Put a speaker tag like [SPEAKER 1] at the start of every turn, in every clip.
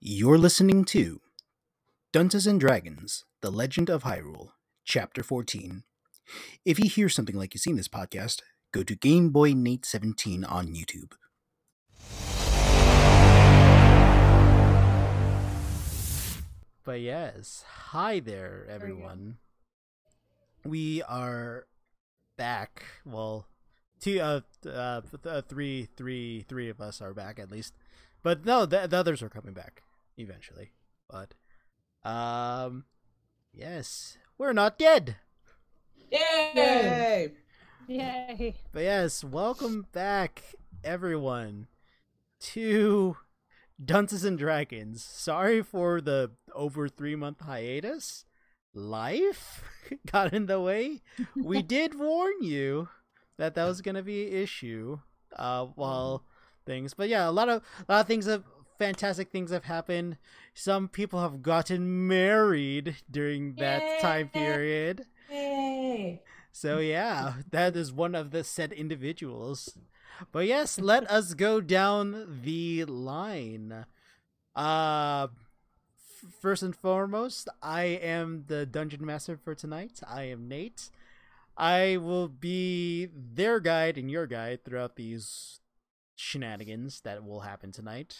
[SPEAKER 1] You're listening to Dungeons and Dragons: The Legend of Hyrule, Chapter 14. If you hear something like you see in this podcast, go to Game Boy Nate 17 on YouTube. But yes, hi there,
[SPEAKER 2] we go.
[SPEAKER 1] everyone. We are back. Well, two, uh, uh, th- uh, three, three, three of us are back at least. But no, the, the others are coming back eventually. But, um, yes, we're not dead.
[SPEAKER 2] Yay!
[SPEAKER 3] Yay.
[SPEAKER 1] But yes, welcome back, everyone, to Dungeons and Dragons. Sorry for the over three month hiatus. Life got in the way. We did warn you that that was going to be an issue. Uh, while things, but yeah, a lot of a lot of things have fantastic things have happened. Some people have gotten married during that time
[SPEAKER 2] Yay.
[SPEAKER 1] period.
[SPEAKER 2] Yay!
[SPEAKER 1] So yeah, that is one of the said individuals. But yes, let us go down the line. Uh f- first and foremost, I am the dungeon master for tonight. I am Nate. I will be their guide and your guide throughout these shenanigans that will happen tonight.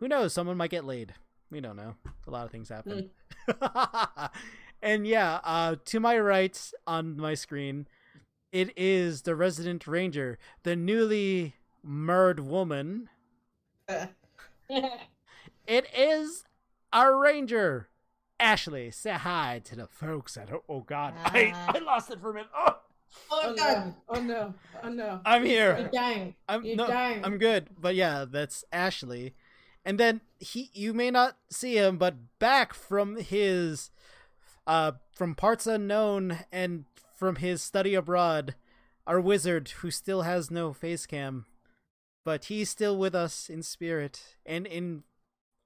[SPEAKER 1] Who knows, someone might get laid. We don't know. A lot of things happen. and yeah, uh, to my right on my screen, it is the resident ranger, the newly murred woman.
[SPEAKER 2] Oh,
[SPEAKER 1] It is our ranger, Ashley. Say hi to the folks at. Oh God,
[SPEAKER 4] Ah.
[SPEAKER 1] I,
[SPEAKER 4] Uh,
[SPEAKER 1] I lost it for a minute. Oh,
[SPEAKER 2] oh no! Oh no! Oh no!
[SPEAKER 1] I'm
[SPEAKER 2] You're
[SPEAKER 1] here.
[SPEAKER 2] dying!
[SPEAKER 1] I'm
[SPEAKER 2] You're
[SPEAKER 1] no,
[SPEAKER 2] dying!
[SPEAKER 1] I'm good. But yeah, that's Ashley. And then he, you may not see him, but back from his, uh, from parts unknown and from his study abroad, our wizard who still has no face cam, but he's still with us in spirit and in,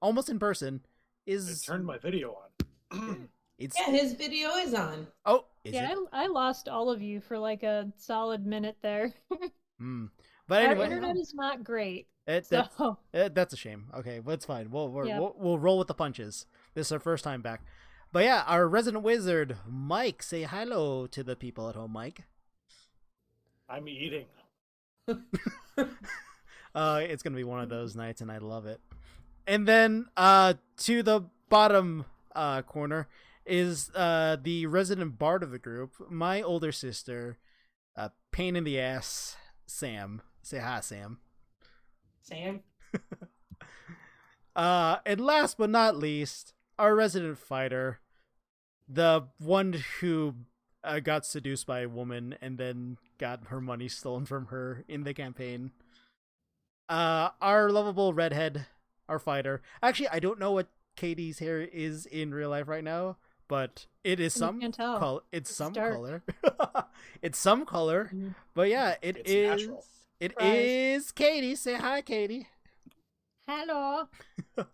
[SPEAKER 1] almost in person,
[SPEAKER 4] I
[SPEAKER 1] is
[SPEAKER 4] turned my video on.
[SPEAKER 1] it's
[SPEAKER 2] Yeah, his video is on.
[SPEAKER 1] oh is
[SPEAKER 3] yeah,
[SPEAKER 1] it?
[SPEAKER 3] I, I lost all of you for like a solid minute there.
[SPEAKER 1] Hmm. But
[SPEAKER 3] Our
[SPEAKER 1] anyway,
[SPEAKER 3] internet is not great.
[SPEAKER 1] that,
[SPEAKER 3] So
[SPEAKER 1] that, Uh, that's a shame. Okay, but it's fine. We'll we're,
[SPEAKER 3] Yeah.
[SPEAKER 1] we'll we'll roll with the punches. This is our first time back. But yeah, our resident wizard, Mike, say hello to the people at home, Mike.
[SPEAKER 4] I'm eating.
[SPEAKER 1] Uh, it's gonna be one of those nights, and I love it. And then uh, to the bottom uh, corner is uh, the resident bard of the group, my older sister, uh, pain in the ass, Sam. Say hi, Sam.
[SPEAKER 2] Sam.
[SPEAKER 1] Uh, and last but not least, our resident fighter, the one who uh, got seduced by a woman and then got her money stolen from her in the campaign. Uh, our lovable redhead, our fighter. Actually, I don't know what Katie's hair is in real life right now, but it is
[SPEAKER 3] You
[SPEAKER 1] some
[SPEAKER 3] can't tell.
[SPEAKER 1] color. It's, some
[SPEAKER 3] dark. Mm.
[SPEAKER 1] color. it's some color,
[SPEAKER 2] Mhm.
[SPEAKER 1] but yeah, it
[SPEAKER 4] It's
[SPEAKER 1] is.
[SPEAKER 4] natural.
[SPEAKER 1] It
[SPEAKER 3] Right.
[SPEAKER 1] is Katie. Say hi, Katie.
[SPEAKER 3] hello.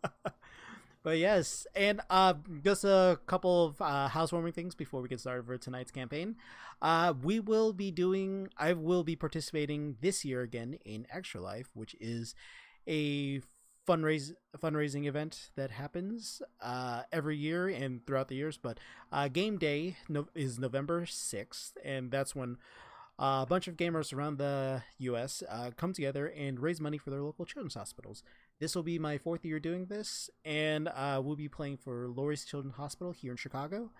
[SPEAKER 1] But yes, and uh, just a couple of uh, housewarming things before we get started for tonight's campaign. Uh, we will be doing, I will be participating this year again in Extra Life, which is a fundraise fundraising event that happens uh, every year and throughout the years. But uh, game day no- is November sixth, and that's when uh, a bunch of gamers around the U.S. Uh, come together and raise money for their local children's hospitals. This will be my fourth year doing this, and uh, we'll be playing for Lori's Children's Hospital here in Chicago.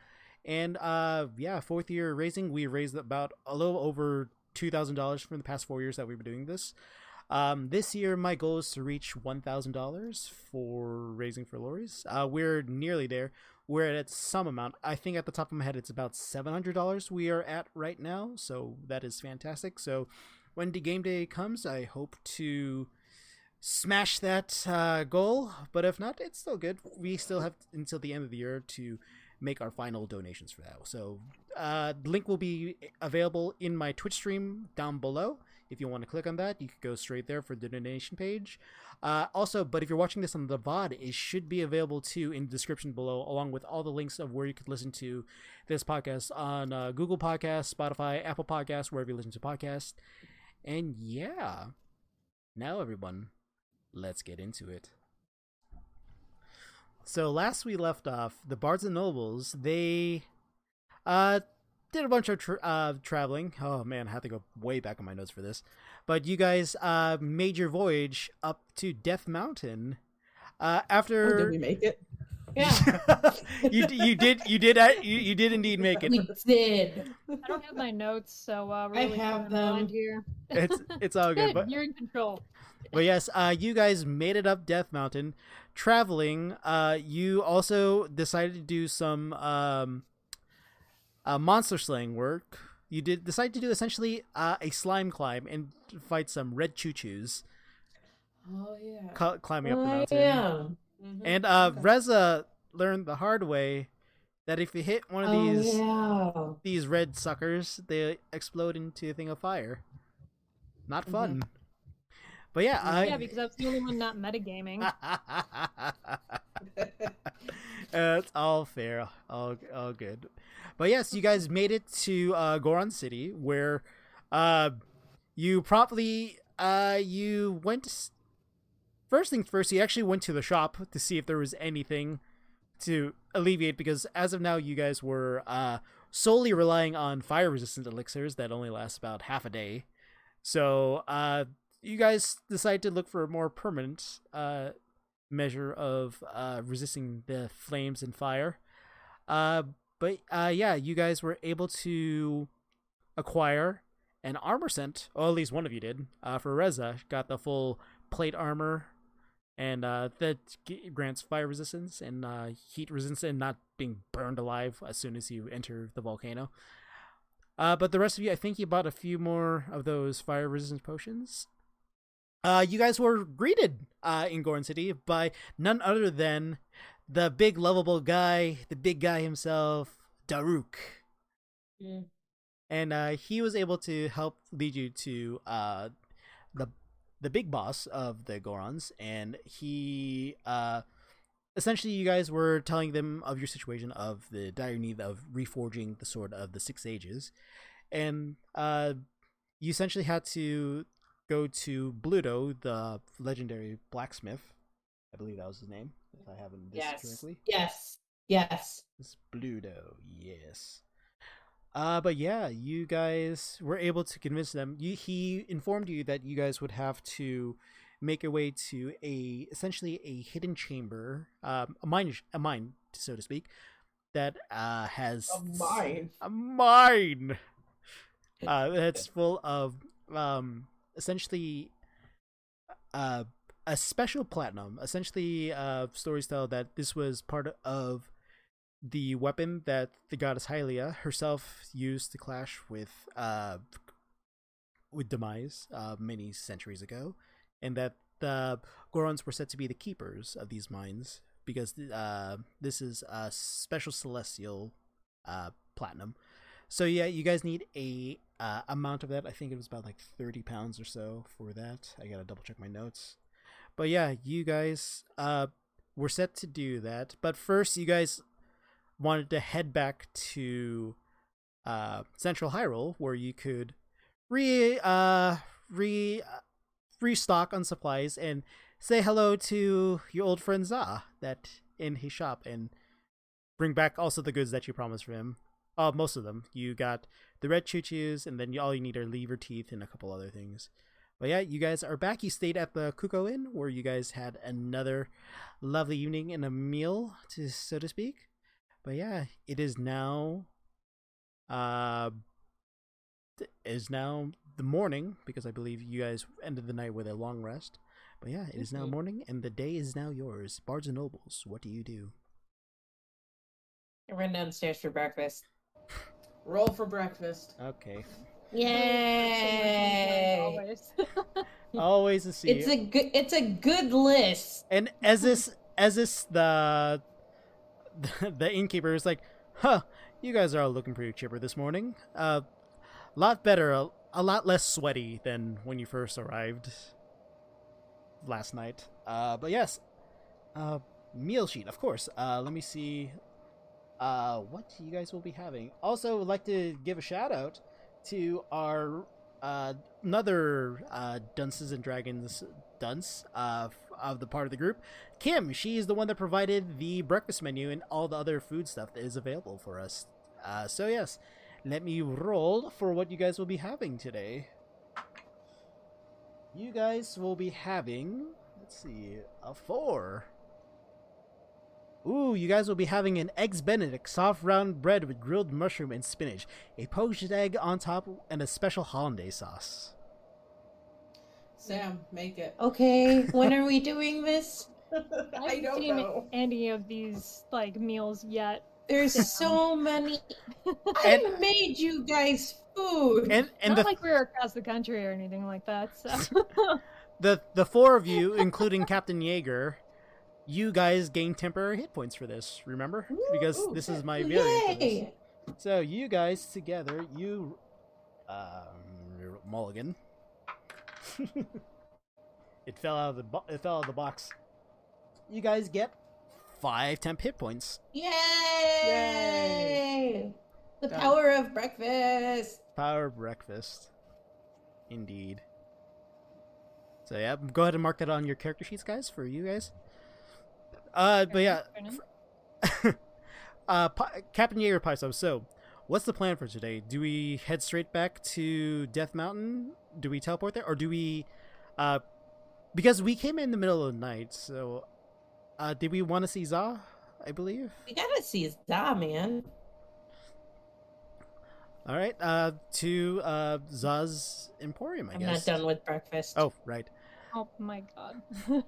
[SPEAKER 1] And uh, yeah, fourth year raising, we raised about a little over two thousand dollars from the past four years that we've been doing this. Um, this year, my goal is to reach one thousand dollars for raising for Lori's. Uh, we're nearly there. We're at some amount. I think at the top of my head, it's about seven hundred dollars we are at right now. So that is fantastic. So when the game day comes, I hope to smash that uh, goal. But if not, it's still good. We still have until the end of the year to make our final donations for that. So uh, the link will be available in my Twitch stream down below. If you want to click on that, you could go straight there for the donation page. Uh, also, but if you're watching this on the VOD, it should be available too in the description below, along with all the links of where you could listen to this podcast on uh, Google Podcasts, Spotify, Apple Podcasts, wherever you listen to podcasts. And yeah, now everyone, let's get into it. So last we left off, the Bards and Nobles they uh did a bunch of tr uh traveling. Oh man, I have to go way back on my notes for this. But you guys uh made your voyage up to Death Mountain. Uh
[SPEAKER 2] Oh,
[SPEAKER 1] after
[SPEAKER 5] Did we make it?
[SPEAKER 2] Yeah,
[SPEAKER 1] you d- you did you did uh, you, you did indeed make it.
[SPEAKER 2] we did.
[SPEAKER 3] I don't have my notes, so uh, really
[SPEAKER 2] have
[SPEAKER 3] throw in mind
[SPEAKER 2] them.
[SPEAKER 3] here.
[SPEAKER 1] It's it's all good.
[SPEAKER 3] Good,
[SPEAKER 1] But
[SPEAKER 3] you're in control.
[SPEAKER 1] but yes, uh, you guys made it up Death Mountain, traveling. Uh, you also decided to do some um, uh, monster slaying work. You did decide to do essentially uh, a slime climb and fight some red choo choos
[SPEAKER 2] Oh yeah.
[SPEAKER 1] cu- climbing up the
[SPEAKER 2] Oh,
[SPEAKER 1] mountain.
[SPEAKER 2] yeah. Mhm.
[SPEAKER 1] And uh,
[SPEAKER 2] Okay.
[SPEAKER 1] Reza learned the hard way that if you hit one of
[SPEAKER 2] Oh,
[SPEAKER 1] these
[SPEAKER 2] yeah.
[SPEAKER 1] these red suckers, they explode into a thing of fire. Not
[SPEAKER 2] Mhm.
[SPEAKER 1] fun. But yeah, I.
[SPEAKER 3] Yeah, because I was the only one not metagaming.
[SPEAKER 1] Uh, it's all fair, all all good. But yes, you guys made it to uh, Goron City, where uh, you promptly uh, you went. s- First things first, you actually went to the shop to see if there was anything to alleviate, because as of now, you guys were uh, solely relying on fire-resistant elixirs that only last about half a day. So uh, you guys decide to look for a more permanent uh, measure of uh, resisting the flames and fire. Uh, but uh, yeah, you guys were able to acquire an armor set, or at least one of you did. Uh, for Reza, got the full plate armor, and uh, that g- grants fire resistance and uh, heat resistance, and not being burned alive as soon as you enter the volcano. Uh, but the rest of you, I think you bought a few more of those fire resistance potions. Uh, you guys were greeted uh, in Gorn City by none other than the big lovable guy, the big guy himself, Daruk.
[SPEAKER 2] Yeah.
[SPEAKER 1] And uh, he was able to help lead you to uh, the the big boss of the Gorons, and he uh, essentially you guys were telling them of your situation of the dire need of reforging the sword of the six ages, and uh, you essentially had to go to Bluto, the legendary blacksmith. I believe that was his name, if I haven't this
[SPEAKER 2] Yes.
[SPEAKER 1] correctly.
[SPEAKER 2] Yes. Yes.
[SPEAKER 1] It's Bluto, yes. Uh, but yeah, you guys were able to convince them. You, he informed you that you guys would have to make your way to a essentially a hidden chamber, um, a mine, a mine, so to speak, that uh, has
[SPEAKER 2] Oh,
[SPEAKER 5] A mine.
[SPEAKER 1] a Uh, mine. Uh, that's full of um, essentially uh, a special platinum. Essentially, uh, stories tell that this was part of the weapon that the goddess Hylia herself used to clash with uh, with demise uh, many centuries ago, and that the Gorons were said to be the keepers of these mines because uh, this is a special celestial uh, platinum. So yeah, you guys need a uh, amount of that. I think it was about like thirty pounds or so for that. I gotta double check my notes. But yeah, you guys uh, were set to do that. But first, you guys wanted to head back to uh, Central Hyrule, where you could re uh, re uh, restock on supplies and say hello to your old friend Za that in his shop and bring back also the goods that you promised for him. Uh, most of them. You got the red choo choos, and then you, all you need are lever teeth and a couple other things. But yeah, you guys are back. You stayed at the Kuko Inn, where you guys had another lovely evening and a meal, to so to speak. But yeah, it is now, uh, th- is now the morning because I believe you guys ended the night with a long rest. But yeah, it is now
[SPEAKER 2] Mhm.
[SPEAKER 1] morning, and the day is now yours. Bards and nobles, what do you do?
[SPEAKER 2] I ran downstairs for breakfast.
[SPEAKER 5] Roll for breakfast.
[SPEAKER 1] Okay.
[SPEAKER 2] Yay!
[SPEAKER 3] Always.
[SPEAKER 1] Always a see.
[SPEAKER 2] It's a good. It's a good list.
[SPEAKER 1] and as this as this the the innkeeper is like, "Huh, you guys are all looking pretty chipper this morning. Uh, lot better, a, a lot less sweaty than when you first arrived last night. Uh, but yes, uh, meal sheet, of course. Uh, let me see, uh, what you guys will be having. Also, would like to give a shout out to our uh another uh Dunces and Dragons dunce uh f- of the part of the group. Kim, she is the one that provided the breakfast menu and all the other food stuff that is available for us. Uh, so yes, let me roll for what you guys will be having today. You guys will be having, let's see, a four. Ooh, you guys will be having an eggs benedict, soft round bread with grilled mushroom and spinach, a poached egg on top, and a special hollandaise sauce.
[SPEAKER 5] Sam, make it.
[SPEAKER 2] Okay, when are we doing this?
[SPEAKER 3] I
[SPEAKER 5] I
[SPEAKER 3] haven't
[SPEAKER 5] don't
[SPEAKER 3] seen
[SPEAKER 5] know.
[SPEAKER 3] any of these like meals yet.
[SPEAKER 2] There's so many. I made you guys food.
[SPEAKER 1] And and
[SPEAKER 3] Not
[SPEAKER 1] the
[SPEAKER 3] like we were across the country or anything like that. So
[SPEAKER 1] the the four of you, including Captain Jaeger, you guys gain temporary hit points for this. Remember, because
[SPEAKER 5] Ooh,
[SPEAKER 1] this
[SPEAKER 5] okay.
[SPEAKER 1] is my variant. for this.
[SPEAKER 2] Yay!
[SPEAKER 1] So you guys together, you, um, Mulligan. it fell out of the bo- it fell out of the box. You guys get five temp hit points.
[SPEAKER 2] Yay! The
[SPEAKER 5] Done.
[SPEAKER 2] power of breakfast.
[SPEAKER 1] Power breakfast, indeed. So yeah, go ahead and mark that on your character sheets, guys, for you guys. Uh, but yeah, uh, Pi- Captain Jaeger Piso. So, what's the plan for today? Do we head straight back to Death Mountain? Do we teleport there, or do we? Uh, because we came in the middle of the night, so uh, did we want to see Za? I believe.
[SPEAKER 2] We gotta see Za, man.
[SPEAKER 1] All right. Uh, to uh Za's Emporium, I
[SPEAKER 2] I'm not
[SPEAKER 1] guess.
[SPEAKER 2] done with breakfast.
[SPEAKER 1] Oh, right.
[SPEAKER 3] oh my god.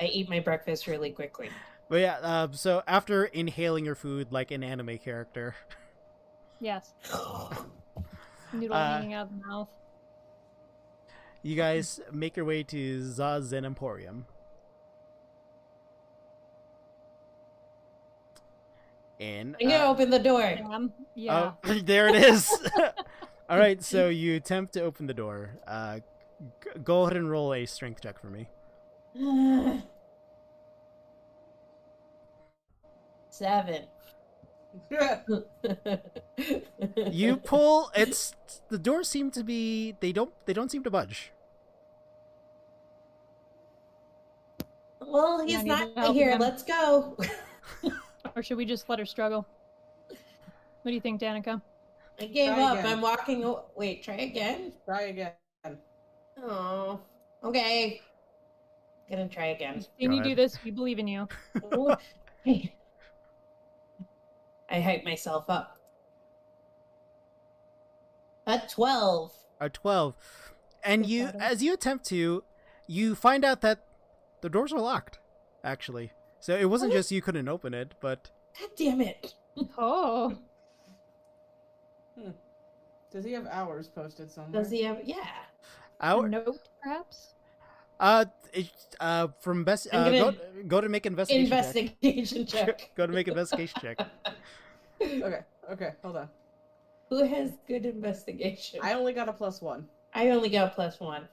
[SPEAKER 2] I eat my breakfast really quickly.
[SPEAKER 1] But yeah. Uh, so after inhaling your food like an anime character,
[SPEAKER 3] yes. Noodle
[SPEAKER 1] Uh,
[SPEAKER 3] hanging out the mouth.
[SPEAKER 1] you guys make your way to Za's Zen Emporium. And
[SPEAKER 2] I'm gonna
[SPEAKER 1] uh,
[SPEAKER 2] open the door.
[SPEAKER 3] Damn. Yeah.
[SPEAKER 1] Oh, there it is. All right, so you attempt to open the door. Uh, g- go ahead and roll a strength check for me.
[SPEAKER 2] Seven.
[SPEAKER 1] You pull. It's the doors seem to be. They don't. They don't seem to budge.
[SPEAKER 2] Well, he's
[SPEAKER 3] Not
[SPEAKER 2] not
[SPEAKER 3] even helping
[SPEAKER 2] here.
[SPEAKER 3] him.
[SPEAKER 2] Let's go.
[SPEAKER 3] Or should we just let her struggle? What do you think, Danica?
[SPEAKER 2] I gave
[SPEAKER 5] Try
[SPEAKER 2] up.
[SPEAKER 5] again.
[SPEAKER 2] I'm walking. aw- Wait, try again.
[SPEAKER 5] Try again.
[SPEAKER 2] Oh, okay. Gonna try again.
[SPEAKER 3] Can you do
[SPEAKER 1] God.
[SPEAKER 3] this? We believe in you.
[SPEAKER 2] Ooh. I hype myself up. A twelve.
[SPEAKER 1] Are twelve, and
[SPEAKER 3] Good
[SPEAKER 1] you
[SPEAKER 3] photo.
[SPEAKER 1] as you attempt to, you find out that the doors are locked. Actually, so it wasn't
[SPEAKER 2] What?
[SPEAKER 1] just you couldn't open it, but
[SPEAKER 2] God damn it!
[SPEAKER 3] Oh.
[SPEAKER 5] Does he have hours posted somewhere?
[SPEAKER 2] Does he have? Yeah.
[SPEAKER 1] our
[SPEAKER 3] note, perhaps?
[SPEAKER 1] uh, it, uh from best
[SPEAKER 2] I'm
[SPEAKER 1] uh, go,
[SPEAKER 2] gonna-
[SPEAKER 1] go to make investigation. check.
[SPEAKER 2] Investigation check.
[SPEAKER 1] go to make investigation check.
[SPEAKER 5] Okay, okay, hold on.
[SPEAKER 2] Who has good investigation?
[SPEAKER 5] I only got a plus one.
[SPEAKER 2] I only got plus one.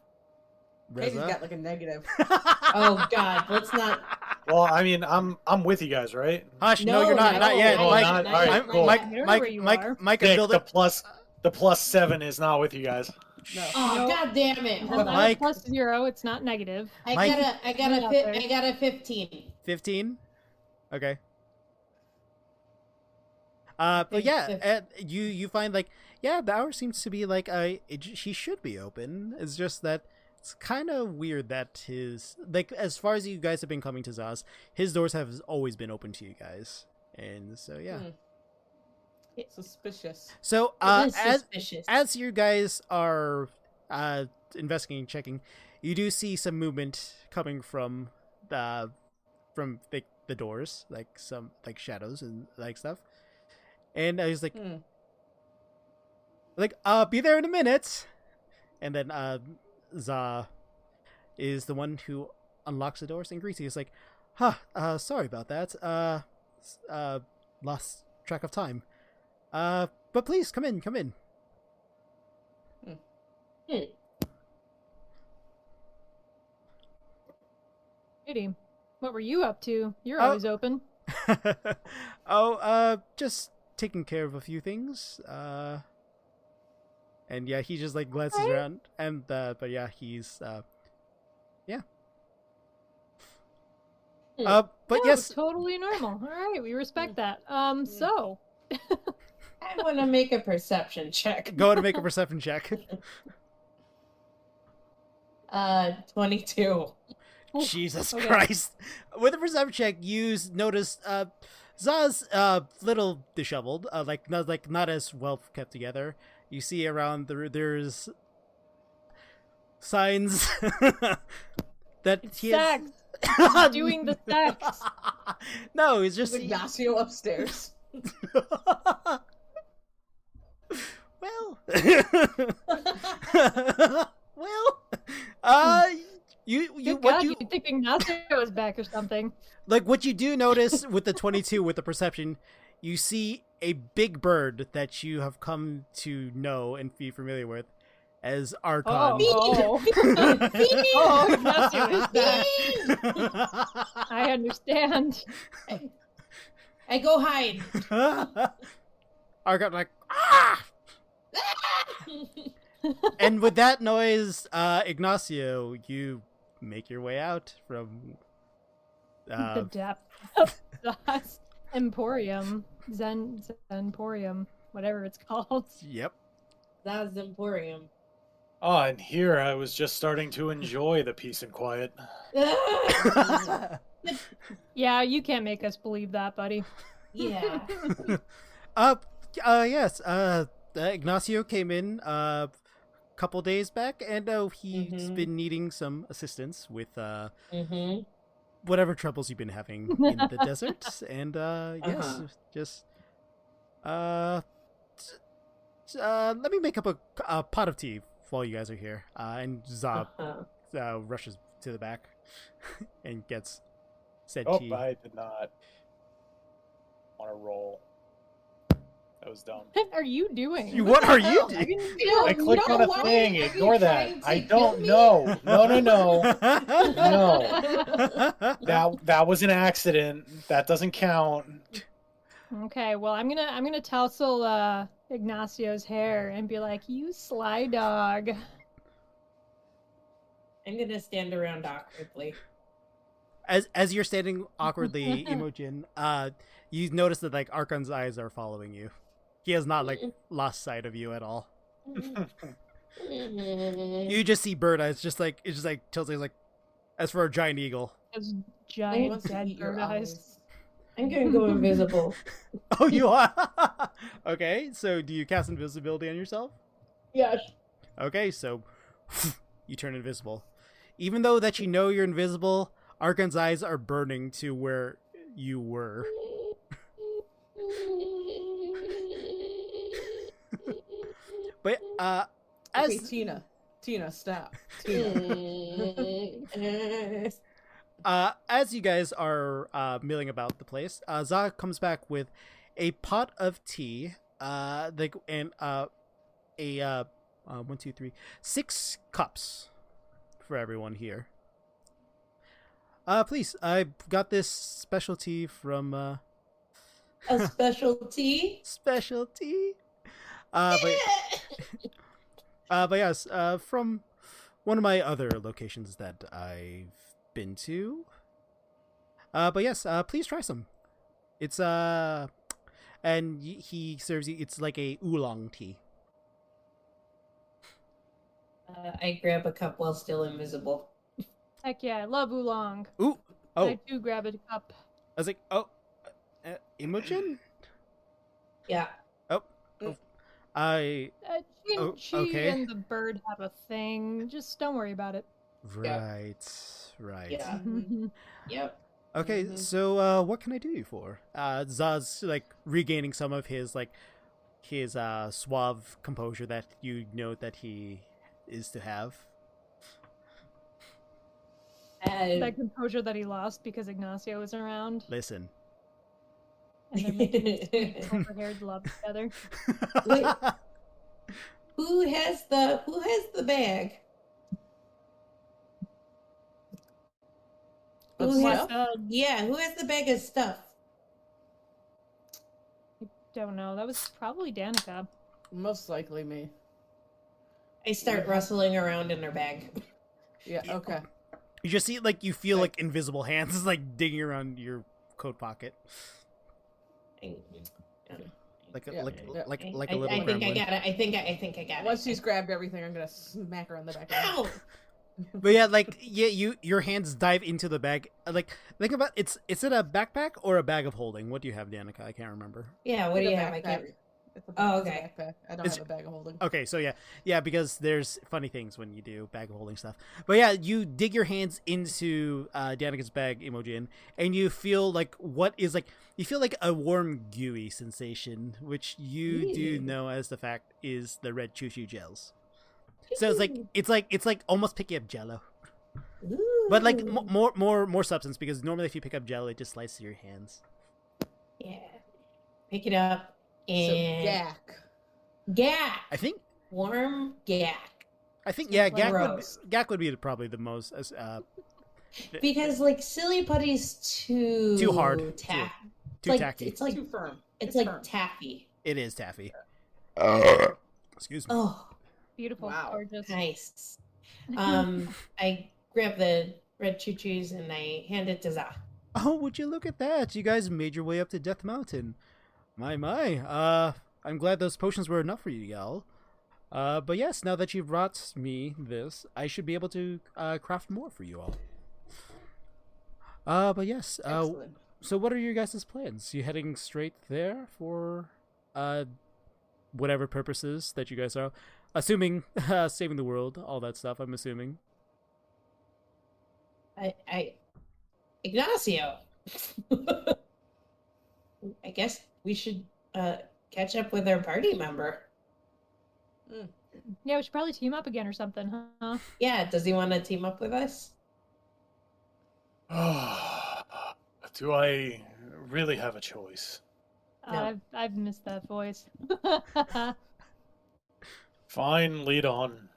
[SPEAKER 5] Katie's
[SPEAKER 1] Reza?
[SPEAKER 5] got like a negative.
[SPEAKER 2] Oh God, let's not.
[SPEAKER 4] Well, I mean, I'm I'm with you guys, right?
[SPEAKER 1] Hush, no, you're not. Not yet.
[SPEAKER 4] Oh,
[SPEAKER 1] Mike,
[SPEAKER 4] not- all right,
[SPEAKER 1] I'm,
[SPEAKER 4] cool.
[SPEAKER 1] Mike,
[SPEAKER 3] You know where
[SPEAKER 1] Mike,
[SPEAKER 3] you are.
[SPEAKER 1] Mike, Mike,
[SPEAKER 4] Nick,
[SPEAKER 1] build
[SPEAKER 4] the
[SPEAKER 1] it.
[SPEAKER 4] plus the plus seven is not with you guys.
[SPEAKER 5] No.
[SPEAKER 2] Oh
[SPEAKER 3] No.
[SPEAKER 2] God damn it! Hold
[SPEAKER 3] That's
[SPEAKER 2] on.
[SPEAKER 3] not a
[SPEAKER 1] Mike.
[SPEAKER 3] plus zero. It's not negative.
[SPEAKER 2] I
[SPEAKER 1] Mike-
[SPEAKER 2] got a, I got
[SPEAKER 3] Hang
[SPEAKER 2] a,
[SPEAKER 3] out
[SPEAKER 2] fi-
[SPEAKER 3] there.
[SPEAKER 2] I got a fifteen.
[SPEAKER 1] 15? Okay. Uh, but
[SPEAKER 2] Big
[SPEAKER 1] yeah,
[SPEAKER 2] fif-
[SPEAKER 1] and you you find like yeah, the hour seems to be like uh, it, she should be open. It's just that it's kind of weird that his like as far as you guys have been coming to Zaz, his doors have always been open to you guys, and so yeah.
[SPEAKER 5] Hmm. Suspicious.
[SPEAKER 1] So uh,
[SPEAKER 2] Mm. it is
[SPEAKER 1] as
[SPEAKER 2] suspicious.
[SPEAKER 1] as you guys are uh investigating checking you do see some movement coming from the from the, the doors like some like shadows and like stuff and i was like
[SPEAKER 5] Hmm.
[SPEAKER 1] like uh be there in a minute and then uh za is the one who unlocks the doors and greets you he's like huh uh sorry about that uh s- uh lost track of time uh but please come in come in
[SPEAKER 3] Judy, what were you up to? You're
[SPEAKER 1] Oh.
[SPEAKER 3] always open.
[SPEAKER 1] oh, uh, just taking care of a few things. Uh, and yeah, he just like glances around, and uh, but yeah, he's uh,
[SPEAKER 2] Hmm.
[SPEAKER 1] Uh, but
[SPEAKER 3] No,
[SPEAKER 1] yes,
[SPEAKER 3] totally normal. All right, we respect that. Um,
[SPEAKER 5] Yeah.
[SPEAKER 3] so
[SPEAKER 2] I want to make a perception check.
[SPEAKER 1] go ahead and make a perception check.
[SPEAKER 2] Uh, 22.
[SPEAKER 3] Oof,
[SPEAKER 1] Jesus
[SPEAKER 3] okay.
[SPEAKER 1] Christ! With a perception check, you s- notice uh, Za's uh, little disheveled, uh, like not like not as well kept together. You see around the there's signs that
[SPEAKER 3] it's
[SPEAKER 1] he has-
[SPEAKER 3] sex. He's doing the sex.
[SPEAKER 1] no, it's just
[SPEAKER 5] There's Ignacio upstairs.
[SPEAKER 1] well, well, uh, you you
[SPEAKER 3] Good
[SPEAKER 1] what
[SPEAKER 3] God,
[SPEAKER 1] you
[SPEAKER 3] you think Ignacio was back or something?
[SPEAKER 1] like what you do notice with the 22 with the perception you see a big bird that you have come to know and be familiar with as archon
[SPEAKER 3] Oh, oh. Oh, Ignacio is back. I understand.
[SPEAKER 2] I go hide.
[SPEAKER 1] archon like ah! and with that noise uh ignacio you make your way out from
[SPEAKER 3] the
[SPEAKER 1] uh,
[SPEAKER 3] depth of Za's emporium, Zen Zenporium, whatever it's called.
[SPEAKER 1] yep
[SPEAKER 2] That's Emporium.
[SPEAKER 4] Oh, and here I was just starting to enjoy the peace and quiet.
[SPEAKER 3] Yeah, you can't make us believe that, buddy.
[SPEAKER 2] yeah.
[SPEAKER 1] Uh, uh, yes. Uh, uh, Ignacio came in uh, a couple days back, and uh, he's
[SPEAKER 2] Mhm.
[SPEAKER 1] been needing some assistance with uh
[SPEAKER 2] Mm-hmm.
[SPEAKER 1] whatever troubles you've been having in the desert. And uh, yes,
[SPEAKER 5] Uh-huh.
[SPEAKER 1] just uh, t- t- uh, let me make up a, a pot of tea while you guys are here. Uh, and Zob
[SPEAKER 2] Uh-huh.
[SPEAKER 1] uh, rushes to the back and gets said
[SPEAKER 4] Oh,
[SPEAKER 1] tea.
[SPEAKER 4] I did not want to roll. That was dumb.
[SPEAKER 3] What are you doing?
[SPEAKER 1] You- what are
[SPEAKER 5] Oh,
[SPEAKER 1] you
[SPEAKER 3] I
[SPEAKER 1] doing?
[SPEAKER 3] didn't
[SPEAKER 2] No,
[SPEAKER 4] I clicked
[SPEAKER 2] no,
[SPEAKER 4] on
[SPEAKER 2] why
[SPEAKER 4] a thing.
[SPEAKER 2] are you
[SPEAKER 4] Ignore that.
[SPEAKER 2] trying to
[SPEAKER 4] I
[SPEAKER 2] kill
[SPEAKER 4] don't
[SPEAKER 2] me?
[SPEAKER 4] know. No, no, no.
[SPEAKER 1] oh.
[SPEAKER 4] No. That that was an accident. That doesn't count.
[SPEAKER 3] Okay, well, I'm gonna I'm gonna tousle uh, Ignacio's hair and be like, "You sly dog."
[SPEAKER 2] I'm gonna stand around awkwardly.
[SPEAKER 1] as as you're standing awkwardly, Emojin, uh, you notice that like Archon's eyes are following you. He has not like lost sight of you at all.
[SPEAKER 2] Mm-hmm.
[SPEAKER 1] You just see bird eyes, just like it's just like tilting like as for a giant eagle.
[SPEAKER 3] Those
[SPEAKER 5] He
[SPEAKER 3] giant
[SPEAKER 5] wants to
[SPEAKER 3] dead
[SPEAKER 5] eat your
[SPEAKER 3] bird eyes.
[SPEAKER 5] eyes.
[SPEAKER 2] I'm gonna go invisible.
[SPEAKER 1] Oh, you are okay. So do you cast invisibility on yourself?
[SPEAKER 2] Yeah.
[SPEAKER 1] Okay, so you turn invisible. Even though that you know you're invisible, Archon's eyes are burning to where you were. But uh,
[SPEAKER 5] Okay,
[SPEAKER 1] as
[SPEAKER 5] Tina. Tina, stop. Tina.
[SPEAKER 2] Wait,
[SPEAKER 1] Uh, as you guys are uh, milling about the place, uh, Za comes back with a pot of tea, uh, like and uh, a uh, uh, one, two, three, six cups for everyone here. Uh, please, I got this specialty from uh,
[SPEAKER 2] a specialty.
[SPEAKER 1] specialty. Uh, but uh, but yes, uh, from one of my other locations that I've been to. Uh, but yes, uh, please try some. It's uh, and y- he serves you. It's like a oolong tea.
[SPEAKER 2] Uh, I grab a cup while still invisible.
[SPEAKER 3] Heck yeah, I love oolong.
[SPEAKER 1] Ooh, oh, I
[SPEAKER 3] I do grab a cup.
[SPEAKER 1] was like, oh, uh, Imogen.
[SPEAKER 2] Yeah.
[SPEAKER 1] I
[SPEAKER 3] Uh, she and,
[SPEAKER 1] Oh,
[SPEAKER 3] she
[SPEAKER 1] okay.
[SPEAKER 3] and the bird have a thing. Just don't worry about it.
[SPEAKER 1] right, right.
[SPEAKER 2] Yeah.
[SPEAKER 5] Mhm.
[SPEAKER 2] Yep.
[SPEAKER 1] Okay,
[SPEAKER 5] Mhm.
[SPEAKER 1] so uh, what can I do you for? Uh, Zaz like regaining some of his like his uh, suave composure that you know that he is to have.
[SPEAKER 2] And
[SPEAKER 3] That composure that he lost because Ignacio was around,
[SPEAKER 1] Listen,
[SPEAKER 3] and they're making these silver-haired love together.
[SPEAKER 2] Wait. who has the who has the bag?
[SPEAKER 5] Of
[SPEAKER 2] Who has,
[SPEAKER 5] stuff?
[SPEAKER 3] Uh,
[SPEAKER 2] yeah, who has the bag of stuff?
[SPEAKER 3] don't know. That was probably Danica.
[SPEAKER 5] Most likely me.
[SPEAKER 2] I start rustling around in her bag.
[SPEAKER 5] Yeah, okay.
[SPEAKER 1] You just see like you feel
[SPEAKER 5] Like-
[SPEAKER 1] like invisible hands is like digging around your coat pocket, like a,
[SPEAKER 5] Yeah.
[SPEAKER 1] like
[SPEAKER 5] Yeah.
[SPEAKER 1] like
[SPEAKER 2] I-
[SPEAKER 1] like
[SPEAKER 2] I,
[SPEAKER 1] a little
[SPEAKER 2] I think I
[SPEAKER 1] gremlin.
[SPEAKER 2] got it. I think I, I think I got
[SPEAKER 5] Once
[SPEAKER 2] it.
[SPEAKER 5] she's grabbed everything, I'm gonna smack her on the back. of the head.
[SPEAKER 2] Ow!
[SPEAKER 1] But yeah, like yeah, you your hands dive into the bag. Like think about it's is it a backpack or a bag of holding? What do you have, Danica? I can't remember.
[SPEAKER 2] Yeah, what do
[SPEAKER 5] It's
[SPEAKER 2] you
[SPEAKER 5] a
[SPEAKER 2] have? I can't.
[SPEAKER 5] backpack. It's a-
[SPEAKER 2] Oh,
[SPEAKER 5] it's a
[SPEAKER 2] okay. Oh,
[SPEAKER 5] backpack. I don't
[SPEAKER 1] It's-
[SPEAKER 5] have a bag of holding.
[SPEAKER 1] Okay, so yeah, yeah, because there's funny things when you do bag of holding stuff. But yeah, you dig your hands into uh, Danica's bag, Emojin, and you feel like what is like you feel like a warm gooey sensation, which you
[SPEAKER 2] Ew.
[SPEAKER 1] do know as the fact is the red choo choo gels. So it's like it's like it's like almost picking up Jello, but like m-
[SPEAKER 2] Ooh.
[SPEAKER 1] more more more substance because normally if you pick up Jello, it just slices your hands.
[SPEAKER 2] yeah, pick it up
[SPEAKER 5] So,
[SPEAKER 2] and
[SPEAKER 5] yak.
[SPEAKER 2] Gak.
[SPEAKER 1] I think
[SPEAKER 2] warm gak.
[SPEAKER 1] I think
[SPEAKER 3] Sounds
[SPEAKER 1] yeah,
[SPEAKER 3] like
[SPEAKER 1] Gak would
[SPEAKER 2] roast.
[SPEAKER 1] Gak would be probably the most uh,
[SPEAKER 2] Because like silly putty's too
[SPEAKER 1] Too hard.
[SPEAKER 2] Ta-
[SPEAKER 1] too
[SPEAKER 2] like,
[SPEAKER 1] tacky.
[SPEAKER 2] It's like
[SPEAKER 5] Too firm.
[SPEAKER 2] it's like
[SPEAKER 5] firm.
[SPEAKER 2] taffy.
[SPEAKER 1] It is taffy. Excuse me.
[SPEAKER 2] Oh,
[SPEAKER 3] Beautiful,
[SPEAKER 5] Wow.
[SPEAKER 3] gorgeous.
[SPEAKER 2] nice. Um, I grab the red choo choos and I hand it to Za.
[SPEAKER 1] Oh, would you look at that? You guys made your way up to Death Mountain. My, my. Uh, I'm glad those potions were enough for you, y'all. Uh, but yes, now that you've brought me this, I should be able to uh, craft more for you all. Uh, but yes. Uh,
[SPEAKER 5] Excellent.
[SPEAKER 1] so what are your guys' plans? You heading straight there for, uh, whatever purposes that you guys are, assuming uh, saving the world, all that stuff. I'm assuming.
[SPEAKER 2] I, I Ignacio. I guess we should uh, catch up with our party member.
[SPEAKER 3] Yeah, we should probably team up again or something, huh?
[SPEAKER 2] Yeah, does he want to team up with us?
[SPEAKER 4] Do I really have a choice?
[SPEAKER 3] Uh,
[SPEAKER 2] No.
[SPEAKER 3] I've I've missed that voice.
[SPEAKER 4] Fine, lead on.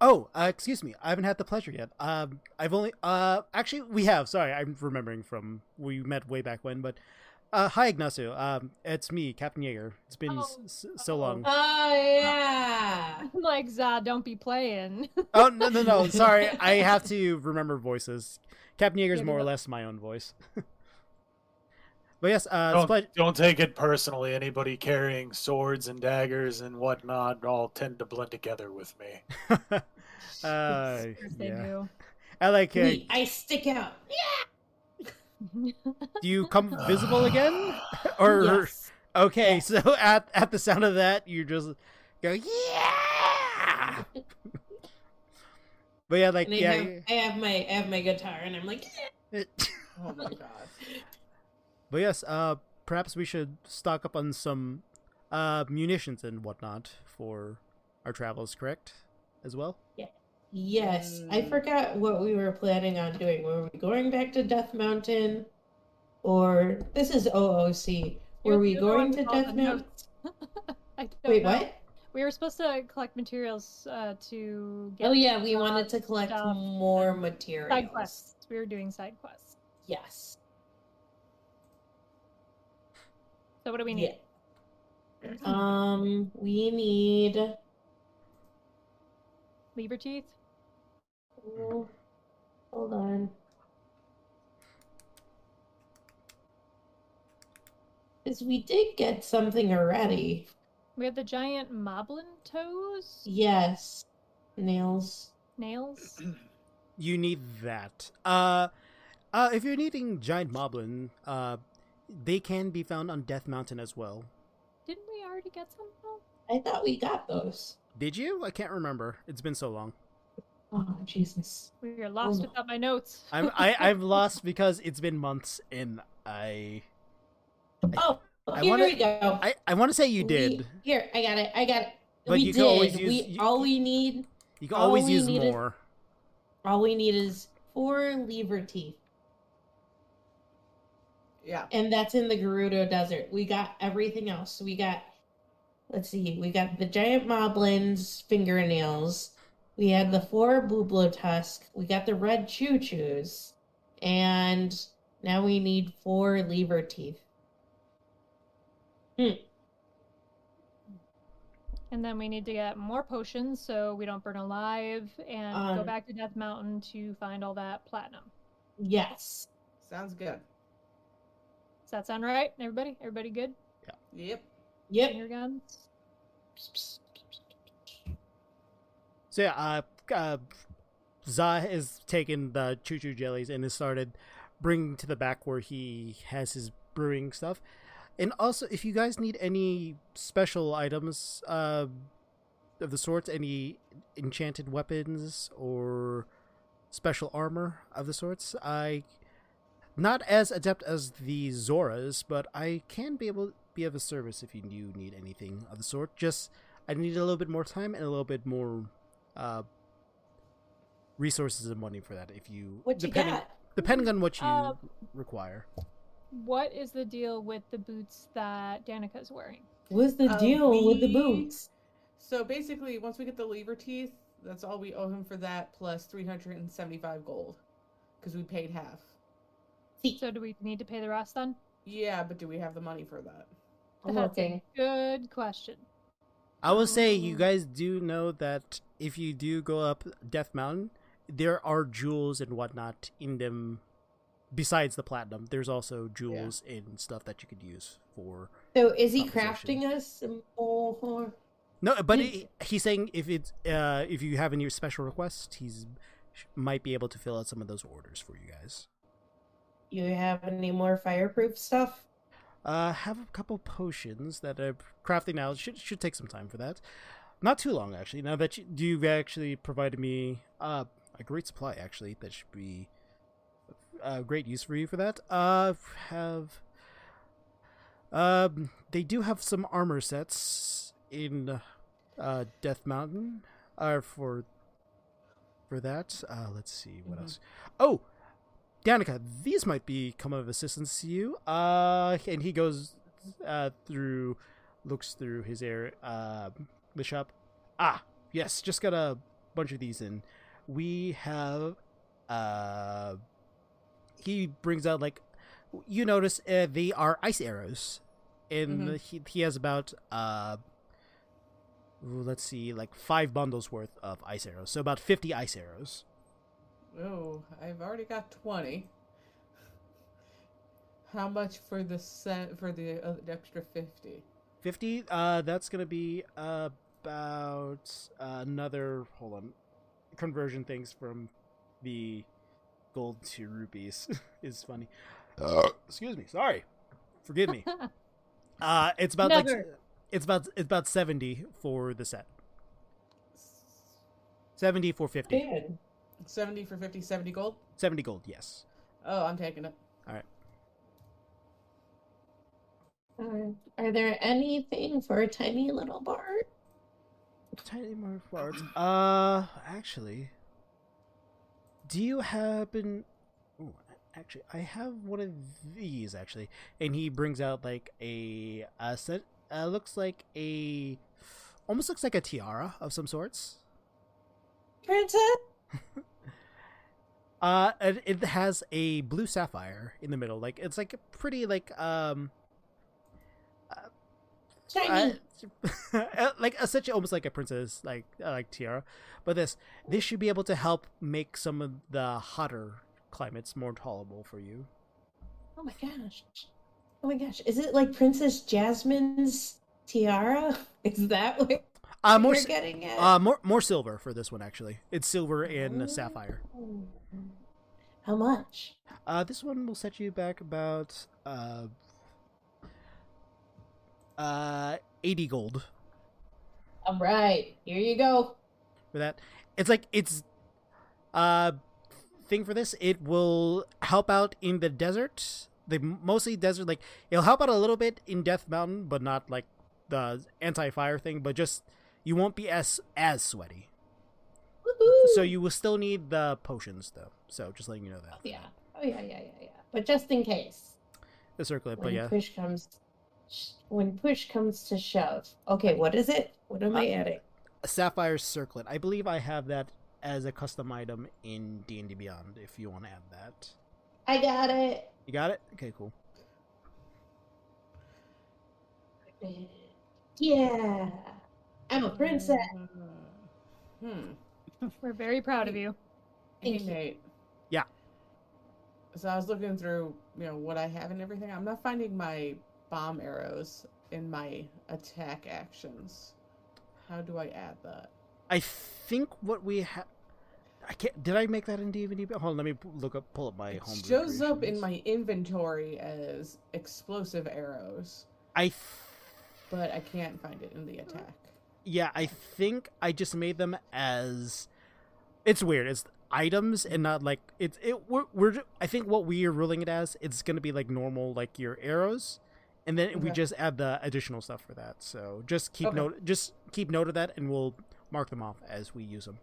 [SPEAKER 1] Oh, uh, excuse me. I haven't had the pleasure yet. Um, I've only. Uh, actually, we have. Sorry, I'm remembering from we met way back when. But, uh, hi Ignacio. Um, it's me, Captain Yeager. It's been s
[SPEAKER 3] Oh,
[SPEAKER 1] s- so
[SPEAKER 3] oh.
[SPEAKER 1] long.
[SPEAKER 2] Oh yeah.
[SPEAKER 3] I'm like, Zah, don't be playing.
[SPEAKER 1] Oh no no no. Sorry, I have to remember voices. Captain Yeager's
[SPEAKER 3] Yeah,
[SPEAKER 1] more or
[SPEAKER 3] no.
[SPEAKER 1] less my own voice. but yes, uh, it's a
[SPEAKER 4] Don't,
[SPEAKER 1] pleasure.
[SPEAKER 4] don't take it personally. Anybody carrying swords and daggers and whatnot all tend to blend together with me.
[SPEAKER 1] uh,
[SPEAKER 3] Of course they
[SPEAKER 1] yeah.
[SPEAKER 3] do.
[SPEAKER 1] I like. Uh,
[SPEAKER 2] We- I stick out.
[SPEAKER 1] do you come visible again? or
[SPEAKER 2] Yes.
[SPEAKER 1] okay, so at at the sound of that, you just go yeah. but yeah, like
[SPEAKER 2] And I,
[SPEAKER 1] yeah.
[SPEAKER 2] have, I have my I have my guitar and I'm like
[SPEAKER 5] Oh my god.
[SPEAKER 1] But yes, uh, perhaps we should stock up on some uh munitions and whatnot for our travels, correct? As well.
[SPEAKER 2] Yes, I
[SPEAKER 5] Mm.
[SPEAKER 2] forgot what we were planning on doing. Were we going back to Death Mountain? Or this is OOC. Were
[SPEAKER 3] You're-
[SPEAKER 2] we
[SPEAKER 3] you're the one
[SPEAKER 2] going to
[SPEAKER 3] with all
[SPEAKER 2] Death
[SPEAKER 3] the
[SPEAKER 2] Mountain?
[SPEAKER 3] notes. I don't
[SPEAKER 2] Wait,
[SPEAKER 3] know.
[SPEAKER 2] what?
[SPEAKER 3] We were supposed to collect materials uh, to get
[SPEAKER 2] Oh yeah, we wanted to collect
[SPEAKER 3] stuff.
[SPEAKER 2] more
[SPEAKER 3] side
[SPEAKER 2] materials.
[SPEAKER 3] quests. We were doing side quests.
[SPEAKER 2] Yes.
[SPEAKER 3] So what do we
[SPEAKER 2] Yeah.
[SPEAKER 3] need?
[SPEAKER 2] Um, we need
[SPEAKER 3] Lever teeth.
[SPEAKER 2] Oh, Hold on. Because we did get something already.
[SPEAKER 3] We have the giant moblin toes,
[SPEAKER 2] Yes. Nails.
[SPEAKER 3] nails.
[SPEAKER 1] You need that. Uh, uh, if you're needing giant moblin, uh, they can be found on Death Mountain as well.
[SPEAKER 3] Didn't we already get some? though?
[SPEAKER 2] I thought we got those.
[SPEAKER 1] Did you? I can't remember. It's been so long.
[SPEAKER 2] Oh, Jesus.
[SPEAKER 3] We are lost
[SPEAKER 2] Oh.
[SPEAKER 3] without my notes.
[SPEAKER 1] I'm I, I've lost because it's been months and I
[SPEAKER 2] Oh,
[SPEAKER 1] I
[SPEAKER 2] here
[SPEAKER 1] wanna-
[SPEAKER 2] we go.
[SPEAKER 1] I, I want to say you
[SPEAKER 2] We-
[SPEAKER 1] did.
[SPEAKER 2] here, I got it. I got it.
[SPEAKER 1] But
[SPEAKER 2] we
[SPEAKER 1] you
[SPEAKER 2] did.
[SPEAKER 1] can always use-
[SPEAKER 2] we,
[SPEAKER 1] you-
[SPEAKER 2] all we need,
[SPEAKER 1] You can
[SPEAKER 2] all
[SPEAKER 1] always
[SPEAKER 2] we
[SPEAKER 1] use
[SPEAKER 2] needed-
[SPEAKER 1] more.
[SPEAKER 2] all we need is four lever teeth,
[SPEAKER 5] Yeah.
[SPEAKER 2] and that's in the Gerudo Desert. We got everything else. We got, let's see, we got the giant moblin's fingernails. We had the four bublo tusk. We got the red choo choos, and now we need four lever teeth.
[SPEAKER 3] And then we need to get more potions so we don't burn alive and go
[SPEAKER 2] Um,
[SPEAKER 3] back to Death Mountain to find all that platinum.
[SPEAKER 2] Yes.
[SPEAKER 5] Sounds good.
[SPEAKER 3] Does that sound right? Everybody? Everybody good?
[SPEAKER 5] Yep.
[SPEAKER 2] Yep.
[SPEAKER 3] Finger guns?
[SPEAKER 1] So yeah, uh, uh, Za has taken the choo choo jellies and has started bringing to the back where he has his brewing stuff. And also, if you guys need any special items uh, of the sorts, any enchanted weapons or special armor of the sorts, I not as adept as the Zoras, but I can be able be of a service if you do need anything of the sort. Just I need a little bit more time and a little bit more uh, resources and money for that if you
[SPEAKER 2] What you
[SPEAKER 1] depending
[SPEAKER 2] got?
[SPEAKER 1] depending on what you
[SPEAKER 3] Uh,
[SPEAKER 1] require.
[SPEAKER 3] What is the deal with the boots that Danica's wearing?
[SPEAKER 2] What's the
[SPEAKER 5] Uh,
[SPEAKER 2] deal with the
[SPEAKER 5] we-
[SPEAKER 2] boots?
[SPEAKER 5] So basically, once we get the lever teeth, that's all we owe him for that, plus 375 gold. Because we paid half.
[SPEAKER 3] So do we need to pay the rest then?
[SPEAKER 5] Yeah, but do we have the money for that?
[SPEAKER 2] I'm
[SPEAKER 3] That's a
[SPEAKER 2] looking.
[SPEAKER 3] Good question.
[SPEAKER 1] I will say you
[SPEAKER 5] Um,
[SPEAKER 1] guys do know that if you do go up Death Mountain, there are jewels and whatnot in them. Besides the platinum, there's also jewels and stuff that you could use for.
[SPEAKER 2] So is he
[SPEAKER 1] Conversation.
[SPEAKER 2] crafting us some more?
[SPEAKER 1] No, but
[SPEAKER 2] Did-
[SPEAKER 1] it, he's saying if it's uh, if you have any special requests, he's might be able to fill out some of those orders for you guys.
[SPEAKER 2] You have any more fireproof stuff?
[SPEAKER 1] Uh, have a couple potions that are crafting now. Should should take some time for that. Not too long actually. Now that you, you've actually provided me uh, a great supply, actually that should be a great use for you for that. Uh, have um, they do have some armor sets in uh, Death Mountain. Uh, for for that. Uh, let's see what
[SPEAKER 5] Mhm.
[SPEAKER 1] else. Oh, Danica, these might be come of assistance to you. Uh, and he goes uh, through, looks through his air, uh, the shop. Ah, yes, just got a bunch of these in. We have, uh, he brings out like, you notice uh, they are ice arrows, and
[SPEAKER 5] Mhm.
[SPEAKER 1] he he has about uh, ooh, let's see, like five bundles worth of ice arrows, so about fifty ice arrows.
[SPEAKER 5] Oh, I've already got 20. How much for the set for the uh, extra 50?
[SPEAKER 1] 50 uh that's gonna be about uh, another hold on conversion things from the gold to rupees is funny excuse me sorry forgive me uh it's about like
[SPEAKER 3] Never.
[SPEAKER 1] it's about it's about 70 for the set 70 for 50
[SPEAKER 2] Good.
[SPEAKER 5] 70 for 50, 70 gold?
[SPEAKER 1] 70 gold yes
[SPEAKER 5] Oh, I'm taking it.
[SPEAKER 2] Uh, are there anything for a tiny little bard?
[SPEAKER 1] tiny more farts uh actually do you happen Ooh, actually i have one of these actually and he brings out like a uh set uh looks like a almost looks like a tiara of some sorts
[SPEAKER 2] Princess?
[SPEAKER 1] uh and it has a blue sapphire in the middle like it's like a pretty like um
[SPEAKER 2] Shiny.
[SPEAKER 1] Uh, like essentially almost like a princess like uh, like tiara but this this should be able to help make some of the hotter climates more tolerable for you
[SPEAKER 2] oh my gosh. Oh my gosh. Is it like Princess Jasmine's tiara? Is that what
[SPEAKER 1] uh more
[SPEAKER 2] we're
[SPEAKER 1] s-
[SPEAKER 2] getting at?
[SPEAKER 1] uh more more silver for this one actually it's silver and
[SPEAKER 2] Oh.
[SPEAKER 1] sapphire
[SPEAKER 2] How much?
[SPEAKER 1] uh this one will set you back about uh uh 80 gold
[SPEAKER 2] All right. Here you go.
[SPEAKER 1] for that. It's like it's uh thing for this. It will help out in the desert. The mostly desert like it'll help out a little bit in Death Mountain, but not like the anti-fire thing, but just you won't be as as sweaty.
[SPEAKER 2] Woohoo.
[SPEAKER 1] So you will still need the potions though. So just letting you know that.
[SPEAKER 2] Yeah. Oh yeah, yeah, yeah, yeah. But just in case.
[SPEAKER 1] The circle it,
[SPEAKER 2] When
[SPEAKER 1] but yeah.
[SPEAKER 2] push comes when push comes to shove. Okay, what is it? What am I adding?
[SPEAKER 1] A sapphire circlet. I believe I have that as a custom item in D&D Beyond if you want to add that.
[SPEAKER 2] I got it.
[SPEAKER 1] You got it? Okay, cool.
[SPEAKER 2] Yeah. I'm a princess.
[SPEAKER 5] Hmm.
[SPEAKER 3] We're very proud of you.
[SPEAKER 5] Hey,
[SPEAKER 2] Thank you.
[SPEAKER 5] Nate.
[SPEAKER 1] Yeah.
[SPEAKER 5] So I was looking through, you know, what I have and everything. I'm not finding my bomb arrows in my attack actions. How do I add that?
[SPEAKER 1] I think what we have. I can't. Did I make that in D and D? Hold on, let me p- look up. Pull up my
[SPEAKER 5] It
[SPEAKER 1] home.
[SPEAKER 5] shows up in my inventory as explosive arrows,
[SPEAKER 1] I. Th-
[SPEAKER 5] but I can't find it in the attack.
[SPEAKER 1] yeah, I think I just made them as. It's weird. It's items and not like it's it. We're, we're ju- I think what we are ruling it as it's gonna be like normal like your arrows, and then we
[SPEAKER 5] Okay.
[SPEAKER 1] just add the additional stuff for that. So just keep
[SPEAKER 5] Okay.
[SPEAKER 1] note. Just keep note of that, and we'll mark them off as we use them.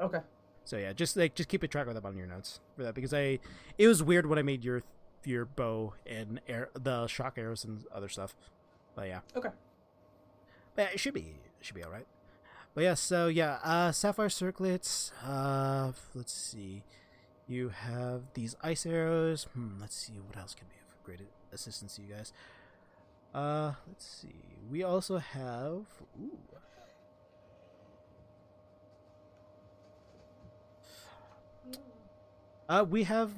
[SPEAKER 5] Okay.
[SPEAKER 1] So yeah, just like just keep a track of that on your notes for that because I it was weird when I made your your bow and air, the shock arrows and other stuff. But yeah.
[SPEAKER 5] Okay.
[SPEAKER 1] But yeah, it should be it should be all right. But yeah, so yeah, uh sapphire circlets. Uh f- let's see. You have these ice arrows. Hmm, let's see what else can be of great assistance to you guys. Uh let's see. We also have ooh Uh, we have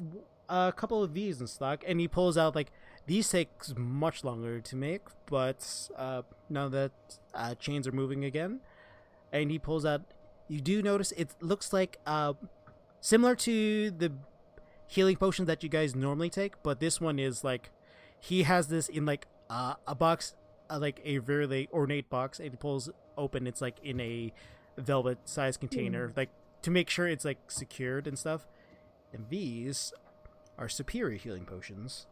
[SPEAKER 1] uh, a couple of these in stock, and he pulls out like these takes much longer to make, but uh, now that uh, chains are moving again, and he pulls out. You do notice it looks like uh, similar to the healing potions that you guys normally take, but this one is like he has this in like uh, a box, uh, like a very like, ornate box, and he pulls open. It's like in a velvet sized container, like to make sure it's like secured and stuff. And these are superior healing potions.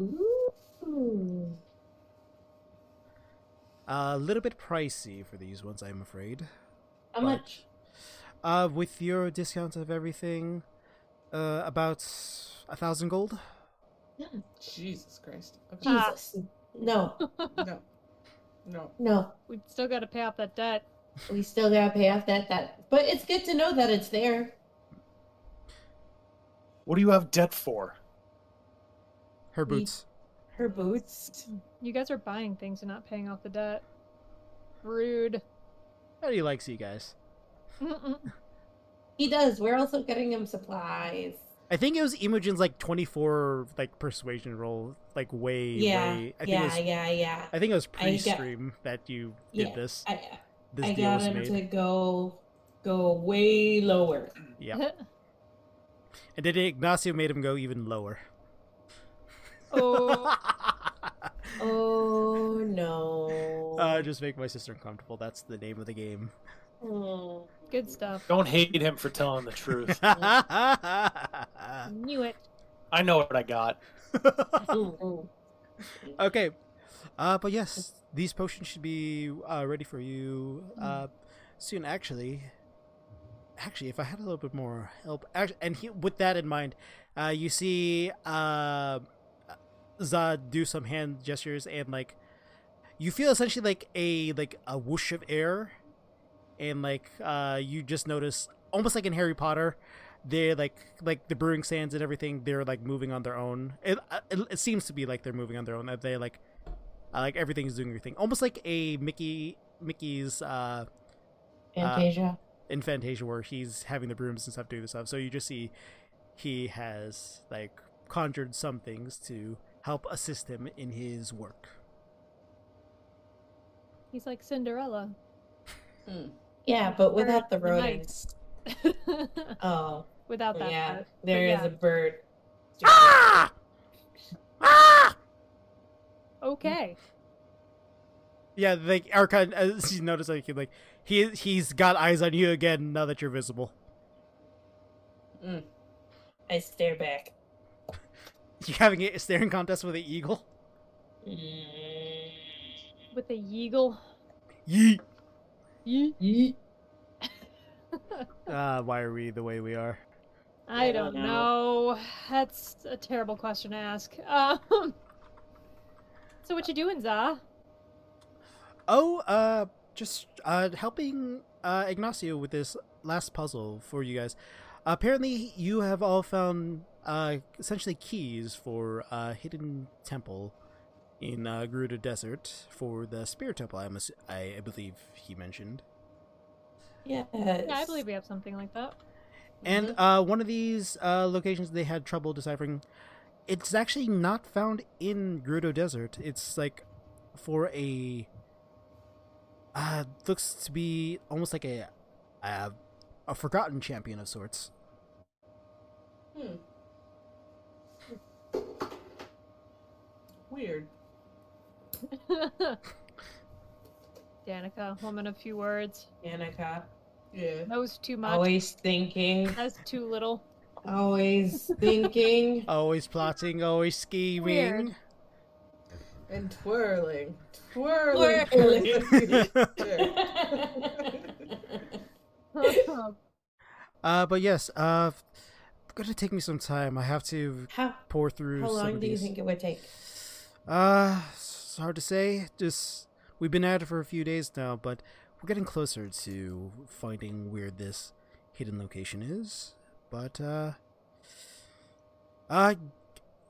[SPEAKER 2] Ooh.
[SPEAKER 1] A little bit pricey for these ones, I'm afraid.
[SPEAKER 2] How
[SPEAKER 1] But-
[SPEAKER 2] much?
[SPEAKER 1] Uh, with your discount of everything, uh, about a thousand gold.
[SPEAKER 5] Jesus Christ. Okay.
[SPEAKER 3] Ah.
[SPEAKER 2] Jesus. No,
[SPEAKER 5] no. No.
[SPEAKER 2] no.
[SPEAKER 3] We've still got to pay off that debt.
[SPEAKER 2] We still gotta pay off that debt. But it's good to know that it's there.
[SPEAKER 4] What do you have debt for?
[SPEAKER 1] Her
[SPEAKER 2] Ye-
[SPEAKER 1] boots.
[SPEAKER 2] Her boots.
[SPEAKER 3] You guys are buying things and not paying off the debt. Rude.
[SPEAKER 1] How do you like you guys?
[SPEAKER 3] Mm-mm.
[SPEAKER 2] He does. We're also getting him supplies.
[SPEAKER 1] I think it was Imogen's like twenty-four like persuasion roll, like way,
[SPEAKER 2] yeah.
[SPEAKER 1] way. I think
[SPEAKER 2] yeah,
[SPEAKER 1] it was,
[SPEAKER 2] yeah, yeah.
[SPEAKER 1] I think it was
[SPEAKER 2] I got-
[SPEAKER 1] pre-stream that you did
[SPEAKER 2] Yeah,
[SPEAKER 1] this.
[SPEAKER 2] I,
[SPEAKER 1] This
[SPEAKER 2] I
[SPEAKER 1] deal
[SPEAKER 2] got
[SPEAKER 1] was
[SPEAKER 2] him
[SPEAKER 1] made,
[SPEAKER 2] to go go way lower.
[SPEAKER 1] yeah. And then Ignacio made him go even lower. Uh,
[SPEAKER 3] oh,
[SPEAKER 2] Oh no.
[SPEAKER 1] Uh, just make my sister uncomfortable. That's the name of the game.
[SPEAKER 2] Hmm.
[SPEAKER 3] good stuff.
[SPEAKER 4] Don't hate him for telling the truth.
[SPEAKER 3] Knew it.
[SPEAKER 4] I know what I got.
[SPEAKER 2] Mm,
[SPEAKER 1] Uh,
[SPEAKER 2] mm.
[SPEAKER 1] okay. Uh, but yes, these potions should be uh, ready for you uh, soon. Actually, actually, if I had a little bit more help, actually, and he, with that in mind, uh, you see uh, Zod do some hand gestures and like you feel essentially like a like a whoosh of air, and like uh, you just notice almost like in Harry Potter. They're like like the brewing stands and everything. They're like moving on their own. It, uh, it, it seems to be like they're moving on their own. That they like uh, like everything's doing their thing, almost like a Mickey Mickey's uh,
[SPEAKER 2] Fantasia.
[SPEAKER 1] in Fantasia where he's having the brooms and stuff doing this stuff. So you just see he has like conjured some things to help assist him in his work.
[SPEAKER 3] He's like Cinderella.
[SPEAKER 5] Hmm.
[SPEAKER 2] yeah, but
[SPEAKER 3] Bird
[SPEAKER 2] without the
[SPEAKER 3] of the night.
[SPEAKER 2] rodents. Oh,
[SPEAKER 3] Without that.
[SPEAKER 2] yeah.
[SPEAKER 3] part. But
[SPEAKER 2] There is
[SPEAKER 3] yeah.
[SPEAKER 2] a bird.
[SPEAKER 1] Ah! Ah!
[SPEAKER 3] Okay.
[SPEAKER 1] Yeah, like Archon, as you notice, like, he- like he he's got eyes on you again now that you're visible.
[SPEAKER 2] I stare back.
[SPEAKER 1] You having a staring contest with an eagle?
[SPEAKER 2] Mm.
[SPEAKER 3] With a yeagle.
[SPEAKER 1] Yeet.
[SPEAKER 3] Yee.
[SPEAKER 2] Yeet.
[SPEAKER 1] Uh, why are we the way we are?
[SPEAKER 3] I don't know. That's a terrible question to ask. Um, so what you doing, Za?
[SPEAKER 1] Oh, uh, just uh, helping uh, Ignacio with this last puzzle for you guys. Apparently, you have all found uh, essentially keys for uh, hidden temple in uh, Gerudo Desert for the Spirit Temple. I, must, I, I believe he mentioned.
[SPEAKER 2] Yes.
[SPEAKER 3] Yeah, I believe we have something like that.
[SPEAKER 1] And uh, one of these uh, locations they had trouble deciphering. It's actually not found in Gerudo Desert. It's like for a uh, looks to be almost like a a, a forgotten champion of sorts.
[SPEAKER 5] Hmm. Weird.
[SPEAKER 3] Danica, woman of few words.
[SPEAKER 2] Danica.
[SPEAKER 5] Yeah.
[SPEAKER 3] Knows too much,
[SPEAKER 2] Always thinking.
[SPEAKER 3] has too little.
[SPEAKER 2] Always thinking.
[SPEAKER 1] Always plotting, always scheming.
[SPEAKER 5] And twirling. Twirling. twirling. Sure.
[SPEAKER 1] uh, but yes, uh, gonna take me some time. I have to
[SPEAKER 2] how
[SPEAKER 1] pour through.
[SPEAKER 2] how
[SPEAKER 1] some
[SPEAKER 2] long
[SPEAKER 1] of
[SPEAKER 2] do you
[SPEAKER 1] these.
[SPEAKER 2] think it would take?
[SPEAKER 1] Uh, it's hard to say. Just we've been at it for a few days now, but we're getting closer to finding where this hidden location is. But uh, uh,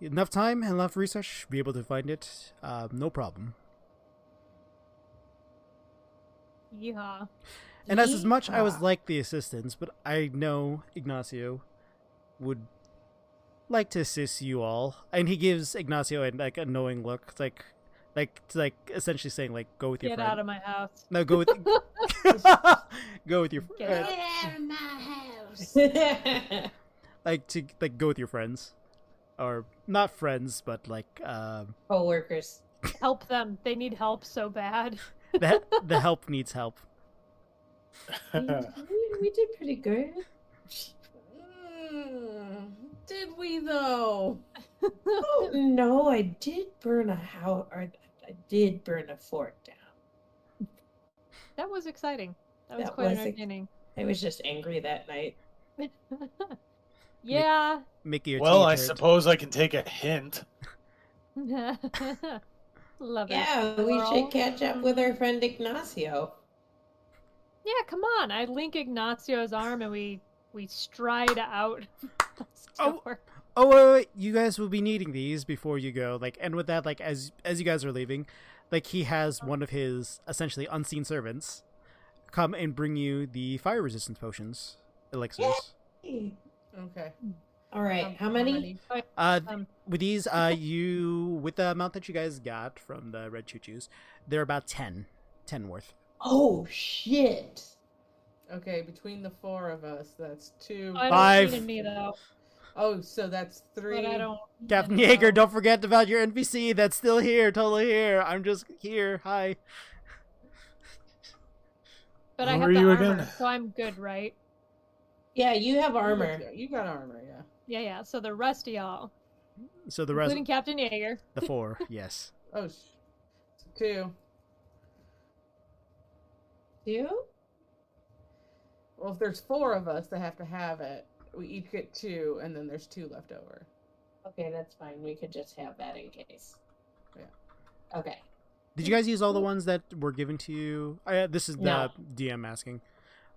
[SPEAKER 1] enough time and enough research, be able to find it. Uh, no problem.
[SPEAKER 3] Yeehaw.
[SPEAKER 1] And that's as much I was
[SPEAKER 2] Yeehaw.
[SPEAKER 1] like the assistants, but I know Ignacio would like to assist you all. And he gives Ignacio an, like a knowing look, It's like, like, it's like essentially saying like, go with your
[SPEAKER 3] Get
[SPEAKER 1] friend.
[SPEAKER 3] out of my house.
[SPEAKER 1] no, go with, go with your
[SPEAKER 3] Get
[SPEAKER 1] uh,
[SPEAKER 3] out.
[SPEAKER 2] out of my house.
[SPEAKER 1] like to like go with your friends, or not friends, but like um,
[SPEAKER 2] Coworkers.
[SPEAKER 3] Help them. They need help so bad.
[SPEAKER 1] the the help needs help.
[SPEAKER 2] we, we- we did pretty good.
[SPEAKER 5] Mm, did we though?
[SPEAKER 2] Oh, no, I did burn a house, or I did burn a fort down.
[SPEAKER 3] That was exciting. That was
[SPEAKER 2] That
[SPEAKER 3] quite
[SPEAKER 2] was ex-
[SPEAKER 3] entertaining.
[SPEAKER 2] I was just angry that night.
[SPEAKER 3] yeah.
[SPEAKER 1] Mickey or
[SPEAKER 4] Well,
[SPEAKER 1] Tina
[SPEAKER 4] I
[SPEAKER 1] turned-
[SPEAKER 4] suppose I can take a hint.
[SPEAKER 3] Love it.
[SPEAKER 2] Yeah, we
[SPEAKER 3] Girl.
[SPEAKER 2] should catch up with our friend Ignacio.
[SPEAKER 3] Yeah, come on. I link Ignacio's arm and we we stride out. the
[SPEAKER 1] Oh.
[SPEAKER 3] store.
[SPEAKER 1] Oh wait, wait, wait, you guys will be needing these before you go. Like, and with that, like as as you guys are leaving, like he has one of his essentially unseen servants come and bring you the fire resistance potions elixirs.
[SPEAKER 5] Okay.
[SPEAKER 2] All right,
[SPEAKER 3] Um,
[SPEAKER 2] how many?
[SPEAKER 3] But
[SPEAKER 1] Uh,
[SPEAKER 3] Um.
[SPEAKER 1] with these, uh, you with the amount that you guys got from the red choo choos, they're about 10. 10 worth.
[SPEAKER 2] Oh shit!
[SPEAKER 5] Okay, between the four of us, that's two.
[SPEAKER 3] I don't
[SPEAKER 1] Five.
[SPEAKER 3] see it in me though.
[SPEAKER 5] Oh, so that's three.
[SPEAKER 3] But I don't.
[SPEAKER 1] Captain
[SPEAKER 3] I
[SPEAKER 1] Yeager,
[SPEAKER 3] know.
[SPEAKER 1] don't forget about your NPC. That's still here, totally here. I'm just here. Hi.
[SPEAKER 3] But I
[SPEAKER 4] Where
[SPEAKER 3] have
[SPEAKER 4] were
[SPEAKER 3] the
[SPEAKER 4] you
[SPEAKER 3] armor,
[SPEAKER 4] again?
[SPEAKER 3] so I'm good, right?
[SPEAKER 2] Yeah, you have armor.
[SPEAKER 5] You got armor, yeah.
[SPEAKER 3] Yeah, yeah. So the rest of y'all,
[SPEAKER 1] So the rest,
[SPEAKER 3] including Captain Yeager,
[SPEAKER 1] the four, yes.
[SPEAKER 5] Oh, sh- two.
[SPEAKER 2] Two?
[SPEAKER 5] Well, if there's four of us that have to have it, we each get two, and then there's two left over.
[SPEAKER 2] Okay, that's fine. We could just have that in case.
[SPEAKER 5] Yeah.
[SPEAKER 2] Okay.
[SPEAKER 1] Did you guys use all the ones that were given to you? Uh, this is the
[SPEAKER 2] No.
[SPEAKER 1] DM asking.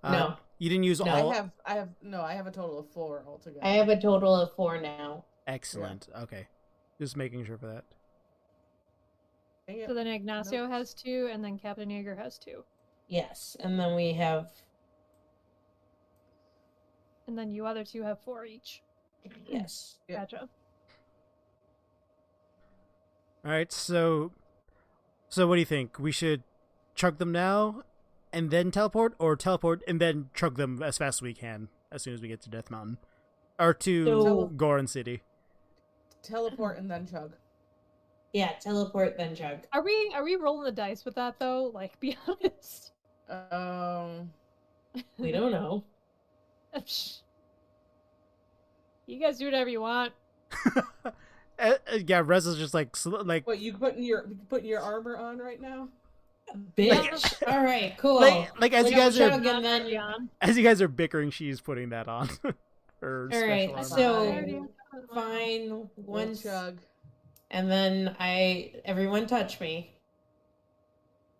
[SPEAKER 1] Um,
[SPEAKER 2] no,
[SPEAKER 1] You didn't use
[SPEAKER 2] No,
[SPEAKER 1] all.
[SPEAKER 5] I have, I have, no, I have a total of four altogether.
[SPEAKER 2] I have a total of four now.
[SPEAKER 1] Excellent. Okay. Just making sure for that.
[SPEAKER 5] Dang it.
[SPEAKER 3] so then Ignacio has two, and then Captain Yeager has two,
[SPEAKER 2] Yes, and then we have.
[SPEAKER 3] and then you other two have four each.
[SPEAKER 2] Yes.
[SPEAKER 5] Yeah.
[SPEAKER 3] Gotcha.
[SPEAKER 1] All right. So, so what do you think? We should chug them now, and then teleport, or teleport and then chug them as fast as we can as soon as we get to Death Mountain, or to
[SPEAKER 2] So-
[SPEAKER 1] Goron City.
[SPEAKER 5] Teleport and then chug.
[SPEAKER 2] Yeah, teleport then chug.
[SPEAKER 3] Are we are we rolling the dice with that though? Like, be honest.
[SPEAKER 5] Um,
[SPEAKER 2] We don't know.
[SPEAKER 3] you guys do whatever you want.
[SPEAKER 1] Uh, uh, yeah, Rez is just like sl- like
[SPEAKER 5] what you putting your you putting your armor on right now?
[SPEAKER 2] Bitch. All right, cool.
[SPEAKER 1] like, like as
[SPEAKER 2] Like
[SPEAKER 1] you guys
[SPEAKER 2] I'm
[SPEAKER 1] are
[SPEAKER 2] chugging.
[SPEAKER 3] Not
[SPEAKER 2] and then-
[SPEAKER 3] early on.
[SPEAKER 1] as you guys are bickering, she's putting that on. Her
[SPEAKER 2] All right,
[SPEAKER 1] special armor.
[SPEAKER 2] so-
[SPEAKER 3] I already have that on.
[SPEAKER 2] Fine.
[SPEAKER 5] We'll
[SPEAKER 2] One chug.
[SPEAKER 5] chug.
[SPEAKER 2] And then I. Everyone touch me.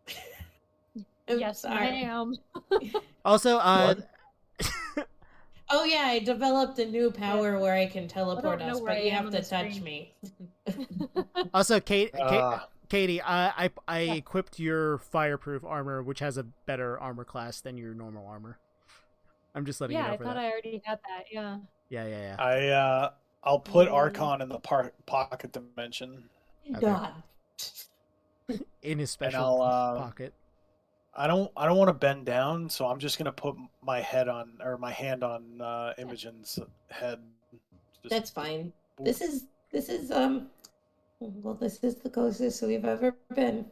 [SPEAKER 2] I'm
[SPEAKER 3] Yes,
[SPEAKER 2] sorry.
[SPEAKER 3] ma'am.
[SPEAKER 1] also, uh,
[SPEAKER 2] Oh yeah, I developed a new power where I can teleport
[SPEAKER 3] know
[SPEAKER 2] us,
[SPEAKER 3] where I
[SPEAKER 2] but you
[SPEAKER 3] am
[SPEAKER 2] have
[SPEAKER 3] on
[SPEAKER 2] to
[SPEAKER 3] the
[SPEAKER 2] touch
[SPEAKER 3] screen.
[SPEAKER 2] me.
[SPEAKER 1] also Kate, Kate,
[SPEAKER 4] Ah,
[SPEAKER 1] Katie, I I, I
[SPEAKER 2] Yeah.
[SPEAKER 1] equipped your fireproof armor, which has a better armor class than your normal armor. I'm just letting
[SPEAKER 3] yeah,
[SPEAKER 1] you know
[SPEAKER 3] I
[SPEAKER 1] for
[SPEAKER 3] thought
[SPEAKER 1] that.
[SPEAKER 3] I already had that. Yeah.
[SPEAKER 1] Yeah, yeah, yeah.
[SPEAKER 4] I uh, I'll put
[SPEAKER 3] Mm.
[SPEAKER 4] Archon in the par- pocket dimension.
[SPEAKER 1] Okay.
[SPEAKER 2] God.
[SPEAKER 1] In his special
[SPEAKER 4] I'll, uh,
[SPEAKER 1] pocket.
[SPEAKER 4] I don't I don't want to bend down, so I'm just gonna put my head on or my hand on uh, Imogen's head. Just-
[SPEAKER 2] That's fine. This is this is um well this is the closest we've ever been.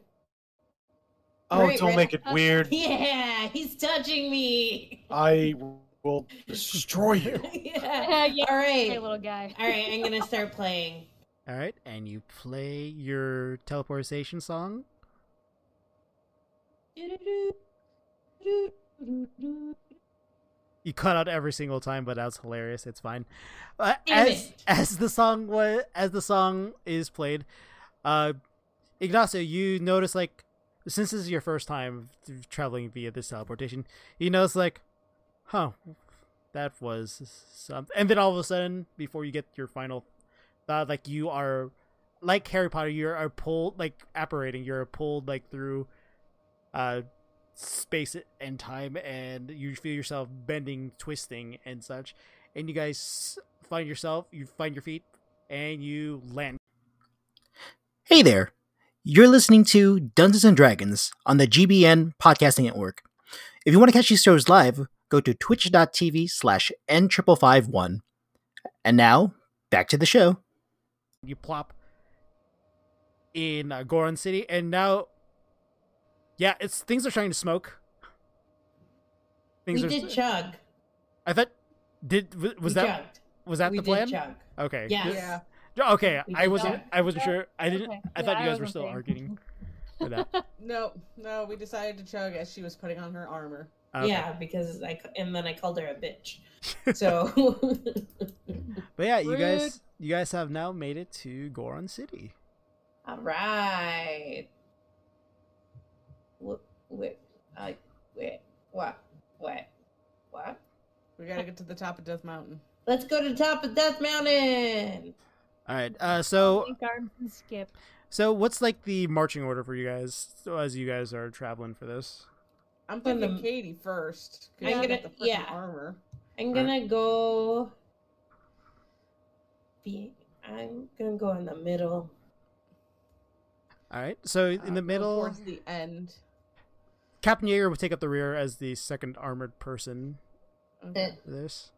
[SPEAKER 4] oh,
[SPEAKER 2] great,
[SPEAKER 4] don't
[SPEAKER 2] right?
[SPEAKER 4] make it weird.
[SPEAKER 2] Yeah, he's touching me.
[SPEAKER 4] I will destroy you.
[SPEAKER 2] yeah.
[SPEAKER 3] yeah, yeah.
[SPEAKER 2] All
[SPEAKER 3] Hey,
[SPEAKER 2] right.
[SPEAKER 3] little guy.
[SPEAKER 2] All right, I'm gonna start playing.
[SPEAKER 1] All right, and you play your teleportation song. You cut out every single time, but that's hilarious. It's fine. Uh,
[SPEAKER 2] Damn
[SPEAKER 1] as
[SPEAKER 2] it.
[SPEAKER 1] as the song was as the song is played, uh, Ignacio, you notice like since this is your first time traveling via this teleportation, you notice like, huh, that was something. And then all of a sudden, before you get your final thought, like you are like Harry Potter, you are pulled like apparating. You're pulled like through, uh, space and time, and you feel yourself bending, twisting, and such. And you guys find yourself, you find your feet, and you land.
[SPEAKER 6] Hey there! You're listening to Dungeons and Dragons on the GBN Podcasting Network. If you want to catch these shows live, go to twitch.tv slash n551. And now, back to the show.
[SPEAKER 1] You plop in uh, Goron City, and now, yeah, it's things are trying to smoke. Things
[SPEAKER 2] we
[SPEAKER 1] are.
[SPEAKER 2] did chug.
[SPEAKER 1] I thought did w- was
[SPEAKER 2] we
[SPEAKER 1] that
[SPEAKER 2] chugged.
[SPEAKER 1] was that
[SPEAKER 2] we
[SPEAKER 1] the
[SPEAKER 2] did
[SPEAKER 1] plan?
[SPEAKER 2] chug.
[SPEAKER 1] Okay.
[SPEAKER 2] Yeah.
[SPEAKER 1] good.
[SPEAKER 5] Yeah.
[SPEAKER 1] Okay,
[SPEAKER 2] We
[SPEAKER 1] I
[SPEAKER 2] did
[SPEAKER 1] wasn't.
[SPEAKER 2] not.
[SPEAKER 1] I wasn't sure. I didn't.
[SPEAKER 3] Okay.
[SPEAKER 1] I
[SPEAKER 3] Yeah,
[SPEAKER 1] thought you guys were
[SPEAKER 3] wasn't
[SPEAKER 1] still
[SPEAKER 3] paying
[SPEAKER 1] arguing. For that.
[SPEAKER 5] No, no, we decided to chug as she was putting on her armor.
[SPEAKER 1] Okay.
[SPEAKER 2] Yeah, because I c- and then I called her a bitch. So
[SPEAKER 1] But yeah, you
[SPEAKER 3] Rude.
[SPEAKER 1] guys, you guys have now made it to Goron City.
[SPEAKER 2] all right. What? What? I wait. uh, What? What? What?
[SPEAKER 5] We gotta get to the top of Death Mountain.
[SPEAKER 2] Let's go to the top of Death Mountain.
[SPEAKER 1] All right. Uh, so,
[SPEAKER 3] Link arms and skip.
[SPEAKER 1] so what's like the marching order for you guys so as you guys are traveling for this?
[SPEAKER 5] I'm
[SPEAKER 2] Then
[SPEAKER 5] thinking
[SPEAKER 2] the-
[SPEAKER 5] Katie first. 'cause
[SPEAKER 2] I'm
[SPEAKER 5] she
[SPEAKER 2] gonna-
[SPEAKER 5] got the frickin'
[SPEAKER 2] yeah.
[SPEAKER 5] Armor.
[SPEAKER 2] I'm
[SPEAKER 1] Alright.
[SPEAKER 2] gonna go. Be. I'm gonna go in the middle.
[SPEAKER 1] All right. So
[SPEAKER 5] Uh,
[SPEAKER 1] in
[SPEAKER 5] go
[SPEAKER 1] the middle,
[SPEAKER 5] Towards the end.
[SPEAKER 1] Captain Yeager would take up the rear as the second armored person.
[SPEAKER 5] Okay.
[SPEAKER 1] for This.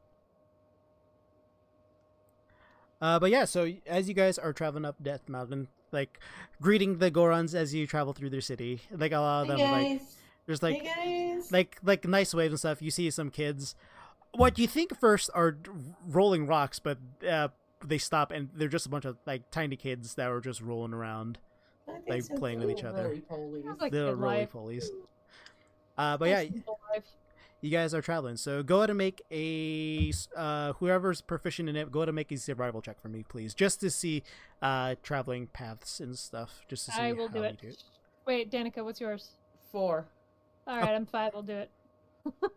[SPEAKER 1] Uh, but yeah, so as you guys are traveling up Death Mountain, like greeting the Gorons as you travel through their city, like a lot of
[SPEAKER 2] Hey
[SPEAKER 1] them, like
[SPEAKER 2] guys.
[SPEAKER 1] there's like
[SPEAKER 2] hey guys.
[SPEAKER 1] like like nice waves and stuff. You see some kids. What you think first are d- rolling rocks, but uh, they stop and they're just a bunch of like tiny kids that were just rolling around,
[SPEAKER 2] I think
[SPEAKER 1] like
[SPEAKER 2] so
[SPEAKER 1] playing with each
[SPEAKER 2] too.
[SPEAKER 1] other.
[SPEAKER 5] Roly polies.
[SPEAKER 3] Sounds like
[SPEAKER 1] Little
[SPEAKER 3] good
[SPEAKER 1] roly
[SPEAKER 3] life.
[SPEAKER 1] polies. Uh, but yeah,
[SPEAKER 3] Nice little life.
[SPEAKER 1] you guys are traveling, so go ahead and make a s- uh, whoever's proficient in it. Go ahead and make a survival check for me, please, just to see uh, traveling paths and stuff, just to see
[SPEAKER 3] I will
[SPEAKER 1] how
[SPEAKER 3] do
[SPEAKER 1] you
[SPEAKER 3] it. Wait, Danica, what's yours?
[SPEAKER 5] Four.
[SPEAKER 3] All
[SPEAKER 1] Oh.
[SPEAKER 3] right, I'm five. I'll do it. All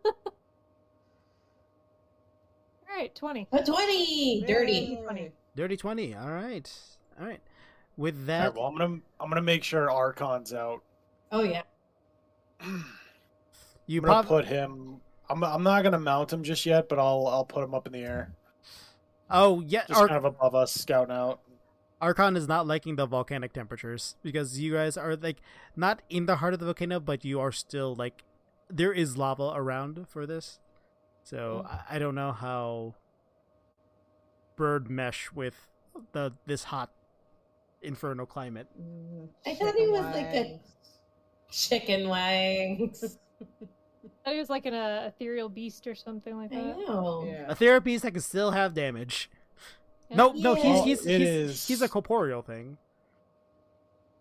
[SPEAKER 3] right, twenty.
[SPEAKER 2] A twenty. Dirty.
[SPEAKER 5] Yay.
[SPEAKER 1] Dirty twenty. All right, all right. With
[SPEAKER 4] All
[SPEAKER 1] that,
[SPEAKER 4] right, well, I'm gonna I'm gonna make sure Archon's out.
[SPEAKER 2] Oh yeah.
[SPEAKER 1] you
[SPEAKER 4] I'm gonna
[SPEAKER 1] prob-
[SPEAKER 4] put him. I'm, I'm not gonna mount him just yet, but I'll I'll put him up in the air,
[SPEAKER 1] Oh yeah,
[SPEAKER 4] just
[SPEAKER 1] Ar-
[SPEAKER 4] kind of above us, scouting out.
[SPEAKER 1] Archon is not liking the volcanic temperatures because you guys are like not in the heart of the volcano, but you are still like there is lava around for this. So
[SPEAKER 4] Hmm.
[SPEAKER 1] I, I don't know how bird mesh with the this hot infernal climate.
[SPEAKER 5] Mm,
[SPEAKER 2] I thought
[SPEAKER 5] chicken
[SPEAKER 2] he was like a-
[SPEAKER 5] wings.
[SPEAKER 2] Chicken wings.
[SPEAKER 3] I thought he was like an uh, ethereal beast or something like
[SPEAKER 2] I
[SPEAKER 3] that.
[SPEAKER 2] know.
[SPEAKER 5] Yeah.
[SPEAKER 1] A therapist that can still have damage.
[SPEAKER 3] Yeah.
[SPEAKER 1] No, no, he's
[SPEAKER 2] Yeah.
[SPEAKER 1] he's
[SPEAKER 4] Oh, It
[SPEAKER 1] he's,
[SPEAKER 4] is-
[SPEAKER 1] he's a corporeal thing.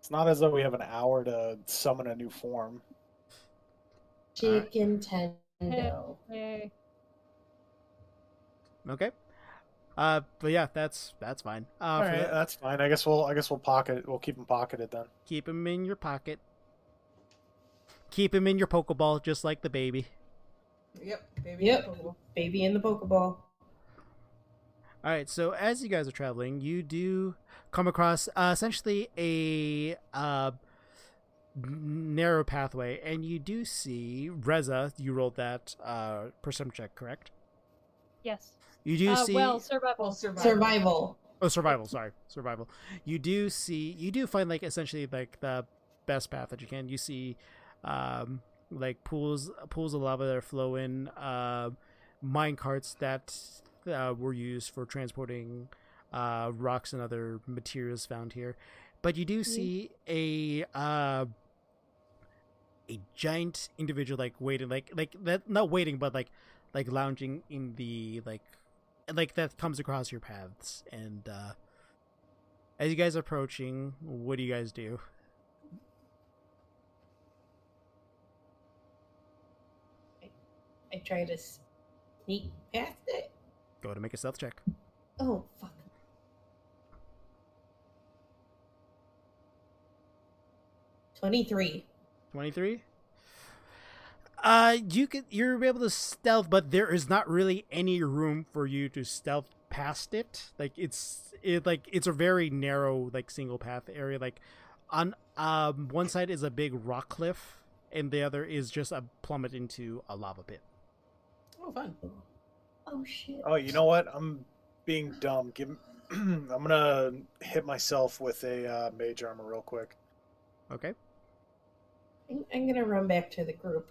[SPEAKER 4] It's not as though we have an hour to summon a new form.
[SPEAKER 2] Chicken tendo.
[SPEAKER 3] Yay.
[SPEAKER 1] Okay. Uh, but yeah, that's that's fine. Uh,
[SPEAKER 4] All
[SPEAKER 1] for
[SPEAKER 4] right,
[SPEAKER 1] the-
[SPEAKER 4] that's fine. I guess we'll I guess we'll pocket. We'll keep him pocketed then.
[SPEAKER 1] Keep him in your pocket. Keep him in your Pokeball, just like the baby.
[SPEAKER 5] Yep. Baby
[SPEAKER 2] Yep.
[SPEAKER 5] apple.
[SPEAKER 2] Baby in the Pokeball.
[SPEAKER 1] All All right, so as you guys are traveling, you do come across uh, essentially a uh, narrow pathway, and you do see Reza. You rolled that uh, perception check, correct?
[SPEAKER 3] Yes.
[SPEAKER 1] You do
[SPEAKER 3] uh,
[SPEAKER 1] see
[SPEAKER 3] well, survival.
[SPEAKER 5] Well, survival.
[SPEAKER 2] Survival.
[SPEAKER 1] oh survival, sorry, survival. You do see you do find like essentially like the best path that you can. You see um, like pools pools of lava that are flowing, uh, mine carts that uh, were used for transporting uh, rocks and other materials found here. But you do see a uh, a giant individual like waiting, like like that not waiting, but like like lounging in the like like that comes across your paths. And uh, as you guys are approaching, what do you guys do?
[SPEAKER 2] I try to sneak past it.
[SPEAKER 1] Go to make a stealth check.
[SPEAKER 2] Oh fuck. Twenty-three.
[SPEAKER 1] 23 uh you can you're able to stealth but there is not really any room for you to stealth past it like it's it like it's a very narrow like single path area like on um one side is a big rock cliff and the other is just a plummet into a lava pit
[SPEAKER 5] Oh, fun.
[SPEAKER 2] Oh shit.
[SPEAKER 4] Oh, you know what? I'm being dumb. Give. I'm gonna hit myself with a uh, mage armor real quick.
[SPEAKER 1] okay
[SPEAKER 2] I'm, I'm gonna run back to the group.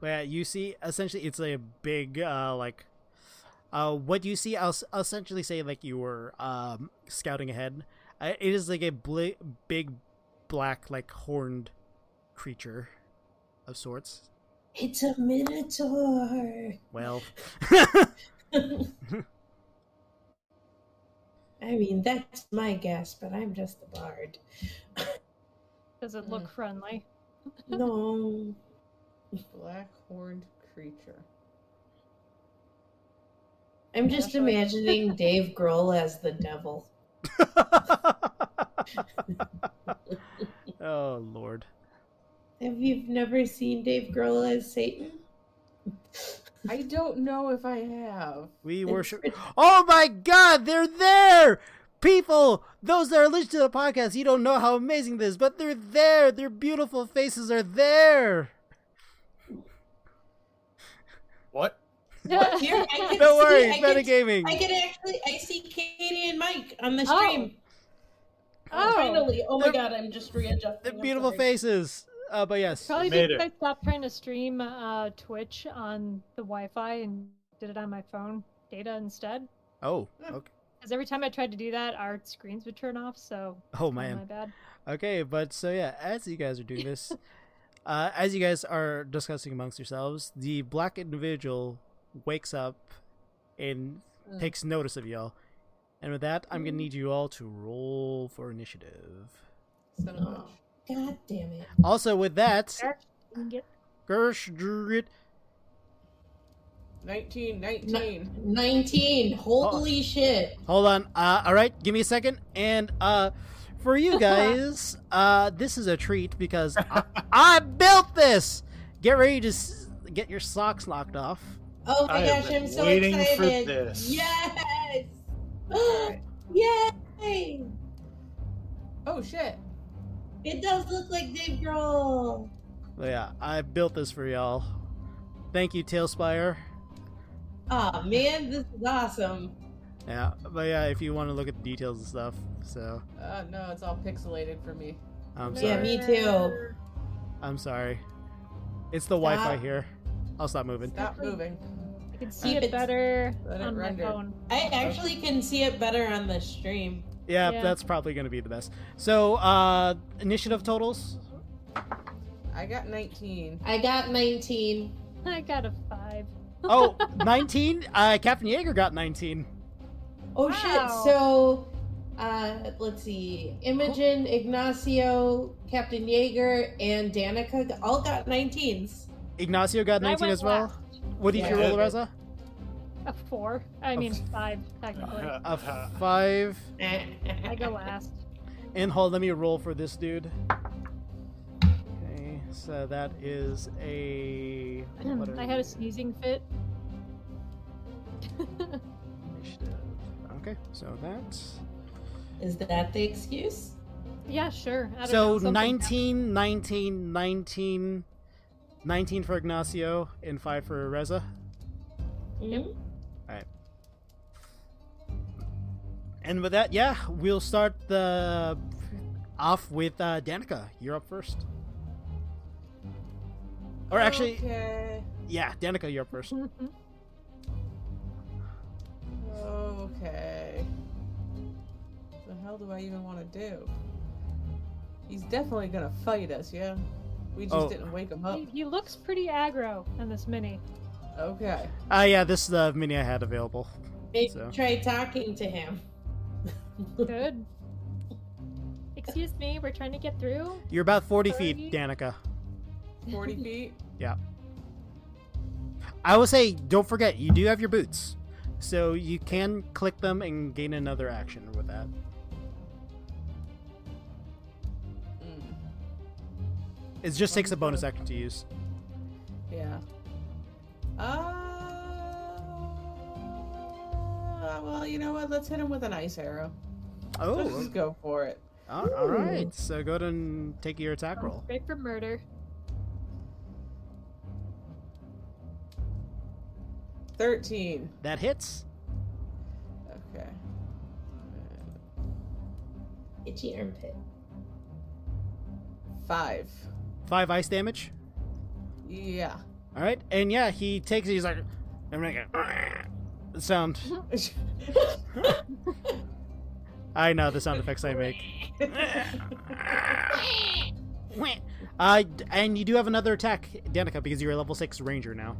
[SPEAKER 1] But yeah, you see, essentially, it's a big, uh, like, uh, what you see, I'll, s- I'll essentially say, like, you were, um, scouting ahead. Uh, it is, like, a bl- big, black, like, horned creature of sorts.
[SPEAKER 2] It's a minotaur.
[SPEAKER 1] Well,
[SPEAKER 2] I mean, that's my guess, but I'm just a bard.
[SPEAKER 3] Does it look friendly?
[SPEAKER 2] No.
[SPEAKER 5] Black horned creature.
[SPEAKER 2] I'm just
[SPEAKER 3] That's right.
[SPEAKER 2] imagining Dave Grohl as the devil.
[SPEAKER 1] oh, Lord.
[SPEAKER 2] Have you never seen Dave Grohl as Satan?
[SPEAKER 5] I don't know if I have.
[SPEAKER 1] We
[SPEAKER 2] It's
[SPEAKER 1] worship.
[SPEAKER 2] pretty-
[SPEAKER 1] Oh my God, they're there! People, those that are listening to the podcast, you don't know how amazing this, is, but they're there. Their beautiful faces are there.
[SPEAKER 4] What?
[SPEAKER 2] Here, I can
[SPEAKER 1] Don't
[SPEAKER 2] see-
[SPEAKER 1] worry,
[SPEAKER 2] I
[SPEAKER 1] it's
[SPEAKER 2] can-
[SPEAKER 1] metagaming.
[SPEAKER 2] I can actually, I see Katie and Mike on the
[SPEAKER 3] Oh.
[SPEAKER 2] stream.
[SPEAKER 3] Oh.
[SPEAKER 2] Finally! Oh my
[SPEAKER 1] They're-
[SPEAKER 2] god, I'm just readjusting.
[SPEAKER 1] They're
[SPEAKER 2] I'm
[SPEAKER 1] beautiful
[SPEAKER 2] sorry.
[SPEAKER 1] faces. Uh, but yes,
[SPEAKER 3] Probably
[SPEAKER 4] Made
[SPEAKER 3] because
[SPEAKER 4] it.
[SPEAKER 3] I stopped trying to stream uh, Twitch on the Wi-Fi and did it on my phone data instead.
[SPEAKER 1] Oh, okay.
[SPEAKER 3] Because every time I tried to do that, our screens would turn off. So
[SPEAKER 1] Oh
[SPEAKER 3] kinda
[SPEAKER 1] man.
[SPEAKER 3] my bad.
[SPEAKER 1] Okay, but so yeah, as you guys are doing this, uh, as you guys are discussing amongst yourselves, the black individual wakes up and
[SPEAKER 5] Mm.
[SPEAKER 1] takes notice of y'all. And with that, I'm gonna need you all to roll for initiative.
[SPEAKER 5] So much.
[SPEAKER 2] Oh, God damn it!
[SPEAKER 1] Also, with that,
[SPEAKER 3] Didn't get-
[SPEAKER 1] Gersh Druid.
[SPEAKER 5] 19, 19.
[SPEAKER 2] Nineteen.
[SPEAKER 1] Oh.
[SPEAKER 2] Holy shit!
[SPEAKER 1] Hold on. Uh, all right, give me a second. And uh, for you guys, uh, this is a treat because I, I built this. Get ready to s- get your socks knocked off.
[SPEAKER 2] Oh my
[SPEAKER 4] I have
[SPEAKER 2] gosh,
[SPEAKER 4] been
[SPEAKER 2] I'm so
[SPEAKER 4] waiting for
[SPEAKER 2] excited!
[SPEAKER 4] this.
[SPEAKER 2] Yes!
[SPEAKER 5] Alright.
[SPEAKER 2] Yay!
[SPEAKER 5] Oh, shit.
[SPEAKER 2] It does look like Dave Grohl.
[SPEAKER 1] But yeah, I built this for y'all. Thank you, Tailspire.
[SPEAKER 2] Oh man, this is awesome.
[SPEAKER 1] Yeah, but yeah, if you want to look at the details and stuff, so
[SPEAKER 5] Uh, no, it's all pixelated for me.
[SPEAKER 1] I'm
[SPEAKER 2] Yeah,
[SPEAKER 1] sorry.
[SPEAKER 2] me too.
[SPEAKER 1] I'm sorry. It's the Wi-Fi here. I'll stop moving.
[SPEAKER 5] Stop moving.
[SPEAKER 3] I can see
[SPEAKER 2] Keep
[SPEAKER 3] it
[SPEAKER 2] it-
[SPEAKER 3] better
[SPEAKER 5] let it
[SPEAKER 3] on my
[SPEAKER 5] render.
[SPEAKER 3] phone.
[SPEAKER 2] I actually can see it better on the stream.
[SPEAKER 1] Yeah,
[SPEAKER 3] Yeah.
[SPEAKER 1] that's probably gonna be the best. So, uh, initiative totals.
[SPEAKER 5] I got 19.
[SPEAKER 2] I got 19.
[SPEAKER 3] I got a five.
[SPEAKER 1] Oh, 19? Uh, Captain Jaeger got 19.
[SPEAKER 2] Oh shit.
[SPEAKER 3] Wow.
[SPEAKER 2] So, uh, let's see. Imogen, Ignacio, Captain Jaeger, and Danica all got 19s.
[SPEAKER 1] Ignacio got
[SPEAKER 3] I
[SPEAKER 1] 19
[SPEAKER 3] went
[SPEAKER 1] as well.
[SPEAKER 3] last.
[SPEAKER 1] What did you
[SPEAKER 4] Yeah.
[SPEAKER 1] roll, Reza?
[SPEAKER 3] A four. I
[SPEAKER 1] A
[SPEAKER 3] mean,
[SPEAKER 1] f-
[SPEAKER 3] five technically.
[SPEAKER 1] A
[SPEAKER 4] Uh,
[SPEAKER 1] five.
[SPEAKER 3] I go last.
[SPEAKER 1] And hold, let me roll for this dude. Okay, so that is a. what are
[SPEAKER 3] Hmm, I had
[SPEAKER 1] we-
[SPEAKER 3] a sneezing fit.
[SPEAKER 1] Okay, so that's
[SPEAKER 2] Is that the excuse?
[SPEAKER 3] Yeah, sure. I don't
[SPEAKER 1] so
[SPEAKER 3] know, something
[SPEAKER 1] 19, 19, 19, 19 for Ignacio and five for Reza.
[SPEAKER 2] Yep.
[SPEAKER 1] And with that, yeah, we'll start the off with uh, Danica. You're up first.
[SPEAKER 3] Oh,
[SPEAKER 1] Or actually,
[SPEAKER 5] Okay.
[SPEAKER 1] yeah, Danica, you're up first.
[SPEAKER 3] happened. Mhm.
[SPEAKER 5] Okay. What the hell do I even want to do? He's definitely gonna fight us, yeah? We just
[SPEAKER 1] Oh.
[SPEAKER 5] didn't wake him up.
[SPEAKER 3] He, he looks pretty aggro in this mini.
[SPEAKER 5] Okay.
[SPEAKER 1] Ah, yeah, this is the mini I had available.
[SPEAKER 2] Maybe
[SPEAKER 1] So.
[SPEAKER 2] try talking to him.
[SPEAKER 3] Good. Excuse me, we're trying to get through.
[SPEAKER 1] You're about 40
[SPEAKER 3] Sorry.
[SPEAKER 1] feet, Danica.
[SPEAKER 5] 40 feet?
[SPEAKER 1] I will say, don't forget, you do have your boots. So you can click them and gain another action with that.
[SPEAKER 5] Mm,
[SPEAKER 1] It just takes a bonus action to use.
[SPEAKER 5] yeah. Uh, well, you know what? Let's hit him with an ice arrow. Let's
[SPEAKER 1] Oh,
[SPEAKER 5] just go for it.
[SPEAKER 1] all all right. So go ahead and take your attack roll.
[SPEAKER 3] Straight for murder.
[SPEAKER 5] 13.
[SPEAKER 1] That hits.
[SPEAKER 5] Okay.
[SPEAKER 2] Itchy armpit.
[SPEAKER 5] Five.
[SPEAKER 1] Five ice damage.
[SPEAKER 5] Yeah.
[SPEAKER 1] All right, and yeah, he takes. it, He's like, I'm making a sound. I know the sound effects I make. Uh, d- and you do have another attack, Danica, because you're a level six ranger now.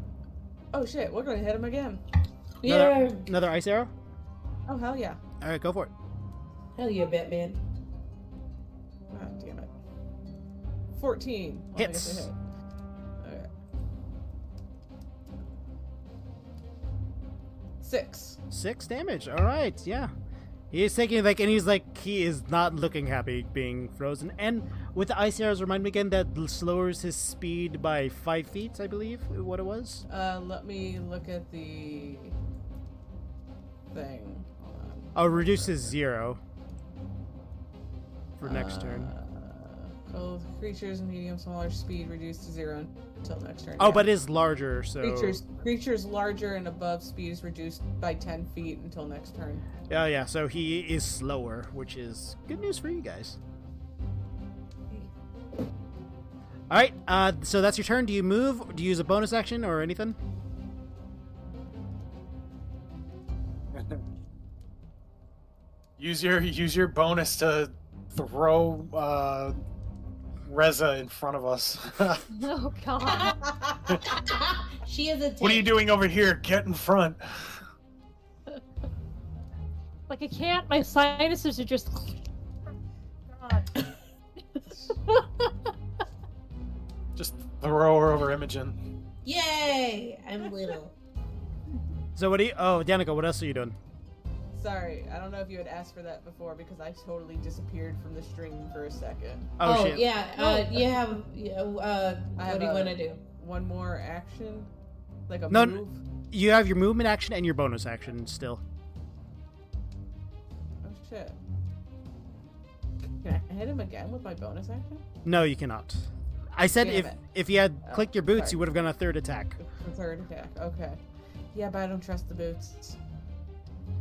[SPEAKER 5] oh shit, we're gonna hit him again.
[SPEAKER 2] Yeah.
[SPEAKER 1] Another ice arrow.
[SPEAKER 5] Oh hell yeah.
[SPEAKER 1] All right, go for it.
[SPEAKER 2] Hell yeah, Batman.
[SPEAKER 5] Oh, damn it. 14. Well, I guess
[SPEAKER 1] Hits.
[SPEAKER 5] it hit. Okay. Six.
[SPEAKER 1] Six damage. All right, yeah. He's taking like, and he's like, he is not looking happy being frozen. And with the ice arrows, remind me again that l- lowers his speed by five feet, I believe. What it was?
[SPEAKER 5] Uh, let me look at the thing. Hold on.
[SPEAKER 1] Oh, reduces zero for next turn.
[SPEAKER 5] Uh, Both creatures medium smaller speed reduced to zero until next turn.
[SPEAKER 1] Oh,
[SPEAKER 5] Yeah.
[SPEAKER 1] but it is larger, so
[SPEAKER 5] creatures creatures larger and above speed is reduced by ten feet until next turn.
[SPEAKER 1] yeah, yeah. So he is slower, which is good news for you guys. All right, uh, so that's your turn. Do you move? Do you use a bonus action or anything?
[SPEAKER 4] Use your use your bonus to throw uh, Reza in front of us.
[SPEAKER 3] Oh god.
[SPEAKER 2] she is a 10.
[SPEAKER 4] what are you doing over here? Get in front.
[SPEAKER 3] like I can't. My sinuses are just. God.
[SPEAKER 4] Just throw her over Imogen.
[SPEAKER 2] Yay! I'm little.
[SPEAKER 1] So what do you? Oh, Danica, what else are you doing?
[SPEAKER 5] Sorry, I don't know if you had asked for that before because I totally disappeared from the stream for a second.
[SPEAKER 1] Oh, shit.
[SPEAKER 2] yeah. Uh, you have. yeah, Uh,
[SPEAKER 5] I
[SPEAKER 2] what
[SPEAKER 5] have
[SPEAKER 2] do you
[SPEAKER 5] a-
[SPEAKER 2] want to do?
[SPEAKER 5] One more action, like a
[SPEAKER 1] No, n-
[SPEAKER 5] move.
[SPEAKER 1] You have your movement action and your bonus action still.
[SPEAKER 5] Oh shit! Can I hit him again with my bonus action?
[SPEAKER 1] No, you cannot. I said
[SPEAKER 5] Damn
[SPEAKER 1] if
[SPEAKER 5] it.
[SPEAKER 1] if you had
[SPEAKER 5] Oh,
[SPEAKER 1] clicked your boots,
[SPEAKER 5] sorry.
[SPEAKER 1] you would have gotten a third attack.
[SPEAKER 5] The third attack. Okay. Yeah, but I don't trust the boots.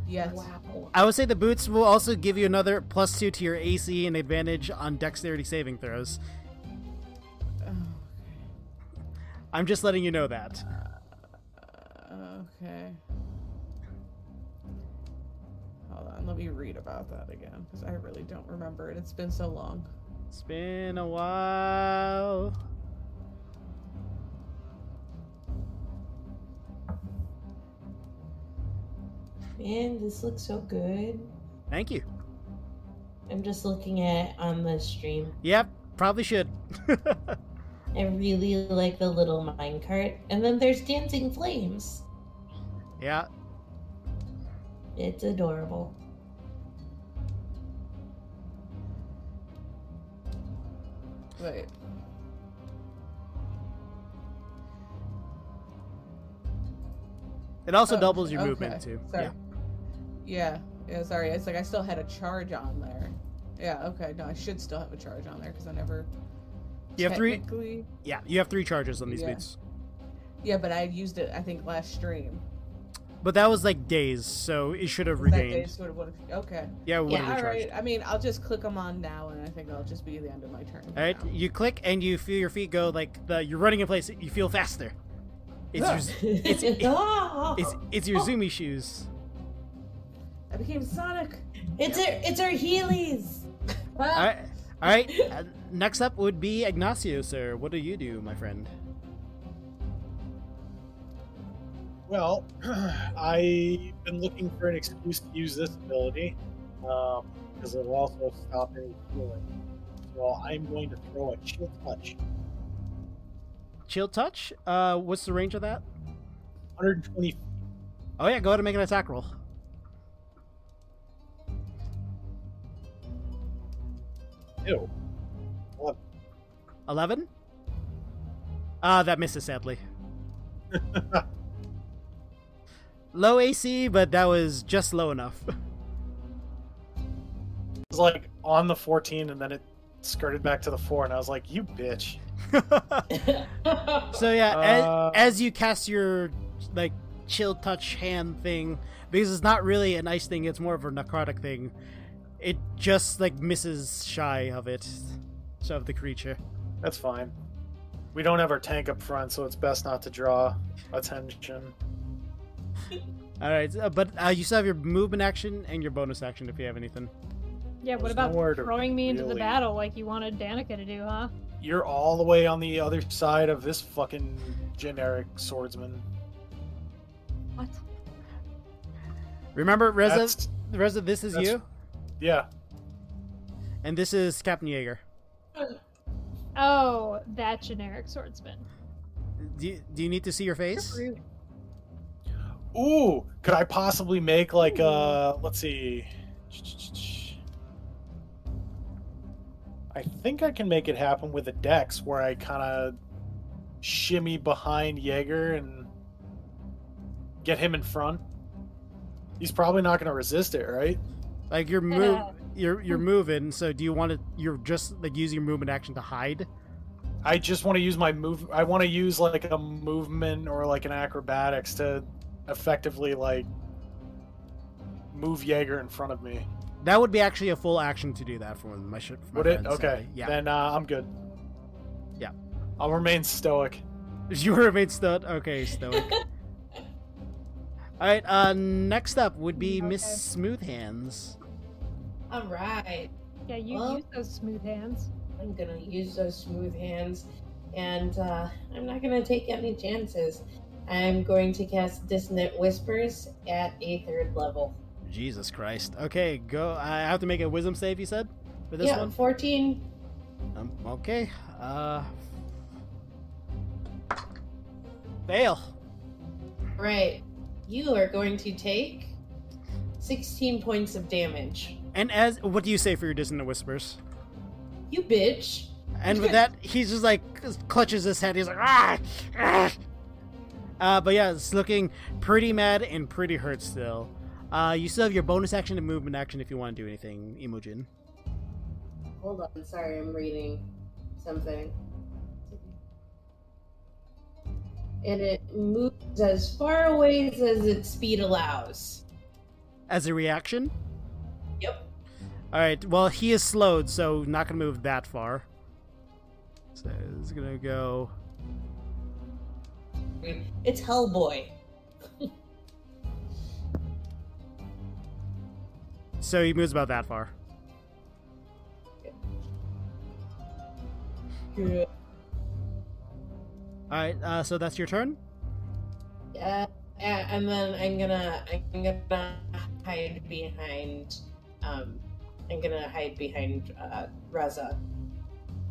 [SPEAKER 5] Yes.
[SPEAKER 2] Wow.
[SPEAKER 1] I would say the boots will also give you another plus two to your AC and advantage on dexterity saving throws. I'm just letting you know that.
[SPEAKER 5] Uh, okay. Hold on, let me read about that again because I really don't remember it. It's been so long.
[SPEAKER 1] It's been a while.
[SPEAKER 2] Man, this looks so good.
[SPEAKER 1] Thank you.
[SPEAKER 2] I'm just looking at it on the stream.
[SPEAKER 1] Yep, probably should.
[SPEAKER 2] I really like the little minecart. And then there's dancing flames.
[SPEAKER 1] yeah.
[SPEAKER 2] It's adorable.
[SPEAKER 5] Wait.
[SPEAKER 1] It also
[SPEAKER 5] Oh,
[SPEAKER 1] doubles your
[SPEAKER 5] okay.
[SPEAKER 1] movement too.
[SPEAKER 5] Oh, Sorry.
[SPEAKER 1] Yeah.
[SPEAKER 5] Yeah. Yeah, sorry. It's like I still had a charge on there. Yeah, okay. No, I should still have a charge on there because I never.
[SPEAKER 1] You have three.
[SPEAKER 5] technically-
[SPEAKER 1] Yeah, you have three charges on these
[SPEAKER 5] Yeah.
[SPEAKER 1] beats,
[SPEAKER 5] Yeah, but I used it, I think, last stream.
[SPEAKER 1] but that was like days, so it should have
[SPEAKER 5] That day
[SPEAKER 1] regained.
[SPEAKER 5] sort of what, okay.
[SPEAKER 1] Yeah, it would have
[SPEAKER 5] Yeah, all
[SPEAKER 1] recharged.
[SPEAKER 5] right. I mean, I'll just click them on now, and I think I'll just be the end of my turn.
[SPEAKER 1] All right,
[SPEAKER 5] now.
[SPEAKER 1] you click and you feel your feet go like the you're running in place. You feel faster. It's your, z-
[SPEAKER 2] It's, Oh,
[SPEAKER 1] it's it's your Zumi shoes.
[SPEAKER 5] I became Sonic.
[SPEAKER 2] it's our it's our Heelys.
[SPEAKER 1] All right, all right. uh, Next up would be Ignacio, sir. What do you do, my friend?
[SPEAKER 4] Well, I've been looking for an excuse to use this ability because it'll also stop any healing. So I'm going to throw a chill touch,
[SPEAKER 1] Chill touch. Uh, what's the range of that?
[SPEAKER 4] 120 feet.
[SPEAKER 1] Oh yeah, go ahead and make an attack roll.
[SPEAKER 4] Ew.
[SPEAKER 1] Eleven. Ah, that misses sadly. low AC, but that was just low enough.
[SPEAKER 4] It's like on the 14, and then it skirted back to the four, and I was like, "You bitch."
[SPEAKER 1] So yeah,
[SPEAKER 4] Uh,
[SPEAKER 1] as, as you cast your like chill touch hand thing, because it's not really an ice thing; it's more of a narcotic thing. It just like misses shy of it, of the creature.
[SPEAKER 4] That's fine. We don't have our tank up front, so it's best not to draw attention.
[SPEAKER 1] All right, uh, but uh, you still have your movement action and your bonus action if you have anything.
[SPEAKER 3] Yeah, what
[SPEAKER 4] There's
[SPEAKER 3] about
[SPEAKER 4] nowhere to
[SPEAKER 3] throwing me into the
[SPEAKER 4] really-
[SPEAKER 3] battle like you wanted Danica to do, huh?
[SPEAKER 4] You're all the way on the other side of this fucking generic swordsman.
[SPEAKER 3] What?
[SPEAKER 1] Remember, Reza,
[SPEAKER 4] That's-
[SPEAKER 1] Reza, this is
[SPEAKER 4] that's-
[SPEAKER 1] you,
[SPEAKER 4] yeah.
[SPEAKER 1] and this is Captain Jaeger.
[SPEAKER 3] Oh, that generic swordsman.
[SPEAKER 1] Do you, do you need to see your face?
[SPEAKER 3] Rude.
[SPEAKER 4] Ooh, could I possibly make like
[SPEAKER 3] Ooh.
[SPEAKER 4] uh let's see. I think I can make it happen with a dex where I kind of shimmy behind Jaeger and get him in front. He's probably not going to resist it, right?
[SPEAKER 1] Like you're move,
[SPEAKER 3] Yeah.
[SPEAKER 1] you're you're moving. So do you want to? You're just like using your movement action to hide.
[SPEAKER 4] I just want to use my move. I want to use like a movement or like an acrobatics to effectively like move Jaeger in front of me.
[SPEAKER 1] That would be actually a full action to do that for my ship.
[SPEAKER 4] Would it? Okay.
[SPEAKER 1] Yeah.
[SPEAKER 4] Then uh, I'm good.
[SPEAKER 1] Yeah.
[SPEAKER 4] I'll remain stoic.
[SPEAKER 1] You remain stud. Okay, stoic. All right. Uh, next up would be Miss
[SPEAKER 3] Okay.
[SPEAKER 1] Smooth Hands.
[SPEAKER 2] All right.
[SPEAKER 3] Yeah, you
[SPEAKER 2] Well-
[SPEAKER 3] use those smooth hands.
[SPEAKER 2] I'm gonna use those smooth hands, and uh, I'm not gonna take any chances. I'm going to cast Dissonant Whispers at a third level.
[SPEAKER 1] Jesus Christ. Okay, go. I have to make a Wisdom save. You said for this
[SPEAKER 2] yeah,
[SPEAKER 1] one.
[SPEAKER 2] 14.
[SPEAKER 1] Um, okay. Uh, fail.
[SPEAKER 2] Right. You are going to take 16 points of damage.
[SPEAKER 1] And as what do you say for your dissonant whispers?
[SPEAKER 2] You bitch.
[SPEAKER 1] And with that, he's just like clutches his head. He's like, ah, ah." Uh, but yeah, it's looking pretty mad and pretty hurt still. Uh, you still have your bonus action and movement action if you want to do anything, Imogen.
[SPEAKER 2] Hold on. Sorry, I'm reading something. And it moves as far away as its speed allows.
[SPEAKER 1] As a reaction.
[SPEAKER 2] Yep.
[SPEAKER 1] All right. Well, he is slowed, so not gonna move that far. So it's gonna go.
[SPEAKER 2] It's Hellboy.
[SPEAKER 1] So he moves about that far.
[SPEAKER 2] Good.
[SPEAKER 1] All right. Uh, so that's your turn.
[SPEAKER 2] Yeah, yeah, and then I'm gonna I'm gonna hide behind um I'm gonna hide behind uh Reza.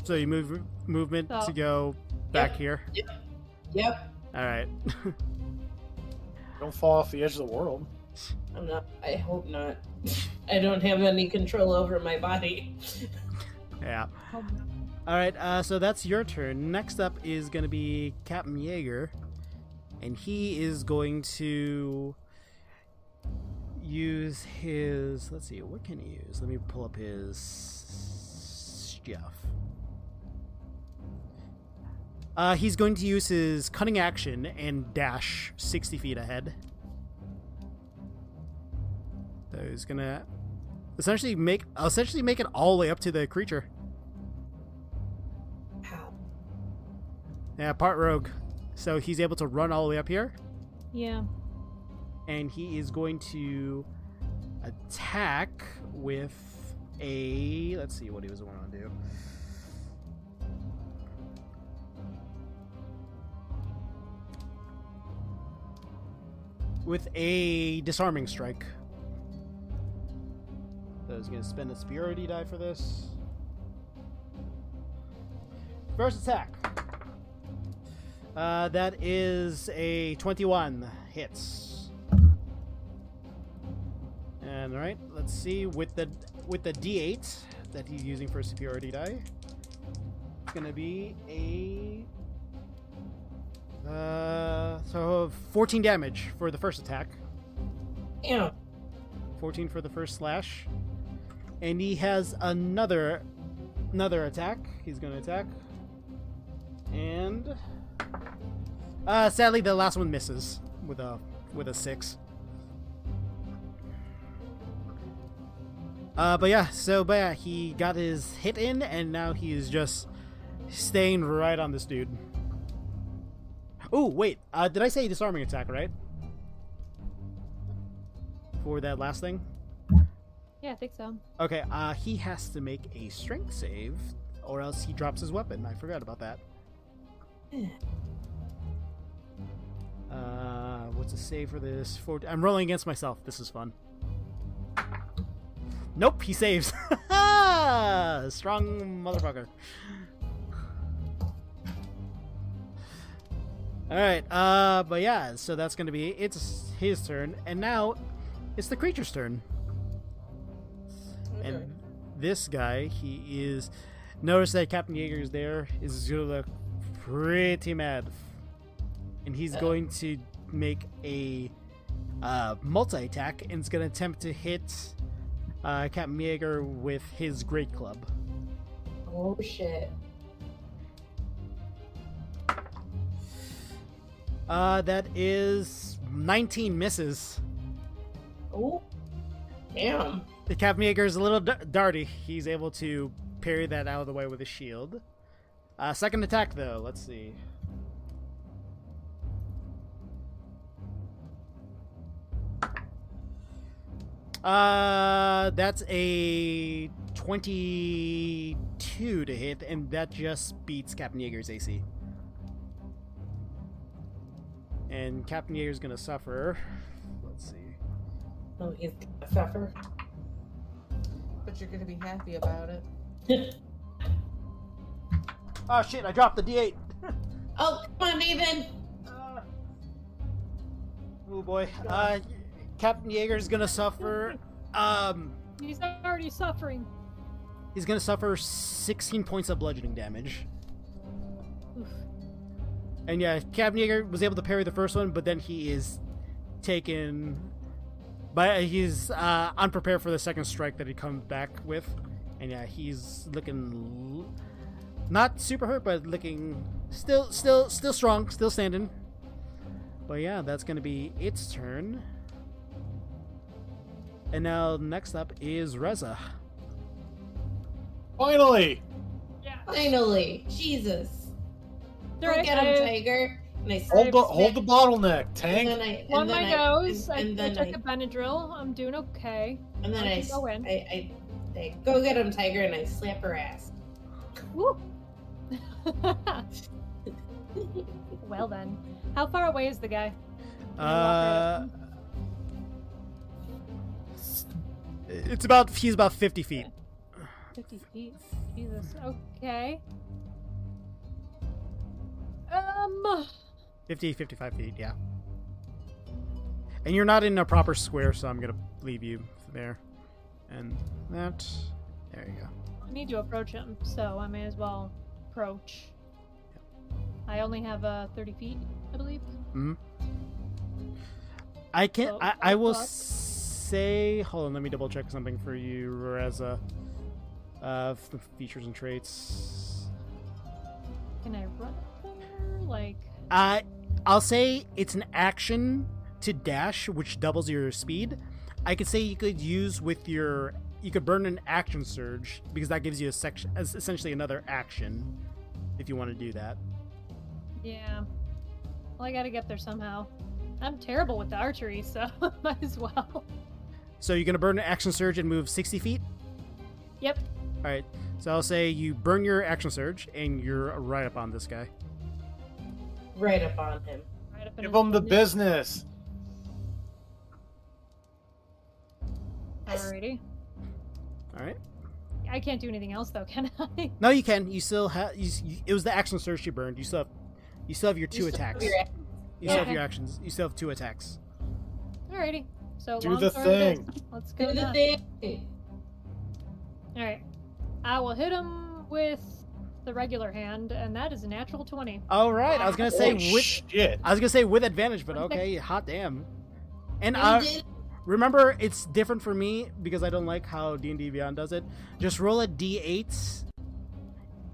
[SPEAKER 1] So you move movement to
[SPEAKER 3] So-
[SPEAKER 1] go back here.
[SPEAKER 2] Yep,
[SPEAKER 1] All right.
[SPEAKER 4] Don't fall off the edge of the world.
[SPEAKER 2] I'm not I hope not. I don't have any control over my body.
[SPEAKER 1] Yeah.
[SPEAKER 3] Oh,
[SPEAKER 1] All right, uh, so that's your turn. Next up is going to be Captain Jaeger, and he is going to use his. Let's see, what can he use? Let me pull up his stuff. Uh, he's going to use his cunning action and dash 60 feet ahead. So he's gonna essentially make essentially make it all the way up to the creature.
[SPEAKER 2] Ow.
[SPEAKER 1] Yeah, part rogue. So he's able to run all the way up here,
[SPEAKER 3] Yeah.
[SPEAKER 1] and he is going to attack with a. Let's see what he was wanting to do. With a disarming strike. So he's going to spend a superiority die for this. First attack. Uh, that is a 21 hits. And all right, let's see with the with the d8 that he's using for superiority die. It's gonna be a uh, so 14 damage for the first attack,
[SPEAKER 2] Ew.
[SPEAKER 1] 14 for the first slash, and he has another another attack. He's gonna attack, and uh, sadly the last one misses with a with a six. Uh, but yeah, so but yeah, he got his hit in, and now he is just staying right on this dude. Oh wait, uh, did I say disarming attack right? For that last thing.
[SPEAKER 3] Yeah, I think so.
[SPEAKER 1] Okay, uh, he has to make a strength save, or else he drops his weapon. I forgot about that. Uh, what's a save for this? For I'm rolling against myself. This is fun. Nope, he saves. Strong motherfucker. All right, uh, but yeah, so that's gonna be it's his turn, and now it's the creature's turn.
[SPEAKER 5] Okay.
[SPEAKER 1] And this guy, he is. Notice that Captain Yeager is there. Is gonna look pretty mad, and he's going to make a uh, multi attack, and it's gonna attempt to hit uh, Captain Yeager with his great club.
[SPEAKER 2] Oh shit.
[SPEAKER 1] Uh, that is 19 misses.
[SPEAKER 2] Oh. Damn.
[SPEAKER 1] The Captain Yeager is a little d- darty. He's able to parry that out of the way with his shield. Uh, second attack, though. Let's see. Uh, that's a 22 to hit, and that just beats Captain Yeager's AC. And Captain Yeager's gonna suffer. Let's see.
[SPEAKER 2] Oh, he's gonna suffer.
[SPEAKER 5] But you're gonna be happy about it.
[SPEAKER 1] Oh shit, I dropped the d8.
[SPEAKER 2] Oh, come on, Nathan.
[SPEAKER 1] Uh, oh boy. Uh, Captain Yeager's gonna suffer. Um,
[SPEAKER 3] He's already suffering.
[SPEAKER 1] he's gonna suffer 16 points of bludgeoning damage.
[SPEAKER 3] Oof.
[SPEAKER 1] And yeah, Captain Yeager was able to parry the first one, but then he is taken. But he's uh, unprepared for the second strike that he comes back with, and yeah, he's looking l- not super hurt, but looking still, still, still strong, still standing. But yeah, that's gonna be its turn. And now next up is Reza.
[SPEAKER 4] Finally!
[SPEAKER 3] Yeah.
[SPEAKER 2] Finally. Jesus. Go
[SPEAKER 3] Alright,
[SPEAKER 2] get him,
[SPEAKER 3] I-
[SPEAKER 2] Tiger. And I
[SPEAKER 4] Hold the,
[SPEAKER 2] smack-
[SPEAKER 4] hold the bottleneck,
[SPEAKER 2] And then
[SPEAKER 4] tank.
[SPEAKER 2] I, and
[SPEAKER 3] On
[SPEAKER 2] then
[SPEAKER 3] my
[SPEAKER 2] I-
[SPEAKER 3] nose. I,
[SPEAKER 2] And, and
[SPEAKER 3] I
[SPEAKER 2] then
[SPEAKER 3] took
[SPEAKER 2] I,
[SPEAKER 3] a Benadryl. I'm doing okay.
[SPEAKER 2] and then
[SPEAKER 3] I
[SPEAKER 2] I,
[SPEAKER 3] can go in.
[SPEAKER 2] I, I say, go get him, Tiger, and I slap her ass.
[SPEAKER 3] Woo. well then, how far away is the guy? Can I walk
[SPEAKER 1] Uh,
[SPEAKER 3] right up to him?
[SPEAKER 1] Uh, it's about he's about 50 feet.
[SPEAKER 3] fifty feet. Jesus. Okay. Um.
[SPEAKER 1] 50 55 feet yeah and you're not in a proper square so i'm gonna leave you there and that there you go
[SPEAKER 3] I need to approach him, so I may as well approach. I only have uh, 30 feet, I believe.
[SPEAKER 1] i can
[SPEAKER 3] Oh,
[SPEAKER 1] I, I will
[SPEAKER 3] fuck.
[SPEAKER 1] s- say, hold on, let me double check something for you, Reza. Uh, f- the features and traits.
[SPEAKER 3] Can I run there? Like,
[SPEAKER 1] Uh, I'll say it's an action to dash, which doubles your speed. I could say you could use with your, you could burn an action surge because that gives you a section, es- essentially another action, if you want to do that.
[SPEAKER 3] yeah. Well, I gotta get there somehow. I'm terrible with the archery, so might as well.
[SPEAKER 1] So you're gonna burn an action surge and move 60 feet.
[SPEAKER 3] Yep.
[SPEAKER 1] All right. So I'll say you burn your action surge and you're right up on this guy.
[SPEAKER 2] Right up on him.
[SPEAKER 3] Right up in
[SPEAKER 4] Give
[SPEAKER 3] his
[SPEAKER 4] them the
[SPEAKER 3] business.
[SPEAKER 4] business.
[SPEAKER 3] Alrighty.
[SPEAKER 1] All right.
[SPEAKER 3] I can't do anything else though, can I?
[SPEAKER 1] No, you can. You still have. You, s- you- it was the action surge you burned. You still have. You still have your two
[SPEAKER 2] You still have
[SPEAKER 1] attacks.
[SPEAKER 2] your-
[SPEAKER 1] You still have
[SPEAKER 3] Okay.
[SPEAKER 1] your actions. You still have two attacks.
[SPEAKER 3] Alrighty. So
[SPEAKER 4] Do
[SPEAKER 3] long
[SPEAKER 4] the
[SPEAKER 3] story
[SPEAKER 4] thing.
[SPEAKER 3] Is, let's go.
[SPEAKER 2] Do the
[SPEAKER 3] nuts.
[SPEAKER 2] thing.
[SPEAKER 3] All right. I will hit him with the regular hand, and that is a natural 20.
[SPEAKER 1] All right. I was gonna say
[SPEAKER 4] Holy
[SPEAKER 1] with.
[SPEAKER 4] shit.
[SPEAKER 1] I was gonna say with advantage, but okay. Hot damn. And uh,
[SPEAKER 2] You did it.
[SPEAKER 1] remember, it's different for me because I don't like how D and D Beyond does it. Just roll a d8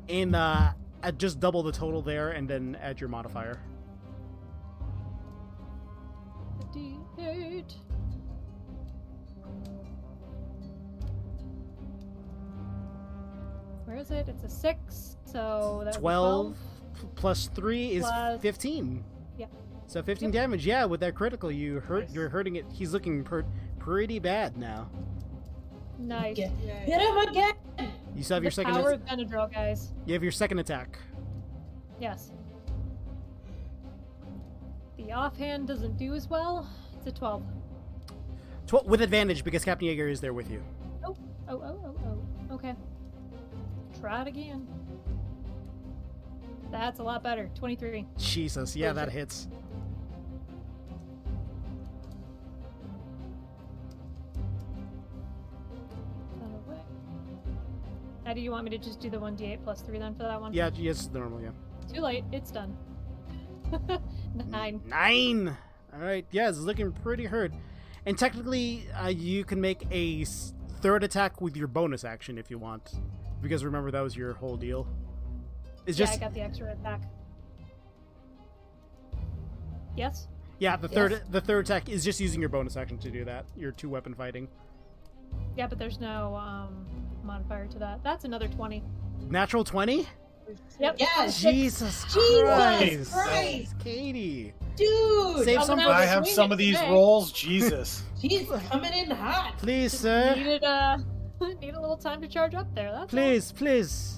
[SPEAKER 1] in uh, uh, just double the total there, and then add your modifier.
[SPEAKER 3] A D8. Where is it? It's a 6, so that's
[SPEAKER 1] 12 p- plus 3 is
[SPEAKER 3] Plus-
[SPEAKER 1] 15.
[SPEAKER 3] Yeah.
[SPEAKER 1] So 15 damage. Yeah, with that critical you hurt
[SPEAKER 5] Nice.
[SPEAKER 1] you're hurting it. He's looking per- pretty bad now.
[SPEAKER 3] Nice.
[SPEAKER 2] Yeah.
[SPEAKER 5] Yay.
[SPEAKER 2] Hit him again.
[SPEAKER 1] You still have
[SPEAKER 3] The
[SPEAKER 1] your second
[SPEAKER 3] power of Benadryl, guys.
[SPEAKER 1] you have your second attack.
[SPEAKER 3] Yes. The offhand doesn't do as well. It's a 12.
[SPEAKER 1] Tw- with advantage because Captain Jaeger is there with you.
[SPEAKER 3] Oh, oh, oh, oh. Okay. Try it again. That's a lot better. 23.
[SPEAKER 1] Jesus. Yeah, that hits.
[SPEAKER 3] Uh, Now, do you want me to just do the 1d8 plus 3 then for that one?
[SPEAKER 1] Yeah, yes, normal, yeah.
[SPEAKER 3] Too late. It's done.
[SPEAKER 1] Mm-hmm.
[SPEAKER 3] Nine.
[SPEAKER 1] Nine. All right. Yeah, it's looking pretty hurt. And technically, uh, you can make a s- third attack with your bonus action if you want, because remember that was your whole deal. It's
[SPEAKER 3] yeah,
[SPEAKER 1] just
[SPEAKER 3] I got the extra attack. Yes?
[SPEAKER 1] Yeah, the third
[SPEAKER 2] Yes.
[SPEAKER 1] the third attack is just using your bonus action to do that. Your two weapon fighting.
[SPEAKER 3] Yeah, but there's no um, modifier to that. That's another 20.
[SPEAKER 1] Natural twenty.
[SPEAKER 3] Yep.
[SPEAKER 2] Yeah, shit.
[SPEAKER 1] Jesus
[SPEAKER 2] Jesus
[SPEAKER 1] Christ,
[SPEAKER 2] Christ.
[SPEAKER 1] Katie.
[SPEAKER 2] dude.
[SPEAKER 1] Save
[SPEAKER 3] Coming
[SPEAKER 1] some.
[SPEAKER 3] out
[SPEAKER 4] I
[SPEAKER 3] of
[SPEAKER 4] have
[SPEAKER 3] swing
[SPEAKER 4] some
[SPEAKER 3] it
[SPEAKER 4] of these
[SPEAKER 3] today.
[SPEAKER 4] rolls. Jesus.
[SPEAKER 2] He's coming in hot.
[SPEAKER 1] Please,
[SPEAKER 3] Just
[SPEAKER 1] sir.
[SPEAKER 3] Needed, uh, need a little time to charge up there. That's all.
[SPEAKER 1] Please, please.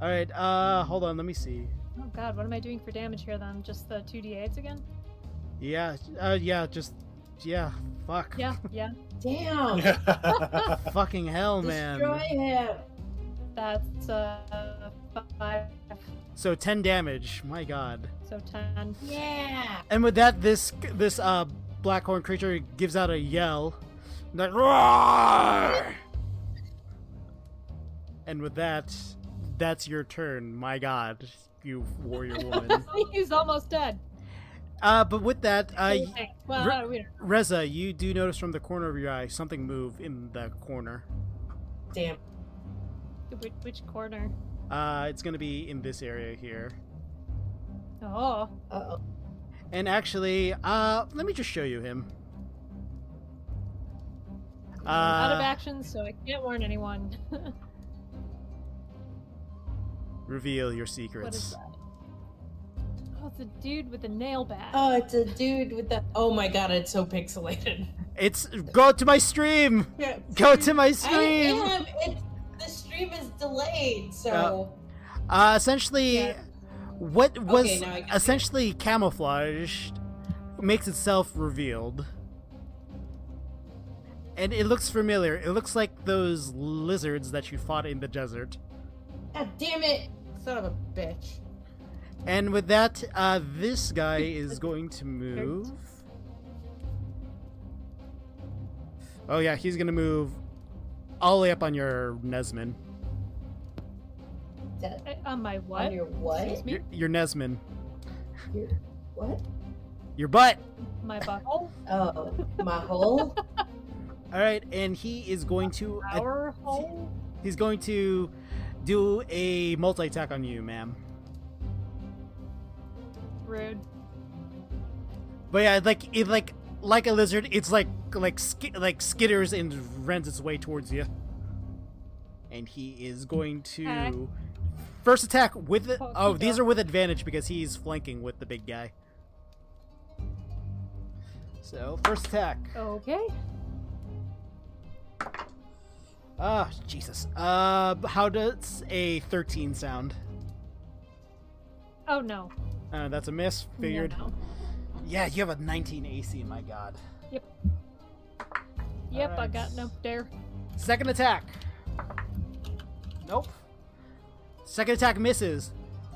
[SPEAKER 1] All right. Uh, hold on. Let me see.
[SPEAKER 3] Oh god, what am I doing for damage here then? Just the 2d8s again?
[SPEAKER 1] Yeah. Uh, yeah. Just. Yeah. Fuck.
[SPEAKER 3] Yeah, yeah.
[SPEAKER 2] Damn.
[SPEAKER 1] Fucking
[SPEAKER 3] Oh,
[SPEAKER 1] hell, man.
[SPEAKER 2] Destroy him.
[SPEAKER 3] That's uh, 5,
[SPEAKER 1] So ten damage. My God.
[SPEAKER 3] so 10.
[SPEAKER 2] Yeah.
[SPEAKER 1] And with that, this this uh black horn creature gives out a yell, like roar. And with that, that's your turn. My God, you warrior woman.
[SPEAKER 3] He's almost dead.
[SPEAKER 1] uh, but with that, uh,
[SPEAKER 3] Okay, well,
[SPEAKER 1] re-
[SPEAKER 3] uh, we don't-
[SPEAKER 1] Reza, you do notice from the corner of your eye something move in the corner.
[SPEAKER 2] Damn.
[SPEAKER 3] which, which corner?
[SPEAKER 1] Uh, it's gonna be in this area here.
[SPEAKER 3] Oh,
[SPEAKER 2] Uh oh.
[SPEAKER 1] And actually, uh, let me just show you him.
[SPEAKER 3] out of
[SPEAKER 1] Uh,
[SPEAKER 3] action, so I can't warn anyone.
[SPEAKER 1] reveal your
[SPEAKER 3] what is
[SPEAKER 1] secrets.
[SPEAKER 3] that? Oh, it's a dude with a nail bat.
[SPEAKER 2] Oh, it's a dude with the. Oh my god, it's so pixelated.
[SPEAKER 1] It's go to my stream.
[SPEAKER 5] Yeah.
[SPEAKER 1] Go to my
[SPEAKER 2] I
[SPEAKER 1] stream.
[SPEAKER 2] am. It's, the stream is delayed, so.
[SPEAKER 1] Uh, essentially,
[SPEAKER 2] Yeah.
[SPEAKER 1] what
[SPEAKER 4] Uh,
[SPEAKER 1] was
[SPEAKER 2] Okay, now I got it.
[SPEAKER 1] essentially camouflaged makes itself revealed, and it looks familiar. It looks like those lizards that you fought in the desert.
[SPEAKER 2] God damn it.
[SPEAKER 5] Son of a bitch.
[SPEAKER 1] And with that, uh, this guy is going to move. Oh yeah, he's gonna move all the way up on your Nesmin.
[SPEAKER 2] That,
[SPEAKER 3] Uh, On my
[SPEAKER 2] on
[SPEAKER 3] what?
[SPEAKER 2] your what?
[SPEAKER 3] Excuse me?
[SPEAKER 1] Your, your Nesmin.
[SPEAKER 2] Your, what?
[SPEAKER 1] Your butt.
[SPEAKER 3] My buckle?
[SPEAKER 2] Oh, my hole.
[SPEAKER 1] All right, and he is going to a-
[SPEAKER 3] Our hole?
[SPEAKER 1] he's going to do a multi attack on you, ma'am.
[SPEAKER 3] Rude.
[SPEAKER 1] But yeah, like it like like a lizard, it's like like sk- like skitters and runs its way towards you. And he is going to
[SPEAKER 3] Attack.
[SPEAKER 1] first attack with the,
[SPEAKER 3] Pokey
[SPEAKER 1] oh these
[SPEAKER 3] dog.
[SPEAKER 1] are with advantage because he's flanking with the big guy. So first attack.
[SPEAKER 3] Okay.
[SPEAKER 1] Ah, Jesus. Uh, how does a thirteen sound?
[SPEAKER 3] Oh no.
[SPEAKER 1] Uh, that's a miss.
[SPEAKER 3] No,
[SPEAKER 1] Figured.
[SPEAKER 3] no.
[SPEAKER 1] Yeah, you have a 19 AC. My God.
[SPEAKER 3] Yep, I
[SPEAKER 1] Alright.
[SPEAKER 3] got no there.
[SPEAKER 1] Second attack. Nope. Second attack misses.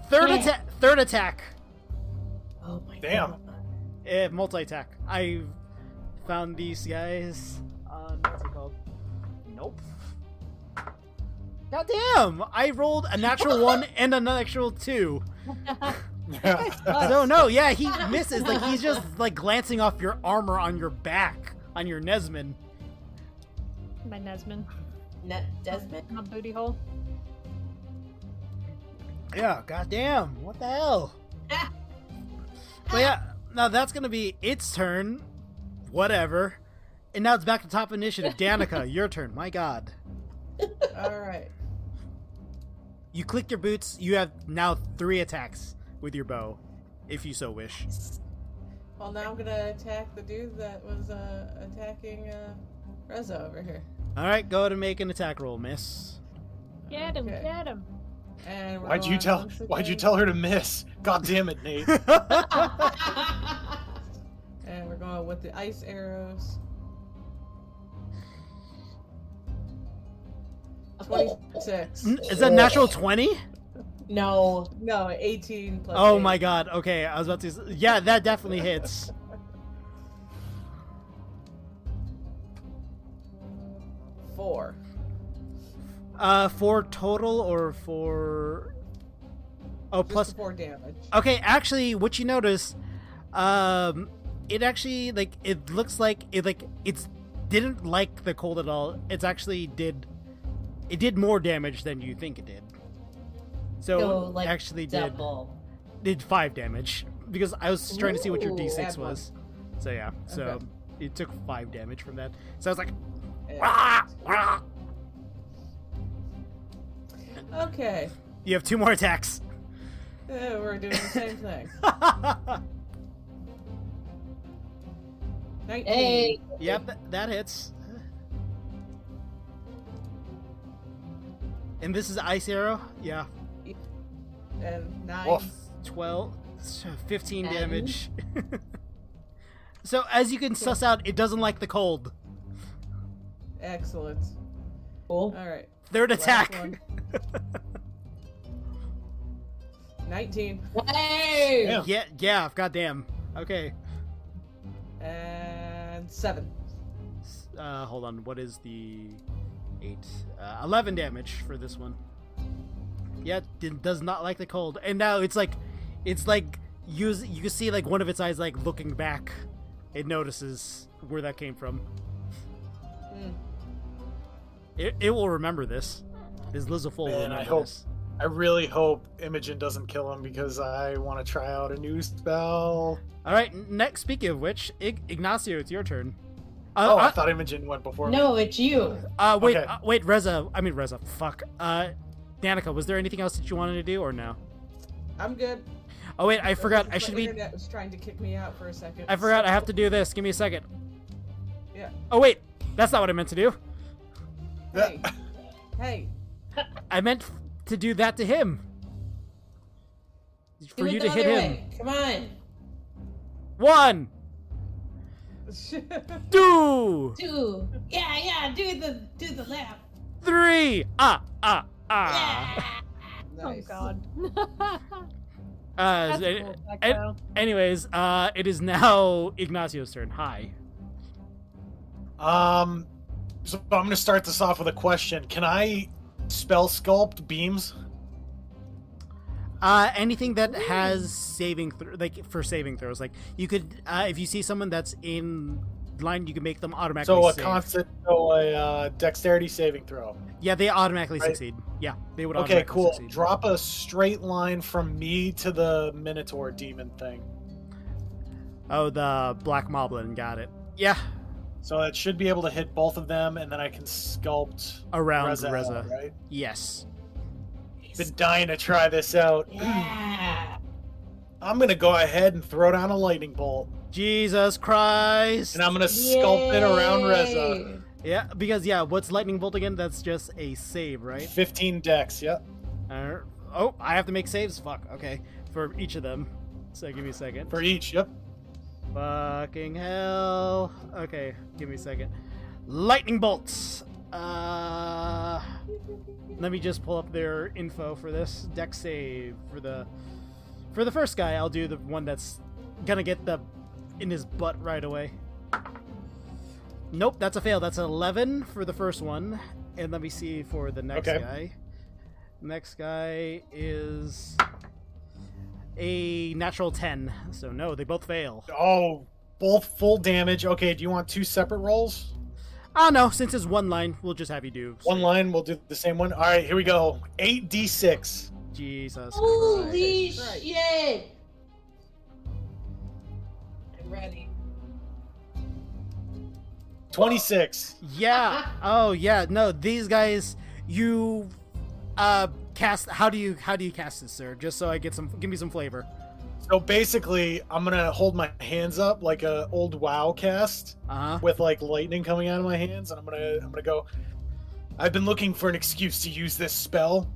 [SPEAKER 1] Third
[SPEAKER 2] Yeah.
[SPEAKER 1] attack. Third attack.
[SPEAKER 2] Oh my
[SPEAKER 4] Damn.
[SPEAKER 2] god.
[SPEAKER 1] Eh, multi attack. I found these guys on what's it called? Nope. God damn! I rolled a natural one and a natural two. So no, yeah, he misses. Like he's just like glancing off your armor on your back, on your Nesmin.
[SPEAKER 3] My Nesman.
[SPEAKER 2] Net Desmond.
[SPEAKER 3] My booty hole.
[SPEAKER 1] Yeah, goddamn. What the hell? but yeah, now that's gonna be its turn. Whatever. And now it's back to top initiative. Danica, your turn. My god.
[SPEAKER 5] All right.
[SPEAKER 1] You click your boots, you have now three attacks with your bow, if you so wish.
[SPEAKER 5] Well, now I'm gonna attack the dude that was uh, attacking uh, Reza over here.
[SPEAKER 1] Alright, go ahead and make an attack roll, miss.
[SPEAKER 3] Get him,
[SPEAKER 5] Okay.
[SPEAKER 3] get him.
[SPEAKER 5] And we're
[SPEAKER 4] Why'd you
[SPEAKER 5] going
[SPEAKER 4] tell?
[SPEAKER 5] once
[SPEAKER 4] Why'd you
[SPEAKER 5] again-
[SPEAKER 4] tell her to miss? God damn it, Nate!
[SPEAKER 5] And we're going with the ice arrows.
[SPEAKER 2] Oh.
[SPEAKER 5] 26.
[SPEAKER 1] N- Is that natural 20?
[SPEAKER 2] No.
[SPEAKER 5] No, 18 plus.
[SPEAKER 1] Oh
[SPEAKER 5] eight.
[SPEAKER 1] my god, okay, I was about to. s- Yeah, that definitely hits.
[SPEAKER 5] Four.
[SPEAKER 1] Uh, for total or for. Oh,
[SPEAKER 5] Just
[SPEAKER 1] plus
[SPEAKER 5] the four damage.
[SPEAKER 4] Oh,
[SPEAKER 1] Okay, actually, what you notice, um, it actually like it looks like it like it's didn't like the cold at all. It's actually did it did more damage than you think it did. So,
[SPEAKER 2] So, like,
[SPEAKER 1] actually did
[SPEAKER 2] Double.
[SPEAKER 1] did five damage because I was trying to see what your
[SPEAKER 2] Ooh,
[SPEAKER 1] d6
[SPEAKER 5] add one.
[SPEAKER 1] was. So yeah, so
[SPEAKER 5] Okay.
[SPEAKER 1] it took five damage from that. So I was like,
[SPEAKER 5] And-
[SPEAKER 1] "Wah, wah."
[SPEAKER 5] Okay.
[SPEAKER 1] you have two more attacks.
[SPEAKER 5] Yeah, we're doing the same thing.
[SPEAKER 1] yep,
[SPEAKER 5] 19.
[SPEAKER 2] Hey.
[SPEAKER 1] th- that hits. And this is ice arrow. Yeah.
[SPEAKER 5] And nine.
[SPEAKER 4] Woof.
[SPEAKER 1] 12 so 15
[SPEAKER 2] Ten.
[SPEAKER 1] damage so as you can suss out it doesn't like the cold
[SPEAKER 5] Excellent.
[SPEAKER 2] Cool.
[SPEAKER 5] All right.
[SPEAKER 1] third
[SPEAKER 5] last
[SPEAKER 1] attack
[SPEAKER 5] one. 19.
[SPEAKER 2] Hey.
[SPEAKER 4] Yeah.
[SPEAKER 1] yeah yeah goddamn okay
[SPEAKER 5] And seven.
[SPEAKER 1] S- uh hold on what is the 8 uh, 11 damage for this one yeah it does not like the cold and now it's like it's like use you can see like one of its eyes like looking back it notices where that came from
[SPEAKER 5] Hmm.
[SPEAKER 1] it, it will remember this this lizard will
[SPEAKER 4] Man, I
[SPEAKER 1] remember
[SPEAKER 4] hope-
[SPEAKER 1] this
[SPEAKER 4] I really hope Imogen doesn't kill him because I want to try out a new spell.
[SPEAKER 1] All right. n- Next, speaking of which, Ig- Ignacio, it's your turn.
[SPEAKER 4] Oh, I
[SPEAKER 1] Uh,
[SPEAKER 4] thought Imogen went before me.
[SPEAKER 2] No, it's you.
[SPEAKER 1] uh, wait,
[SPEAKER 4] okay.
[SPEAKER 1] uh, wait, Reza. I mean Reza. Fuck. Uh, Danica, was there anything else that you wanted to do or no?
[SPEAKER 5] I'm good.
[SPEAKER 1] Oh wait, I forgot. I
[SPEAKER 5] My
[SPEAKER 1] should be.
[SPEAKER 5] internet was trying to kick me out for a second.
[SPEAKER 1] I forgot. I have to do this. Give me a second.
[SPEAKER 5] Yeah.
[SPEAKER 1] Oh wait, that's not what I meant to do.
[SPEAKER 5] Hey. hey.
[SPEAKER 1] I meant f- to do that to him.
[SPEAKER 2] Do
[SPEAKER 1] For
[SPEAKER 2] it
[SPEAKER 1] you
[SPEAKER 2] the
[SPEAKER 1] to hit
[SPEAKER 2] other
[SPEAKER 1] him.
[SPEAKER 2] way. Come on.
[SPEAKER 1] One, Oh, two,
[SPEAKER 2] Two. Yeah, yeah. Do the do the lap.
[SPEAKER 1] three. Ah, ah, ah.
[SPEAKER 2] Yeah.
[SPEAKER 5] Nice.
[SPEAKER 3] Oh god.
[SPEAKER 1] Uh,
[SPEAKER 3] That's
[SPEAKER 1] a-
[SPEAKER 3] a cool effect,
[SPEAKER 1] and-
[SPEAKER 3] though.
[SPEAKER 1] anyways, uh, it is now Ignacio's turn. Hi.
[SPEAKER 4] Um, so I'm gonna start this off with a question. Can I spell sculpt beams?
[SPEAKER 1] Uh, anything that has saving throw, like for saving throws, like you could, uh, if you see someone that's in line, you can make them automatically.
[SPEAKER 4] So a
[SPEAKER 1] save.
[SPEAKER 4] constant, so a uh, dexterity saving throw.
[SPEAKER 1] yeah, they automatically
[SPEAKER 4] Right.
[SPEAKER 1] succeed. Yeah, they would.
[SPEAKER 4] Okay,
[SPEAKER 1] automatically
[SPEAKER 4] cool.
[SPEAKER 1] Succeed.
[SPEAKER 4] Drop a straight line from me to the Minotaur demon thing.
[SPEAKER 1] Oh, the black moblin got it. Yeah,
[SPEAKER 4] So that should be able to hit both of them, and then I can sculpt
[SPEAKER 1] around
[SPEAKER 4] Reza,
[SPEAKER 1] Reza.
[SPEAKER 4] out, right?
[SPEAKER 1] Yes.
[SPEAKER 4] Been dying to try this out.
[SPEAKER 2] Yeah.
[SPEAKER 4] I'm gonna go ahead and throw down a lightning bolt,
[SPEAKER 1] Jesus Christ.
[SPEAKER 4] and I'm gonna sculpt it around Reza.
[SPEAKER 2] Yay.
[SPEAKER 1] Yeah, because yeah, what's lightning bolt again? That's just a save, right?
[SPEAKER 4] 15 dex, yep.
[SPEAKER 1] Uh, oh, I have to make saves. Fuck. Okay, for each of them. So give me a second.
[SPEAKER 4] For each, yep.
[SPEAKER 1] Fucking hell. Okay, give me a second. Lightning bolts. Uh, let me just pull up their info for this deck save for the for the first guy. I'll do the one that's gonna get the in his butt right away. Nope, that's a fail. That's an eleven for the first one, and let me see for the next
[SPEAKER 4] Okay.
[SPEAKER 1] guy. Next guy is a natural ten, so no, they both fail.
[SPEAKER 4] Oh, both full damage. Okay, do you want two separate rolls?
[SPEAKER 1] Oh no, since it's one line, we'll just have you do.
[SPEAKER 4] One line, we'll do the same one. All right, here we go. 8d6.
[SPEAKER 1] Jesus.
[SPEAKER 2] Holy
[SPEAKER 5] Christ. Right.
[SPEAKER 2] shit! I'm ready.
[SPEAKER 4] 26.
[SPEAKER 1] Yeah. Oh yeah. No, these guys. You, uh, cast. How do you how do you cast this, sir? Just so I get some. Give me some flavor.
[SPEAKER 4] So basically, I'm gonna hold my hands up like a old WoW cast
[SPEAKER 1] Uh huh.
[SPEAKER 4] with like lightning coming out of my hands, and I'm gonna I'm gonna go. I've been looking for an excuse to use this spell.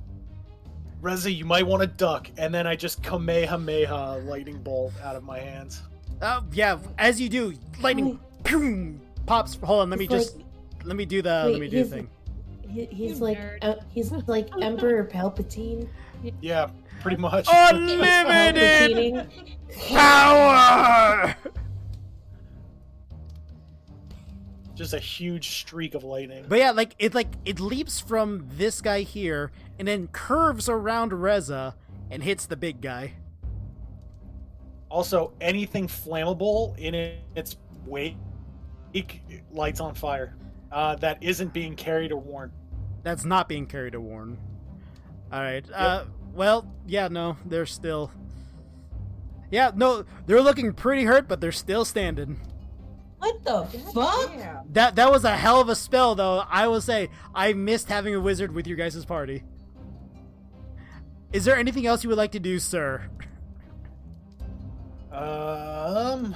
[SPEAKER 4] Reza, you might want to duck, and then I just kamehameha lightning bolt out of my hands.
[SPEAKER 1] Uh, yeah. As you do, lightning, boom, pops. Hold on. Let me
[SPEAKER 2] It's like-
[SPEAKER 1] just. Let me do the. let
[SPEAKER 2] Wait,
[SPEAKER 1] me do the
[SPEAKER 2] he's-
[SPEAKER 1] thing.
[SPEAKER 2] He, he's
[SPEAKER 3] You
[SPEAKER 2] like
[SPEAKER 3] nerd.
[SPEAKER 2] uh, he's like Emperor Palpatine.
[SPEAKER 4] Yeah, pretty much.
[SPEAKER 1] Unlimited
[SPEAKER 2] Palpatine.
[SPEAKER 1] power.
[SPEAKER 4] Just a huge streak of lightning.
[SPEAKER 1] But yeah, like it like it leaps from this guy here and then curves around Reza and hits the big guy.
[SPEAKER 4] Also, anything flammable in it- its wake lights on fire. Uh, that isn't being carried or worn.
[SPEAKER 1] That's not being carried a warn. All right. Uh, well, yeah, no, they're still. Yeah, no, they're looking pretty hurt, but they're still standing.
[SPEAKER 2] What the fuck?
[SPEAKER 5] Yeah.
[SPEAKER 1] That that was a hell of a spell, though. I will say, I missed having a wizard with your guys' party. Is there anything else you would like to do, sir?
[SPEAKER 4] Um,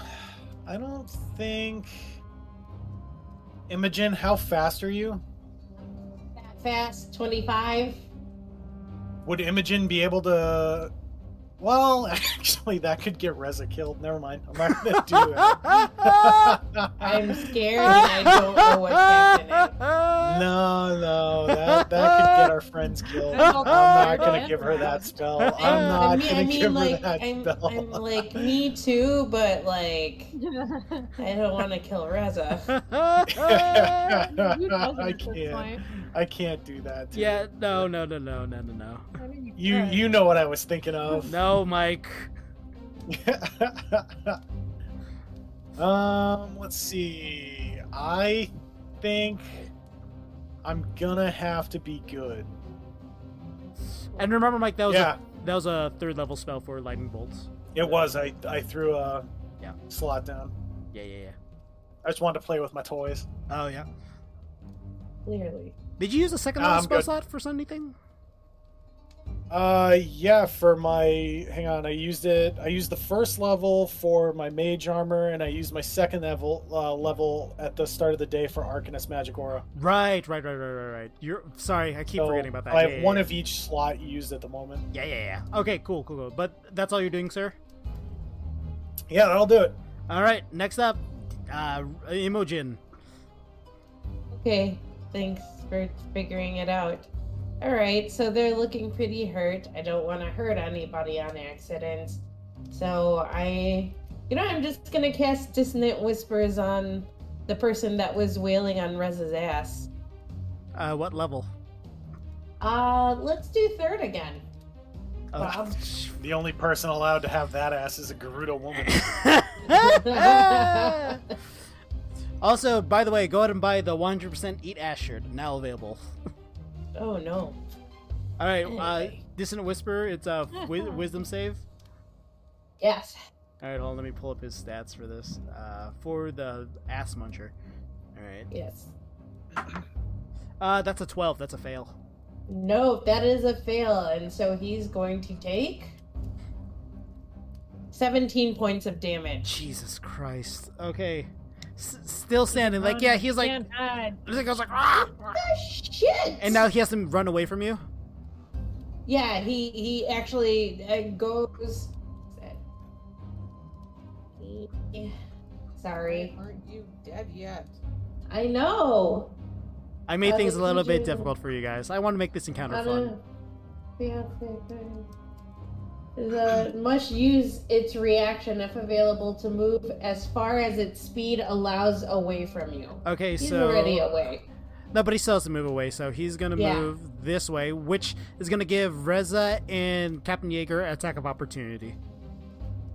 [SPEAKER 4] I don't think. Imogen, how fast are you?
[SPEAKER 2] That fast, twenty five.
[SPEAKER 4] Would Imogen be able to? Well, actually, that could get Reza killed. Never mind. I'm not gonna do that.
[SPEAKER 2] I'm scared and I don't know what's
[SPEAKER 1] Ah,
[SPEAKER 2] happening.
[SPEAKER 4] No, no, that, that could get our friends killed.
[SPEAKER 3] That's
[SPEAKER 4] I'm
[SPEAKER 3] all
[SPEAKER 4] not gonna
[SPEAKER 3] right.
[SPEAKER 4] give her that spell.
[SPEAKER 1] I
[SPEAKER 4] I'm not
[SPEAKER 2] I mean,
[SPEAKER 4] gonna
[SPEAKER 2] I mean,
[SPEAKER 4] give
[SPEAKER 2] like,
[SPEAKER 4] her that
[SPEAKER 2] I'm,
[SPEAKER 4] spell.
[SPEAKER 2] I'm like me too, but like, I don't want to kill Reza.
[SPEAKER 4] I can't. I can't do that. to you.
[SPEAKER 1] yeah, no, no, no, no, no, no, no.
[SPEAKER 3] I mean,
[SPEAKER 4] You
[SPEAKER 3] could.
[SPEAKER 4] you know what I was thinking of.
[SPEAKER 1] No, Mike.
[SPEAKER 4] um, let's see. I think I'm gonna have to be good.
[SPEAKER 1] And remember, Mike, that was
[SPEAKER 4] Yeah,
[SPEAKER 1] a, that was a third level spell for lightning bolts.
[SPEAKER 4] it was. I I threw a
[SPEAKER 1] Yeah.
[SPEAKER 4] slot down.
[SPEAKER 1] Yeah, yeah, yeah.
[SPEAKER 4] I just wanted to play with my toys.
[SPEAKER 1] Oh yeah.
[SPEAKER 2] Clearly.
[SPEAKER 1] Did you use a second
[SPEAKER 4] Nah,
[SPEAKER 1] level
[SPEAKER 4] Uh, I'm
[SPEAKER 1] spell
[SPEAKER 4] good.
[SPEAKER 1] slot for anything?
[SPEAKER 4] Uh, yeah, for my hang on, I used it. I used the first level for my mage armor, and I used my second level uh, level at the start of the day for Arcanist Magic Aura.
[SPEAKER 1] Right, right, right, right, right, right. You're sorry, I keep
[SPEAKER 4] So
[SPEAKER 1] forgetting about that.
[SPEAKER 4] I
[SPEAKER 1] yeah,
[SPEAKER 4] have
[SPEAKER 1] yeah,
[SPEAKER 4] one
[SPEAKER 1] yeah.
[SPEAKER 4] of each slot used at the moment.
[SPEAKER 1] Yeah, yeah, yeah. Okay, cool, cool, cool. But that's all you're doing, sir.
[SPEAKER 4] Yeah, that'll do it.
[SPEAKER 1] All right. Next up, uh, Imogen.
[SPEAKER 2] Okay, thanks for figuring it out. All right, so they're looking pretty hurt. I don't want to hurt anybody on accident. So I, you know, I'm just going to cast Dissonant Whispers on the person that was wailing on Reza's ass.
[SPEAKER 1] Uh, what level?
[SPEAKER 2] Uh, let's do third again.
[SPEAKER 1] Oh.
[SPEAKER 4] Um,
[SPEAKER 5] Bob.
[SPEAKER 4] The only person allowed to have that ass is a Gerudo woman.
[SPEAKER 1] also, by the way, go ahead and buy the 100% Eat Ass shirt, now available.
[SPEAKER 2] Oh no.
[SPEAKER 1] All right, uh,
[SPEAKER 2] Anyway.
[SPEAKER 1] Distant Whisper, it's a wi- wisdom save.
[SPEAKER 2] Yes.
[SPEAKER 1] All right, hold on, let me pull up his stats for this. Uh, for the ass muncher. All right.
[SPEAKER 2] Yes.
[SPEAKER 1] Uh, that's a 12. That's a fail.
[SPEAKER 2] No, that is a fail, and so he's going to take seventeen points of damage.
[SPEAKER 1] Jesus Christ. Okay. S- still standing. Like, yeah, he's like,
[SPEAKER 3] Can't hide.
[SPEAKER 1] I was like, ah!
[SPEAKER 2] Ah, shit!
[SPEAKER 1] And now he has to run away from you.
[SPEAKER 2] yeah, he he actually uh, goes. Sorry,
[SPEAKER 5] Aren't you dead yet?
[SPEAKER 2] I know.
[SPEAKER 1] I made
[SPEAKER 2] Uh,
[SPEAKER 1] things a
[SPEAKER 2] what
[SPEAKER 1] little
[SPEAKER 2] did you
[SPEAKER 1] bit
[SPEAKER 2] do?
[SPEAKER 1] difficult for you guys. I want to make this encounter
[SPEAKER 2] Not
[SPEAKER 1] fun.
[SPEAKER 2] a fiancé thing. The must use its reaction if available to move as far as its speed allows away from you.
[SPEAKER 1] Okay,
[SPEAKER 2] He's
[SPEAKER 1] so
[SPEAKER 2] already away.
[SPEAKER 1] no, but he still has to move away. So he's gonna
[SPEAKER 2] Yeah.
[SPEAKER 1] move this way, which is gonna give Reza and Captain Jaeger an attack of opportunity.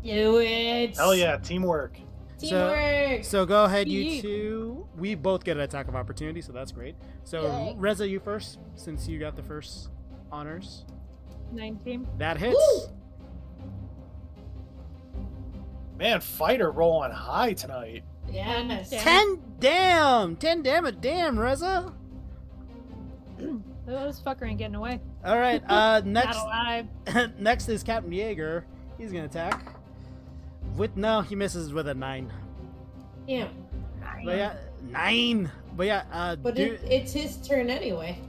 [SPEAKER 2] Do it.
[SPEAKER 4] Hell yeah, teamwork.
[SPEAKER 2] Teamwork.
[SPEAKER 1] So go ahead, you
[SPEAKER 3] Yeet.
[SPEAKER 1] two. We both get an attack of opportunity, so that's great. So
[SPEAKER 2] Yay.
[SPEAKER 1] Reza, you first, since you got the first honors.
[SPEAKER 3] 19.
[SPEAKER 1] That hits.
[SPEAKER 4] Man, fighter rolling high tonight.
[SPEAKER 2] yes.
[SPEAKER 3] Damn.
[SPEAKER 1] Ten damn, ten damage, damn Reza.
[SPEAKER 3] This fucker ain't getting away.
[SPEAKER 1] All right, uh,
[SPEAKER 3] Not
[SPEAKER 1] next
[SPEAKER 3] alive.
[SPEAKER 1] next is Captain Jaeger. He's gonna attack. With no, he misses with a nine.
[SPEAKER 2] Yeah.
[SPEAKER 1] But yeah, nine. But yeah, uh,
[SPEAKER 2] But
[SPEAKER 1] do-
[SPEAKER 2] it, it's his turn anyway.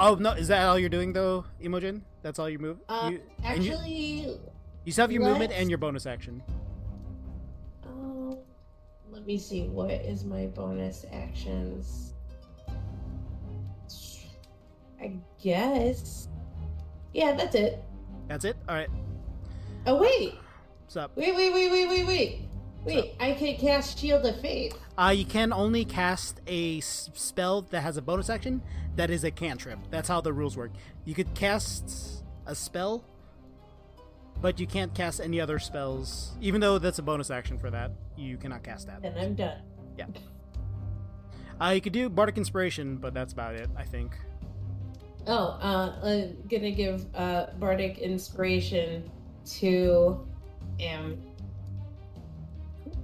[SPEAKER 1] oh no, is that all you're doing though, Imogen? That's all you move.
[SPEAKER 2] Uh,
[SPEAKER 1] you, and you,
[SPEAKER 2] Actually,
[SPEAKER 1] you still have your movement
[SPEAKER 2] let's-
[SPEAKER 1] and your bonus action.
[SPEAKER 2] um, let me see. What is my bonus actions? I guess. Yeah, that's it.
[SPEAKER 1] That's it. All right,
[SPEAKER 2] Oh wait,
[SPEAKER 1] stop.
[SPEAKER 2] wait, wait, wait, wait, wait, wait. Wait,
[SPEAKER 1] Oh.
[SPEAKER 2] I can cast Shield of Faith.
[SPEAKER 1] Uh, you can only cast a s- spell that has a bonus action that is a cantrip. That's how the rules work. You could cast a spell, but you can't cast any other spells. Even though that's a bonus action for that, you cannot cast that.
[SPEAKER 2] Then I'm done.
[SPEAKER 1] Uh, you could do Bardic Inspiration, but that's about it, I think.
[SPEAKER 2] Oh, uh, I'm gonna give uh, bardic inspiration to um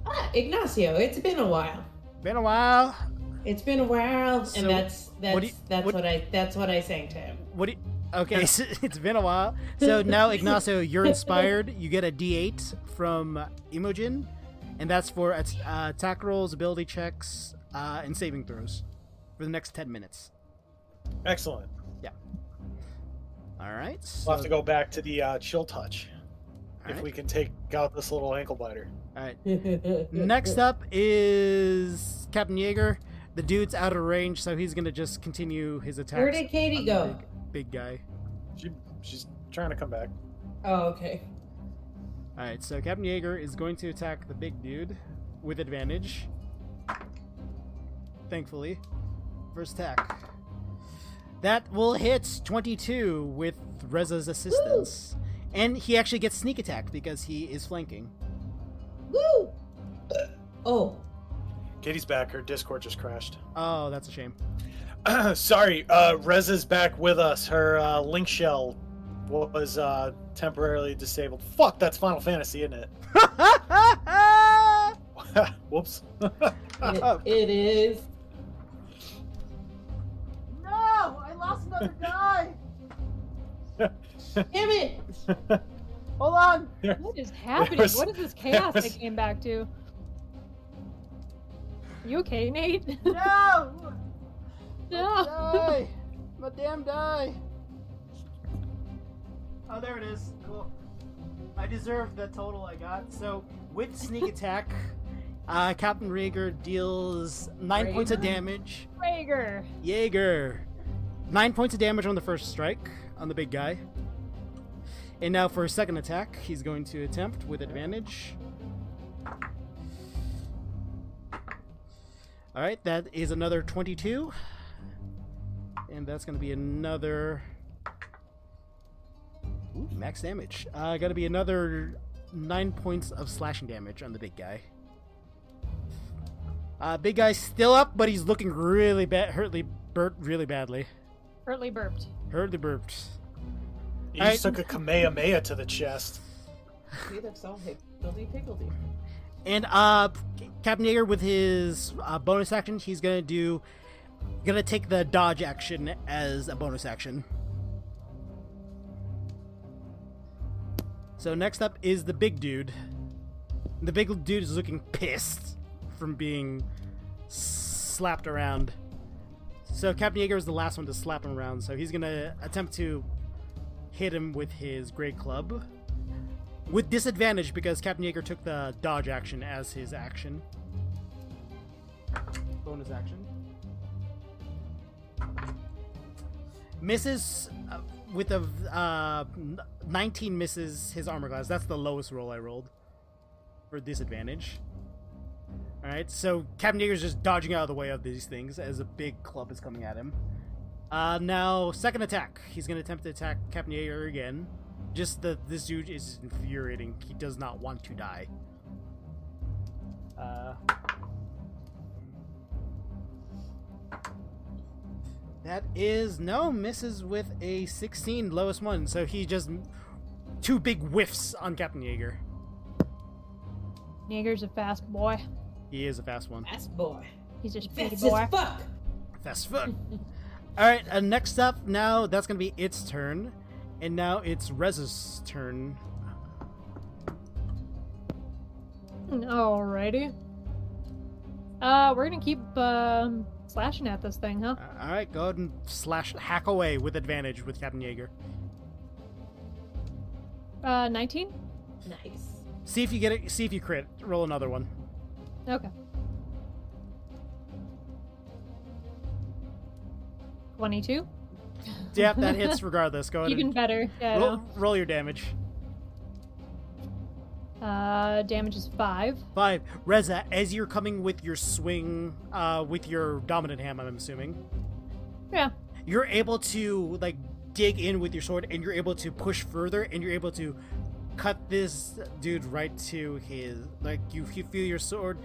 [SPEAKER 2] ah, Ignacio. It's been a while.
[SPEAKER 1] Been a while.
[SPEAKER 2] It's been a while,
[SPEAKER 1] So,
[SPEAKER 2] and that's that's
[SPEAKER 1] do you-
[SPEAKER 2] that's
[SPEAKER 1] what-
[SPEAKER 2] what, I that's what I sang to him.
[SPEAKER 1] What do you... Okay, so it's been a while. So now, Ignacio, you're inspired. You get a D8 from Imogen, and that's for at- uh, attack rolls, ability checks, uh, and saving throws for the next 10 minutes.
[SPEAKER 4] Excellent.
[SPEAKER 1] All right.
[SPEAKER 4] We'll have to
[SPEAKER 1] so-
[SPEAKER 4] go back to the uh, chill touch
[SPEAKER 1] all
[SPEAKER 4] if
[SPEAKER 1] right.
[SPEAKER 4] we can take out this little ankle biter.
[SPEAKER 1] All right. Next up is Captain Jaeger. The dude's out of range, so he's going to just continue his attacks.
[SPEAKER 2] Where did Katie
[SPEAKER 1] on
[SPEAKER 2] go?
[SPEAKER 1] the Big, big guy.
[SPEAKER 4] She, she's trying to come back.
[SPEAKER 2] Oh, okay.
[SPEAKER 1] All right, so Captain Jaeger is going to attack the big dude with advantage. Thankfully, first attack. That will hit 22 with Reza's assistance, and he actually gets sneak attack because he is flanking.
[SPEAKER 2] Woo! Oh,
[SPEAKER 4] Katie's back. Her Discord just crashed.
[SPEAKER 1] Oh, that's a shame.
[SPEAKER 4] Sorry, uh, Rez is back with us. Her uh, link shell was uh, temporarily disabled. Fuck, that's Final Fantasy, isn't it? Whoops.
[SPEAKER 2] it, it is.
[SPEAKER 5] No, I lost another guy.
[SPEAKER 2] Damn it!
[SPEAKER 5] Hold on.
[SPEAKER 3] What is happening?
[SPEAKER 4] was-
[SPEAKER 3] what is this chaos
[SPEAKER 4] there
[SPEAKER 3] I
[SPEAKER 4] was-
[SPEAKER 3] came back to? You okay, Nate?
[SPEAKER 5] No. Oh,
[SPEAKER 3] no.
[SPEAKER 1] die! My damn die! Oh, there it is. Cool. I deserve the total I got. So, with sneak attack, uh, Captain Rieger deals 9 points of
[SPEAKER 2] Rieger?
[SPEAKER 1] damage.
[SPEAKER 3] Rager.
[SPEAKER 1] Jaeger! 9 points of damage on the first strike on the big guy. And now for his second attack, he's going to attempt with advantage. Alright, that is another 22. And that's going to be another Ooh, max damage. Uh, gotta be another nine points of slashing damage on the big guy. Uh, big guy's still up, but he's looking really bad, hurtly, burped really badly.
[SPEAKER 3] Hurtley burped.
[SPEAKER 1] Hurtly burped.
[SPEAKER 4] He
[SPEAKER 1] I-
[SPEAKER 4] just took a Kamehameha to the chest.
[SPEAKER 5] He looks all higgledy piggledy.
[SPEAKER 1] And uh, Captain Yeager with his uh, bonus action, he's gonna do, gonna take the dodge action as a bonus action. So next up is the big dude. The big dude is looking pissed from being slapped around. So Captain Yeager is the last one to slap him around. So he's gonna attempt to hit him with his great club with disadvantage because Captain Yeager took the dodge action as his action. Bonus action. Misses uh, with a uh, n- 19 misses his armor class. That's the lowest roll I rolled for disadvantage. All right, so Captain Yeager's just dodging out of the way of these things as a big club is coming at him. Uh, now second attack. He's gonna attempt to attack Captain Yeager again. Just the this dude is infuriating. He does not want to die. Uh, that is no misses with a 16 lowest one. So he just two big whiffs on Captain Yeager.
[SPEAKER 3] Jaeger's a fast boy.
[SPEAKER 1] He is a fast one.
[SPEAKER 2] That's boy.
[SPEAKER 3] He's just a speedy
[SPEAKER 2] That's as
[SPEAKER 3] boy.
[SPEAKER 2] fuck.
[SPEAKER 1] Fast fuck. All right. Uh, next up, now that's gonna be its turn, and now it's Rez's turn.
[SPEAKER 3] Alrighty. Uh, we're gonna keep um, slashing at this thing, huh?
[SPEAKER 1] Uh, all right, go ahead and slash hack away with advantage with Captain Yeager.
[SPEAKER 3] Uh, 19?
[SPEAKER 2] Nice.
[SPEAKER 1] See if you get it. See if you crit. Roll another one.
[SPEAKER 3] Okay. 22?
[SPEAKER 1] Yep, that hits regardless. Go ahead.
[SPEAKER 3] Even
[SPEAKER 1] And
[SPEAKER 3] better. Yeah, I
[SPEAKER 1] roll, roll your damage.
[SPEAKER 3] know. Uh, damage is 5.
[SPEAKER 1] Five. Reza, as you're coming with your swing, uh, with your dominant hand, I'm assuming.
[SPEAKER 3] Yeah.
[SPEAKER 1] You're able to like dig in with your sword, and you're able to push further, and you're able to cut this dude right to his. Like you, you feel your sword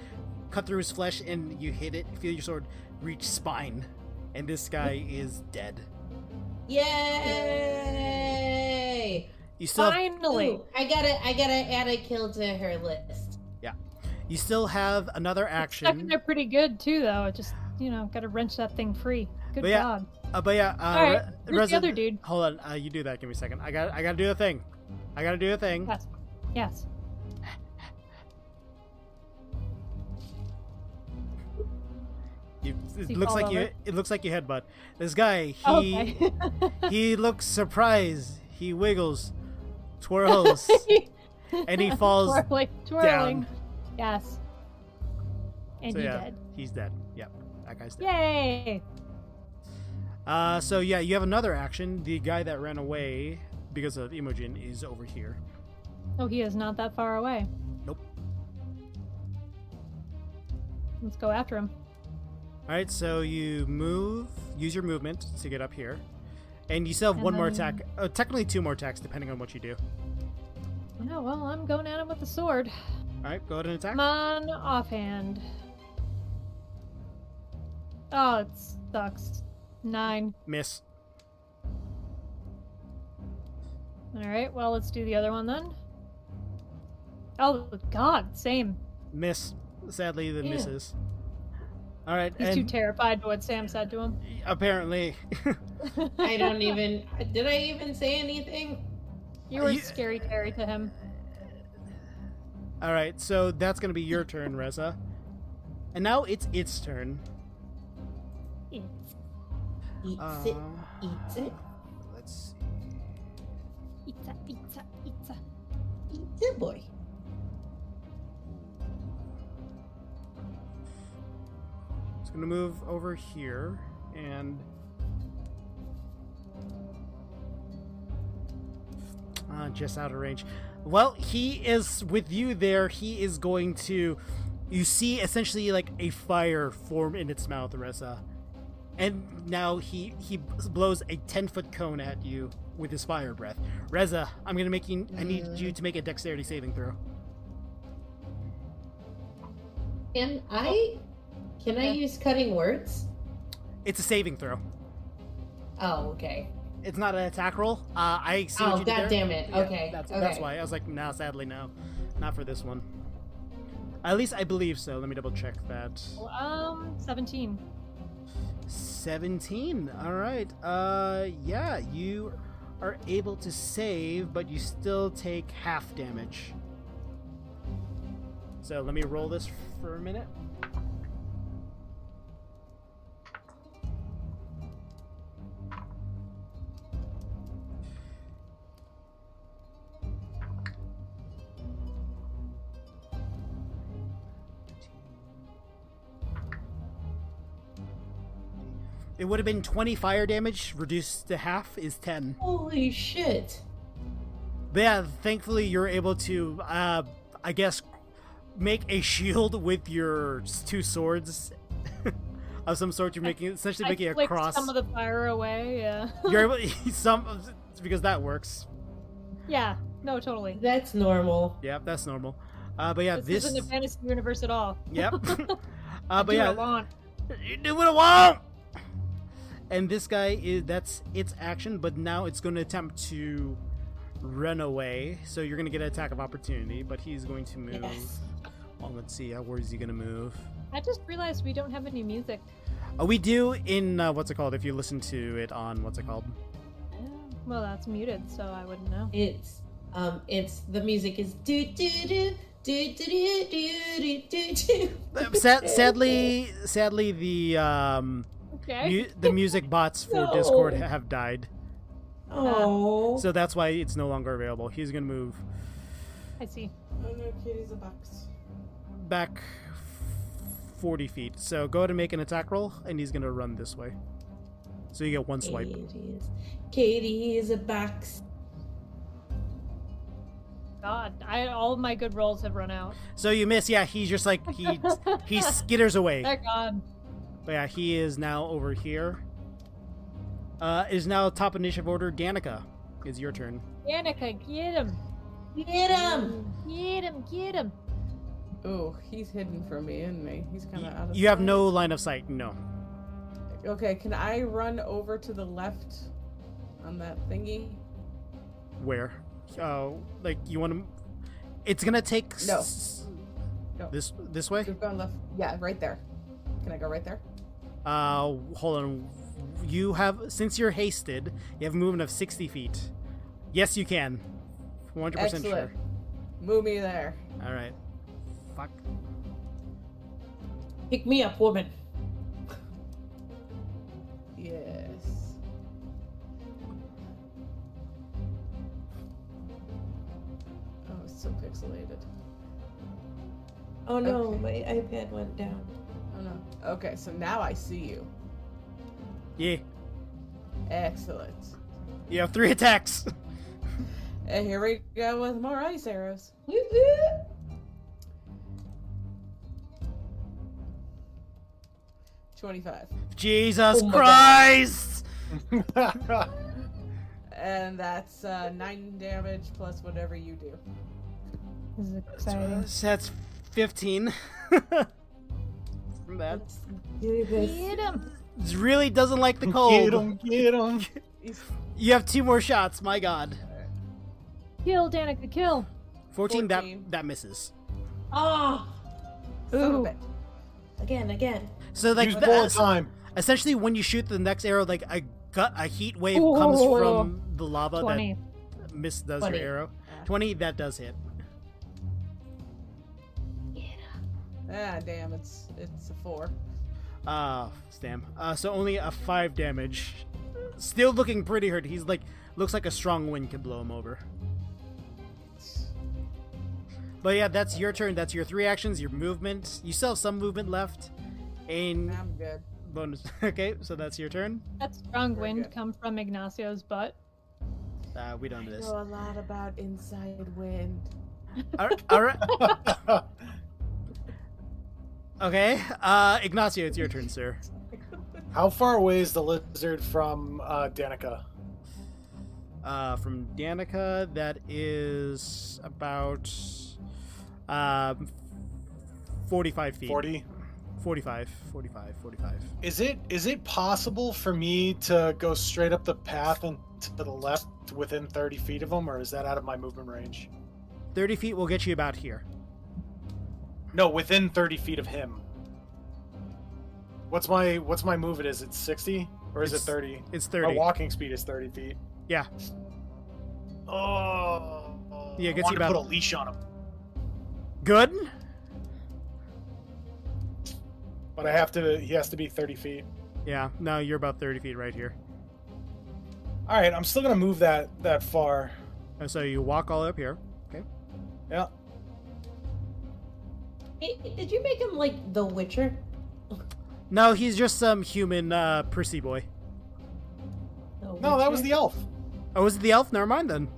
[SPEAKER 1] cut through his flesh, and you hit it. Feel your sword reach spine, and this guy is dead.
[SPEAKER 2] Yay!
[SPEAKER 1] You still have
[SPEAKER 3] Finally!
[SPEAKER 2] Ooh, I gotta, I gotta add a kill to her list.
[SPEAKER 1] You still have another
[SPEAKER 3] Stuck in
[SPEAKER 1] action.
[SPEAKER 3] there pretty good, too, though. It just, you know, gotta wrench that thing free. Good
[SPEAKER 1] But yeah,
[SPEAKER 3] God.
[SPEAKER 1] Uh, but yeah, uh,
[SPEAKER 3] Alright, where's
[SPEAKER 1] Reza-
[SPEAKER 3] the other dude?
[SPEAKER 1] Hold on, uh, you do that. Give me a second. I got, I gotta do a thing. I gotta do a thing.
[SPEAKER 3] Yes. Yes.
[SPEAKER 1] You, it
[SPEAKER 3] He
[SPEAKER 1] looks
[SPEAKER 3] called
[SPEAKER 1] like you,
[SPEAKER 3] over.
[SPEAKER 1] it looks like you headbutt. This guy, he,
[SPEAKER 3] Oh, okay.
[SPEAKER 1] he looks surprised. He wiggles, twirls, and he falls
[SPEAKER 3] twirling, twirling.
[SPEAKER 1] down.
[SPEAKER 3] Yes. And
[SPEAKER 1] So
[SPEAKER 3] he
[SPEAKER 1] yeah,
[SPEAKER 3] did.
[SPEAKER 1] he's dead. Yep, that guy's dead.
[SPEAKER 3] Yay!
[SPEAKER 1] Uh, so yeah, you have another action. The guy that ran away because of Imogen is over here.
[SPEAKER 3] Oh, he is not that far away.
[SPEAKER 1] Nope.
[SPEAKER 3] Let's go after him.
[SPEAKER 1] All right, so you move, use your movement to get up here, and you still have
[SPEAKER 3] And
[SPEAKER 1] one more
[SPEAKER 3] then-
[SPEAKER 1] attack. Uh, technically, two more attacks depending on what you do.
[SPEAKER 3] Yeah, well, I'm going at him with the sword.
[SPEAKER 1] All right, go ahead and attack.
[SPEAKER 3] Come on, offhand. Oh, it sucks. Nine.
[SPEAKER 1] Miss.
[SPEAKER 3] All right, well, let's do the other one then. Oh, God, same.
[SPEAKER 1] Miss. Sadly, the
[SPEAKER 3] Yeah.
[SPEAKER 1] misses. All right,
[SPEAKER 3] He's too
[SPEAKER 1] and
[SPEAKER 3] terrified by what Sam said to him.
[SPEAKER 1] apparently,
[SPEAKER 2] I don't even. Did I even say anything?
[SPEAKER 3] You were
[SPEAKER 1] You-
[SPEAKER 3] scary Terry to him.
[SPEAKER 1] all right. So that's gonna be your turn, Reza, and now it's its turn.
[SPEAKER 3] Eats.
[SPEAKER 2] Eats
[SPEAKER 1] Uh,
[SPEAKER 2] it.
[SPEAKER 3] e-
[SPEAKER 2] Eats it.
[SPEAKER 1] let's see.
[SPEAKER 3] Pizza, pizza, pizza.
[SPEAKER 2] Eats it, boy.
[SPEAKER 1] It's gonna move over here and uh, just out of range. Well, he is with you there. He is going to. You see essentially like a fire form in its mouth, Ressa, and now he he blows a ten foot cone at you with his fire breath. Reza, I'm gonna make you. I need you to make a dexterity saving throw.
[SPEAKER 2] Can
[SPEAKER 1] Oh.
[SPEAKER 2] I? Can I use cutting words?
[SPEAKER 1] It's a saving throw.
[SPEAKER 2] Oh, okay.
[SPEAKER 1] It's not an attack roll. Uh, I see. what
[SPEAKER 2] Oh,
[SPEAKER 1] you did there.
[SPEAKER 2] god damn it.
[SPEAKER 1] Yeah,
[SPEAKER 2] Okay.
[SPEAKER 1] that's,
[SPEAKER 2] okay.
[SPEAKER 1] that's why I was like, no, sadly, no, not for this one. At least I believe so. Let me double check that.
[SPEAKER 3] Um, 17.
[SPEAKER 1] 17 all right uh yeah you are able to save but you still take half damage so let me roll this for a minute it would have been 20 fire damage reduced to half is 10
[SPEAKER 2] Holy shit.
[SPEAKER 1] But yeah, thankfully you're able to, uh, I guess, make a shield with your s- two swords of some sort. You're making essentially
[SPEAKER 3] I
[SPEAKER 1] making a
[SPEAKER 3] flicked
[SPEAKER 1] cross.
[SPEAKER 3] some of the fire away, yeah.
[SPEAKER 1] you're able some because that works.
[SPEAKER 3] yeah, no, totally.
[SPEAKER 2] That's normal.
[SPEAKER 1] Yep, that's normal. Uh, but yeah,
[SPEAKER 3] this,
[SPEAKER 1] this.
[SPEAKER 3] isn't a fantasy universe at all.
[SPEAKER 1] yep.
[SPEAKER 3] I
[SPEAKER 1] uh, but
[SPEAKER 3] do
[SPEAKER 1] yeah,
[SPEAKER 3] it alone.
[SPEAKER 1] you do what I want. And this guy is that's its action, but now it's going to attempt to run away. So you're going to get an attack of opportunity, but he's going to move.
[SPEAKER 2] Yes.
[SPEAKER 1] Oh, let's see. How where is he gonna move?
[SPEAKER 3] I just realized we don't have any music.
[SPEAKER 1] Uh, we do in uh, what's it called? If you listen to it on what's it called?
[SPEAKER 3] Well, that's muted, so I wouldn't know.
[SPEAKER 2] It's um it's the music is do do do do do do do do do do
[SPEAKER 1] Uh, Sad, sadly, sadly, the um,
[SPEAKER 3] Okay.
[SPEAKER 1] mu- the music bots for Discord
[SPEAKER 2] No.
[SPEAKER 1] have died,
[SPEAKER 2] Oh
[SPEAKER 1] so that's why it's no longer available. He's gonna move
[SPEAKER 3] I see.
[SPEAKER 5] Oh no, Katie's a box.
[SPEAKER 1] back forty feet. So go ahead and make an attack roll, and he's gonna run this way. So you get one swipe.
[SPEAKER 2] Katie is Katie is a box.
[SPEAKER 3] God, I all of my good rolls have run out.
[SPEAKER 1] So you miss. Yeah, he's just like he he skitters away.
[SPEAKER 3] Thank God.
[SPEAKER 1] But yeah, he is now over here. Uh, is now top initiative order. Danica, is your turn.
[SPEAKER 3] Danica, get him.
[SPEAKER 2] Get him!
[SPEAKER 3] Get him, get him.
[SPEAKER 5] Oh, he's hidden from me, isn't he? He's kind of out of.
[SPEAKER 1] You have
[SPEAKER 5] sight.
[SPEAKER 1] no line of sight. No.
[SPEAKER 5] Okay, can I run over to the left on that thingy?
[SPEAKER 1] Where? Uh, like you want to? It's gonna take.
[SPEAKER 5] No.
[SPEAKER 1] s-
[SPEAKER 5] No.
[SPEAKER 1] This this way.
[SPEAKER 5] Keep going left. Yeah, right there. Can I go right there?
[SPEAKER 1] Uh, hold on. You have since you're hasted, you have movement of sixty feet. Yes, you can. One hundred percent sure.
[SPEAKER 5] Excellent. Move me there.
[SPEAKER 1] All right. Fuck.
[SPEAKER 2] Pick me up, woman.
[SPEAKER 5] Yes. Oh, it's so pixelated.
[SPEAKER 2] Oh no,
[SPEAKER 5] Okay.
[SPEAKER 2] my iPad went down.
[SPEAKER 5] Oh no. Okay, so now I see you.
[SPEAKER 1] Yeah.
[SPEAKER 5] Excellent.
[SPEAKER 1] You have three attacks.
[SPEAKER 5] And here we go with more ice arrows.
[SPEAKER 2] Woo-hoo!
[SPEAKER 5] Twenty-five.
[SPEAKER 1] Jesus
[SPEAKER 2] Oh my God.
[SPEAKER 1] Christ.
[SPEAKER 5] And that's uh, nine damage plus whatever you do.
[SPEAKER 3] This is
[SPEAKER 1] So
[SPEAKER 3] exciting.
[SPEAKER 1] that's 15. that
[SPEAKER 2] Let's do this.
[SPEAKER 3] Get him.
[SPEAKER 1] really doesn't like the
[SPEAKER 4] Get
[SPEAKER 1] cold.
[SPEAKER 4] 'em, get 'em.
[SPEAKER 5] He's-
[SPEAKER 1] You have two more shots, my god.
[SPEAKER 3] Kill, Danica, kill.
[SPEAKER 1] 14,
[SPEAKER 5] Fourteen.
[SPEAKER 1] that that misses.
[SPEAKER 2] Ah!
[SPEAKER 5] Son of
[SPEAKER 3] Ooh.
[SPEAKER 5] a bitch.
[SPEAKER 2] Again, again.
[SPEAKER 1] So like
[SPEAKER 4] Use
[SPEAKER 1] the-
[SPEAKER 4] bullet time.
[SPEAKER 1] essentially when you shoot the next arrow like a gut a heat wave
[SPEAKER 3] Ooh.
[SPEAKER 1] comes from the lava
[SPEAKER 3] 20.
[SPEAKER 1] that miss does
[SPEAKER 2] Twenty.
[SPEAKER 1] your arrow.
[SPEAKER 5] Yeah.
[SPEAKER 1] 20 that does hit.
[SPEAKER 5] Ah, damn, it's it's a four.
[SPEAKER 1] Ah, damn. Uh, so only a 5 damage. Still looking pretty hurt. He's like looks like a strong wind can blow him over. But yeah, that's your turn. That's your three actions, your movement. You still have some movement left. And
[SPEAKER 5] I'm good.
[SPEAKER 1] bonus. Okay, so that's your turn.
[SPEAKER 3] That strong
[SPEAKER 5] Very
[SPEAKER 3] wind
[SPEAKER 5] good.
[SPEAKER 3] come from Ignacio's butt.
[SPEAKER 1] Uh, we don't do this.
[SPEAKER 5] a lot about inside wind.
[SPEAKER 1] All right. All right. Okay. Uh, Ignacio, it's your turn, sir.
[SPEAKER 4] How far away is the lizard from uh, Danica?
[SPEAKER 1] Uh, from Danica, that is about um, 45 feet.
[SPEAKER 4] Forty.
[SPEAKER 1] 45, 45, 45.
[SPEAKER 4] Is it is it possible for me to go straight up the path and to the left within thirty feet of him, or is that out of my movement range?
[SPEAKER 1] 30 feet will get you about here.
[SPEAKER 4] No, within thirty feet of him. What's my what's my move? It is it sixty or is
[SPEAKER 1] It's
[SPEAKER 4] it thirty?
[SPEAKER 1] It's
[SPEAKER 4] My
[SPEAKER 1] 30.
[SPEAKER 4] walking speed is thirty feet.
[SPEAKER 1] Yeah.
[SPEAKER 4] Oh.
[SPEAKER 1] Yeah, it
[SPEAKER 4] I
[SPEAKER 1] gets
[SPEAKER 4] wanted
[SPEAKER 1] you
[SPEAKER 4] to put a
[SPEAKER 1] about-
[SPEAKER 4] leash on him,
[SPEAKER 1] Good?
[SPEAKER 4] but I have to. He has to be thirty feet.
[SPEAKER 1] Yeah, no, you're about 30 feet right here.
[SPEAKER 4] All right, I'm still gonna move that that far.
[SPEAKER 1] And so you walk all up here.
[SPEAKER 4] Yeah.
[SPEAKER 2] Hey, did you make him like The Witcher?
[SPEAKER 1] No, he's just some human uh, prissy boy.
[SPEAKER 2] The
[SPEAKER 4] No, that was the
[SPEAKER 2] Witcher?
[SPEAKER 4] elf.
[SPEAKER 1] Oh, was it the elf? Never mind then.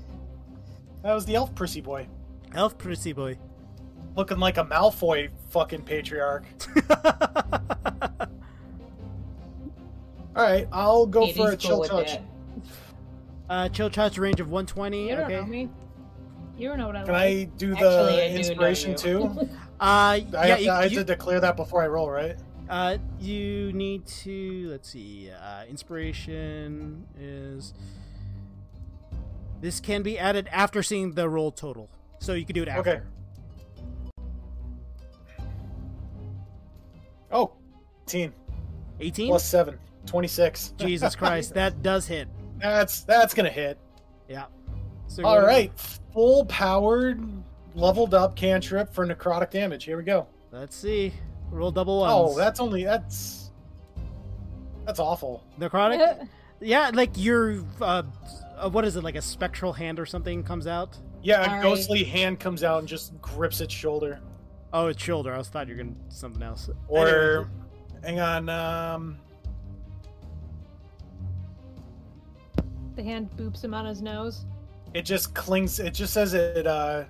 [SPEAKER 4] That was the elf prissy boy,
[SPEAKER 1] Elf prissy boy.
[SPEAKER 4] looking like a Malfoy fucking patriarch. All right, I'll go
[SPEAKER 2] Katie's
[SPEAKER 4] for a chill
[SPEAKER 2] cool with
[SPEAKER 4] touch.
[SPEAKER 2] that.
[SPEAKER 1] uh, chill touch range of 120.
[SPEAKER 3] You don't know
[SPEAKER 1] okay.
[SPEAKER 3] me. You don't know what I
[SPEAKER 4] Can
[SPEAKER 3] like.
[SPEAKER 4] I do
[SPEAKER 2] Actually,
[SPEAKER 4] the
[SPEAKER 2] I do know
[SPEAKER 4] inspiration
[SPEAKER 2] you.
[SPEAKER 4] too?
[SPEAKER 1] Uh,
[SPEAKER 4] I,
[SPEAKER 1] yeah,
[SPEAKER 4] have,
[SPEAKER 1] you,
[SPEAKER 4] to, I have
[SPEAKER 1] you-
[SPEAKER 4] to declare that before I roll, right?
[SPEAKER 1] Uh, you need to. Let's see. Uh, inspiration is. This can be added after seeing the roll total, so you can do it after.
[SPEAKER 4] Okay. Oh, 18
[SPEAKER 1] Eighteen.
[SPEAKER 4] plus 7, 26.
[SPEAKER 1] Jesus Christ, that does hit.
[SPEAKER 4] That's that's going to hit.
[SPEAKER 1] So
[SPEAKER 4] All
[SPEAKER 1] go-
[SPEAKER 4] right, full powered, leveled up cantrip for necrotic damage. Here we go.
[SPEAKER 1] Let's see. Roll double ones.
[SPEAKER 4] Oh, that's only that's that's awful.
[SPEAKER 1] necrotic. yeah, like your uh, uh, what is it? Like a spectral hand or something comes out.
[SPEAKER 4] Yeah,
[SPEAKER 2] All
[SPEAKER 4] a
[SPEAKER 2] right.
[SPEAKER 4] ghostly hand comes out and just grips its shoulder.
[SPEAKER 1] Oh, it's shoulder. I was thought you were gonna do something else.
[SPEAKER 4] Or, hang on, um,
[SPEAKER 3] The hand boops him on his nose.
[SPEAKER 4] it just clings. It just says it uh,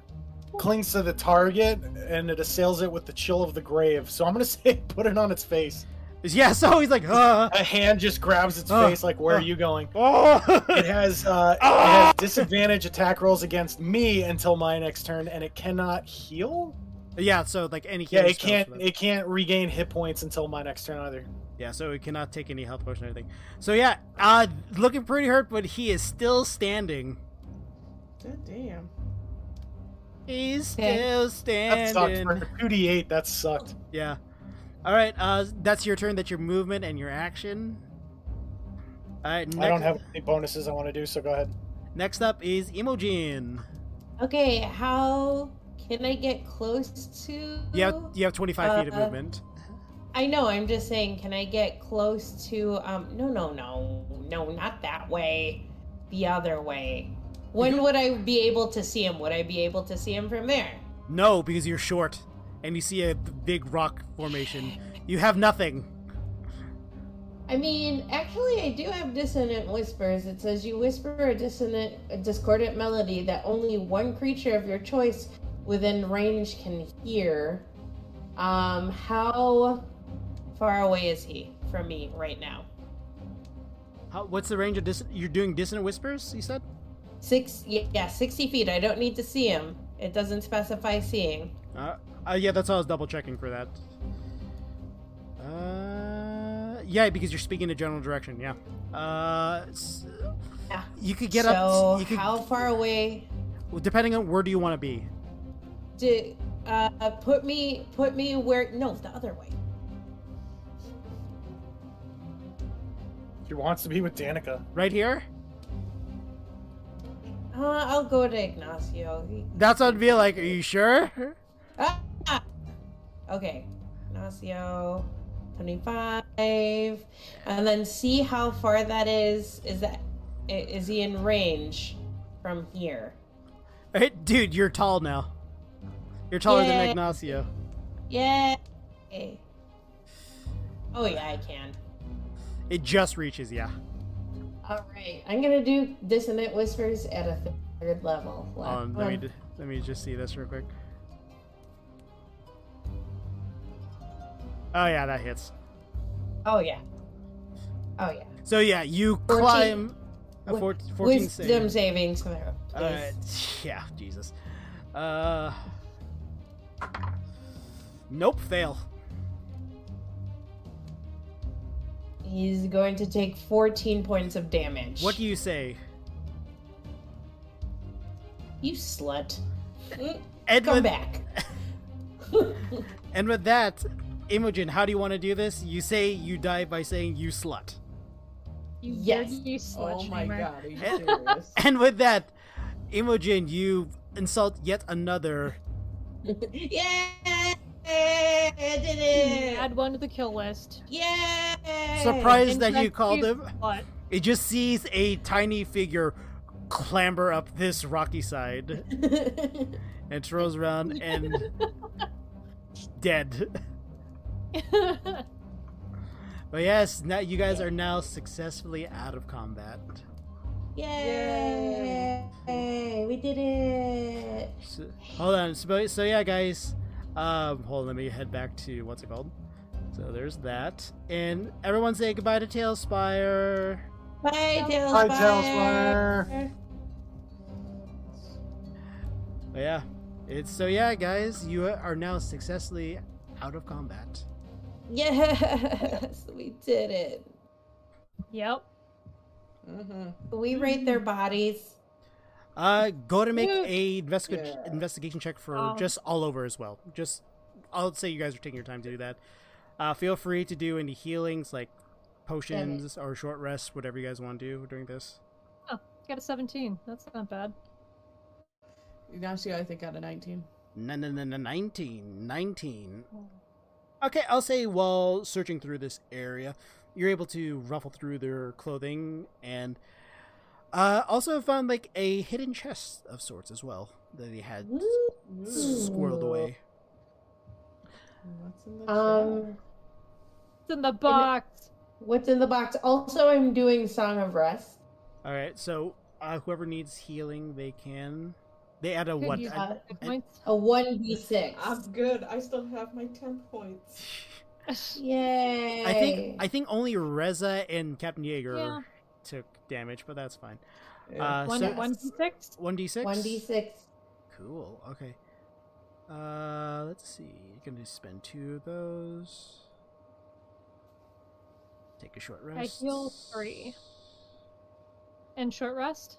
[SPEAKER 4] clings to the target and it assails it with the chill of the grave. So I'm gonna say, put it on its face.
[SPEAKER 1] yeah. So he's like, uh,
[SPEAKER 4] A hand just grabs its
[SPEAKER 1] Oh,
[SPEAKER 4] face, like, where
[SPEAKER 1] oh.
[SPEAKER 4] are you going? It
[SPEAKER 1] oh.
[SPEAKER 4] has uh, it has disadvantage attack rolls against me until my next turn, and it cannot heal.
[SPEAKER 1] yeah. So like any.
[SPEAKER 4] Yeah,
[SPEAKER 1] healing
[SPEAKER 4] it
[SPEAKER 1] spells
[SPEAKER 4] can't.
[SPEAKER 1] for that.
[SPEAKER 4] It can't regain hit points until my next turn either.
[SPEAKER 1] Yeah, so he cannot take any health potion or anything. So yeah, uh looking pretty hurt, but he is still standing.
[SPEAKER 5] God damn.
[SPEAKER 1] He's
[SPEAKER 3] Okay.
[SPEAKER 1] still
[SPEAKER 4] That sucked
[SPEAKER 1] standing.
[SPEAKER 4] for two d eight. That sucked.
[SPEAKER 1] Yeah. All right, uh that's your turn, that's your movement and your action. All right, next,
[SPEAKER 4] I don't have any bonuses I want to do, so go ahead.
[SPEAKER 1] next up is Emojin.
[SPEAKER 2] Okay, how can I get close to?
[SPEAKER 1] You have, you have 25 feet of
[SPEAKER 2] Uh,
[SPEAKER 1] movement.
[SPEAKER 2] I know. I'm just saying. Can I get close to? Um. No. No. No. No. Not that way. The other way. When would I be able to see him? Would I be able to see him from there?
[SPEAKER 1] No, because you're short and you see a big rock formation. You have nothing.
[SPEAKER 2] I mean, actually, I do have dissonant whispers. It says you whisper a dissonant, a discordant melody that only one creature of your choice within range can hear. Um, how far away is he from me right now?
[SPEAKER 1] How, what's the range of dis- you're doing dissonant whispers, you said?
[SPEAKER 2] Six, yeah, yeah, sixty feet. I don't need to see him. It doesn't specify seeing.
[SPEAKER 1] Uh, uh, yeah, that's why I was double checking for that. Uh, yeah, because you're speaking in a general direction. Yeah. Uh, s-
[SPEAKER 2] Yeah.
[SPEAKER 1] you could get
[SPEAKER 2] so
[SPEAKER 1] up. You could,
[SPEAKER 2] how far away?
[SPEAKER 1] well, Depending on where do you want to be.
[SPEAKER 2] Do uh, put me, put me where? No, the other way.
[SPEAKER 4] He wants to be with Danica.
[SPEAKER 1] Right here.
[SPEAKER 2] Uh, I'll go to Ignacio. He-
[SPEAKER 1] That's what I'd be like. Are you sure?
[SPEAKER 2] Ah! Okay. Ignacio, 25. And then see how far that is. Is that i- is he in range from here?
[SPEAKER 1] Hey, dude, you're tall now. You're taller than
[SPEAKER 2] Yay.
[SPEAKER 1] Ignacio.
[SPEAKER 2] Yeah. Oh yeah, I can.
[SPEAKER 1] It just reaches. Yeah.
[SPEAKER 2] All right. I'm going to do dissonant whispers at a third level.
[SPEAKER 1] Um, let me
[SPEAKER 2] Um,
[SPEAKER 1] d- let me just see this real quick. Oh yeah, that hits.
[SPEAKER 2] Oh yeah. Oh yeah.
[SPEAKER 1] So yeah, you
[SPEAKER 2] 14.
[SPEAKER 1] climb. A
[SPEAKER 2] Wi-
[SPEAKER 1] four- 14 save.
[SPEAKER 2] Wisdom saving throw.
[SPEAKER 1] Uh,
[SPEAKER 2] please.
[SPEAKER 1] yeah, Jesus. Uh, nope, fail.
[SPEAKER 2] He's going to take 14 points of damage.
[SPEAKER 1] What do you say?
[SPEAKER 2] You slut. Mm,
[SPEAKER 1] And
[SPEAKER 2] Come
[SPEAKER 1] with,
[SPEAKER 2] back.
[SPEAKER 1] and with that, Imogen, how do you want to do this? You say you die by saying you slut.
[SPEAKER 3] You
[SPEAKER 2] Yes.
[SPEAKER 3] dirty slut
[SPEAKER 5] Oh my
[SPEAKER 3] shamer.
[SPEAKER 5] god, are you serious?
[SPEAKER 1] And with that, Imogen, you insult yet another.
[SPEAKER 2] yeah! I did it!
[SPEAKER 3] Add one to the kill list.
[SPEAKER 2] Yay!
[SPEAKER 1] Surprised that
[SPEAKER 3] Intellect
[SPEAKER 1] you called him.
[SPEAKER 3] slut.
[SPEAKER 1] It just sees a tiny figure clamber up this rocky side and twirls around and dead. But yes, now you guys are now successfully out of combat.
[SPEAKER 2] Yay! We did it!
[SPEAKER 1] So, hold on. So, so yeah, guys. Um, hold. on, Let me head back to what's it called. So there's that, and everyone say goodbye to Tailspire.
[SPEAKER 2] Bye, Tailspire!
[SPEAKER 4] Hi, Tailspire.
[SPEAKER 1] But yeah, it's so yeah, guys. You are now successfully out of combat.
[SPEAKER 2] Yes! We did it.
[SPEAKER 3] Yep.
[SPEAKER 5] mm-hmm.
[SPEAKER 2] Can we rate their bodies?
[SPEAKER 1] Uh, go to make
[SPEAKER 3] Yeah.
[SPEAKER 1] a investiga-
[SPEAKER 5] Yeah.
[SPEAKER 1] investigation check for
[SPEAKER 3] Oh.
[SPEAKER 1] just all over as well. Just, I'll say you guys are taking your time to do that. Uh, feel free to do any healings like potions or short rests, whatever you guys want to do during this.
[SPEAKER 3] Got a 17. That's not bad.
[SPEAKER 5] Now she, I think, got a 19.
[SPEAKER 1] No, no, no, no, 19, 19. Okay, I'll say while searching through this area, you're able to ruffle through their clothing and uh, also found like a hidden chest of sorts as well that he had squirreled away.
[SPEAKER 5] What's in the chat?
[SPEAKER 2] Um,
[SPEAKER 3] It's in the box.
[SPEAKER 2] what's in the box? Also, I'm doing Song of Rest.
[SPEAKER 1] All right, so uh, whoever needs healing, they can. They add a
[SPEAKER 3] Could
[SPEAKER 1] what?
[SPEAKER 3] use
[SPEAKER 1] I-
[SPEAKER 3] that
[SPEAKER 1] I-
[SPEAKER 3] points.
[SPEAKER 2] A 1d6.
[SPEAKER 7] I'm good. I still have my 10 points.
[SPEAKER 2] Yay!
[SPEAKER 1] I think I think only Reza and Captain Jaeger
[SPEAKER 3] Yeah.
[SPEAKER 1] took damage, but that's fine.
[SPEAKER 5] Yeah.
[SPEAKER 1] Uh,
[SPEAKER 3] One,
[SPEAKER 1] so
[SPEAKER 3] one six.
[SPEAKER 1] one d six.
[SPEAKER 2] 1d6.
[SPEAKER 1] Cool. Okay. Uh, let's see. You can just spend two of those. Take a short
[SPEAKER 3] I
[SPEAKER 1] rest.
[SPEAKER 3] heal three. And short rest.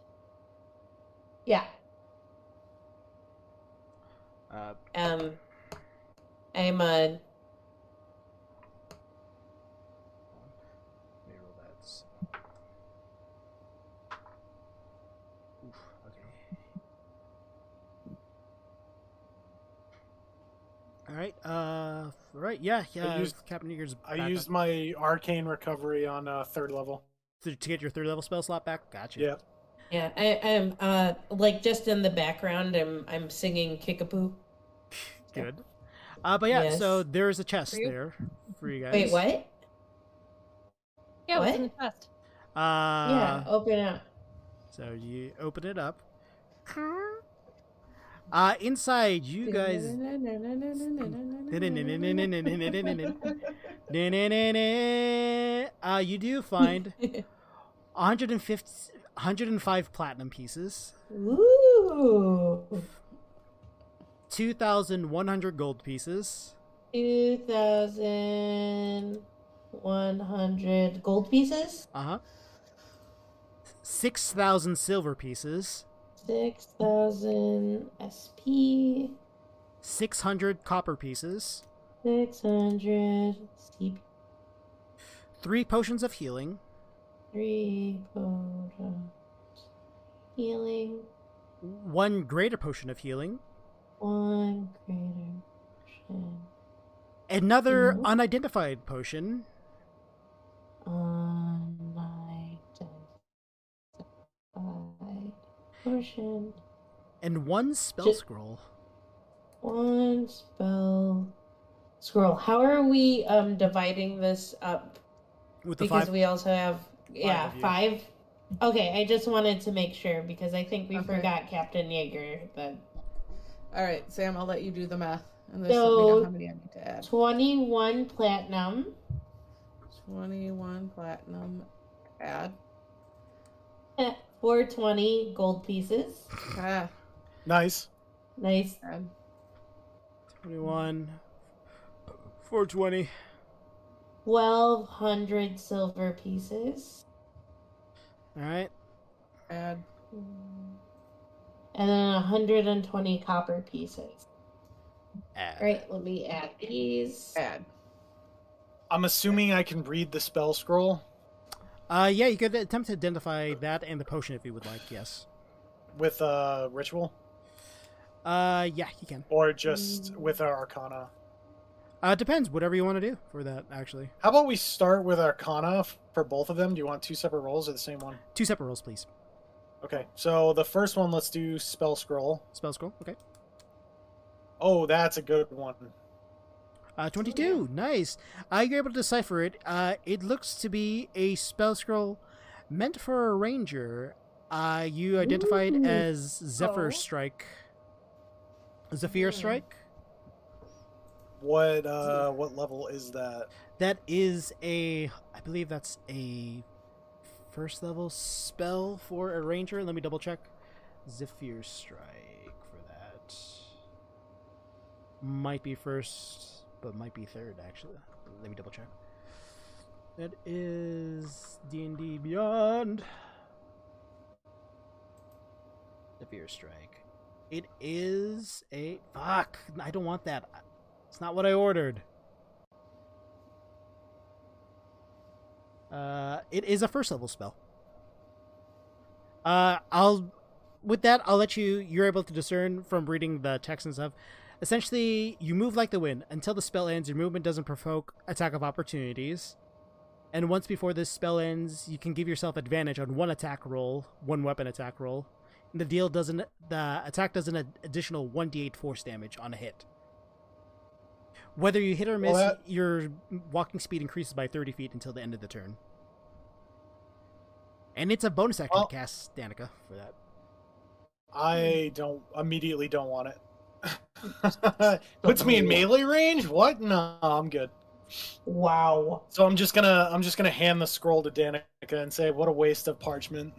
[SPEAKER 2] Yeah.
[SPEAKER 1] Uh,
[SPEAKER 2] Um, I'm uh, a.
[SPEAKER 1] let me roll that. Oof, okay. All right. Uh, right. Yeah. Yeah.
[SPEAKER 4] used-
[SPEAKER 1] Captain Eager's.
[SPEAKER 4] I used my arcane recovery on uh, third level.
[SPEAKER 1] to, to get your third level spell slot back. Gotcha.
[SPEAKER 4] Yeah.
[SPEAKER 2] Yeah, I, I'm uh like just in the background. I'm I'm singing Kickapoo.
[SPEAKER 1] Good. Uh, but yeah, so
[SPEAKER 2] Yes.
[SPEAKER 1] there is a chest
[SPEAKER 3] For you.
[SPEAKER 1] there for you guys.
[SPEAKER 2] Wait, what?
[SPEAKER 3] Yeah, what's in the chest?
[SPEAKER 1] Uh,
[SPEAKER 2] yeah, open up.
[SPEAKER 1] So you open it up. Uh, inside, you guys. Uh, you do find 150, 105 platinum pieces,
[SPEAKER 2] Ooh,
[SPEAKER 1] 2,100 gold pieces,
[SPEAKER 2] two thousand one hundred gold pieces,
[SPEAKER 1] uh huh, 6,000 silver pieces,
[SPEAKER 2] six thousand SP,
[SPEAKER 1] 600 copper pieces,
[SPEAKER 2] six hundred CP.
[SPEAKER 1] three potions of healing,
[SPEAKER 2] Three potions. Healing.
[SPEAKER 1] one greater potion of healing,
[SPEAKER 2] One greater potion.
[SPEAKER 1] another
[SPEAKER 2] Mhm.
[SPEAKER 1] unidentified potion,
[SPEAKER 2] Unidentified potion.
[SPEAKER 1] and one spell
[SPEAKER 2] Just-
[SPEAKER 1] scroll.
[SPEAKER 2] One spell. Scroll. How are we um dividing this up?
[SPEAKER 1] With the
[SPEAKER 2] Because
[SPEAKER 1] five,
[SPEAKER 2] we also have yeah
[SPEAKER 1] of you.
[SPEAKER 2] five. Okay, I just wanted to make sure because I think we
[SPEAKER 5] Okay.
[SPEAKER 2] forgot Captain Yeager. That
[SPEAKER 5] All right, Sam, I'll let you do the math. And there's
[SPEAKER 2] So-
[SPEAKER 5] something on how many I need to add.
[SPEAKER 2] twenty-one platinum.
[SPEAKER 5] 21 platinum. Add.
[SPEAKER 2] 420 gold pieces.
[SPEAKER 5] Ah,
[SPEAKER 4] Nice.
[SPEAKER 2] Nice.
[SPEAKER 5] add.
[SPEAKER 1] 21, 420,
[SPEAKER 2] 1200 silver pieces.
[SPEAKER 1] all right,
[SPEAKER 5] Add.
[SPEAKER 2] And then 120 copper pieces.
[SPEAKER 1] add.
[SPEAKER 2] All right, let me add these.
[SPEAKER 5] Add.
[SPEAKER 4] I'm assuming I can read the spell scroll
[SPEAKER 1] Uh, yeah, you could attempt to identify that and the potion if you would like, yes.
[SPEAKER 4] with uh, ritual
[SPEAKER 1] Uh, yeah, you can.
[SPEAKER 4] or just with our arcana.
[SPEAKER 1] Uh, depends, whatever you want to do for that, actually.
[SPEAKER 4] How about we start with arcana f- for both of them? Do you want two separate rolls or the same one?
[SPEAKER 1] Two separate rolls, please.
[SPEAKER 4] Okay, so the first one, let's do spell scroll.
[SPEAKER 1] Spell scroll, okay.
[SPEAKER 4] Oh, that's a good one.
[SPEAKER 1] Uh, 22, nice. Uh, you're able to decipher it. Uh, it looks to be a spell scroll meant for a ranger. Uh, you identified
[SPEAKER 2] Ooh.
[SPEAKER 1] as Zephyr
[SPEAKER 3] Oh.
[SPEAKER 1] Strike. Zephyr
[SPEAKER 2] Hmm.
[SPEAKER 1] Strike?
[SPEAKER 4] What uh, what level is that?
[SPEAKER 1] That is a, I believe that's a first level spell for a ranger. Let me double check. Zephyr Strike for that. Might be first, but might be third actually. Let me double check. That is D and D Beyond. Zephyr Strike. It is a fuck. I don't want that. It's not what I ordered. Uh, it is a first level spell. Uh, I'll with that I'll let you. You're able to discern from reading the text and stuff. Essentially, you move like the wind until the spell ends. Your movement doesn't provoke attack of opportunities, and once before this spell ends, you can give yourself advantage on one attack roll, one weapon attack roll. And the deal doesn't. The attack does an ad- additional one d8 force damage on a hit. Whether you hit or miss,
[SPEAKER 4] Well, that-
[SPEAKER 1] your walking speed increases by 30 feet until the end of the turn. And it's a bonus action
[SPEAKER 4] Well-
[SPEAKER 1] to cast Danica for that.
[SPEAKER 4] I don't immediately don't want it. Puts me in melee range. What? No, I'm good.
[SPEAKER 2] Wow.
[SPEAKER 4] So I'm just gonna I'm just gonna hand the scroll to Danica and say, "What a waste of parchment."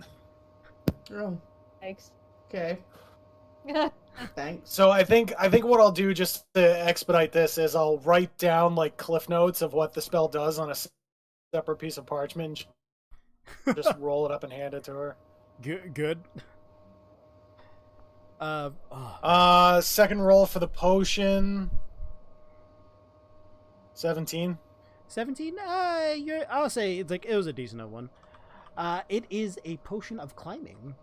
[SPEAKER 5] Oh,
[SPEAKER 3] Thanks.
[SPEAKER 5] okay.
[SPEAKER 3] All
[SPEAKER 5] Thanks.
[SPEAKER 4] So I think I think what I'll do just to expedite this is I'll write down like cliff notes of what the spell does on a s- separate piece of parchment. and Just roll it up and hand it to her.
[SPEAKER 1] Good. good. Uh, oh,
[SPEAKER 4] Uh, second roll for the potion. Seventeen.
[SPEAKER 1] 17? Uh, you're, I'll say it's like it was a decent enough one. Uh, it is a potion of climbing.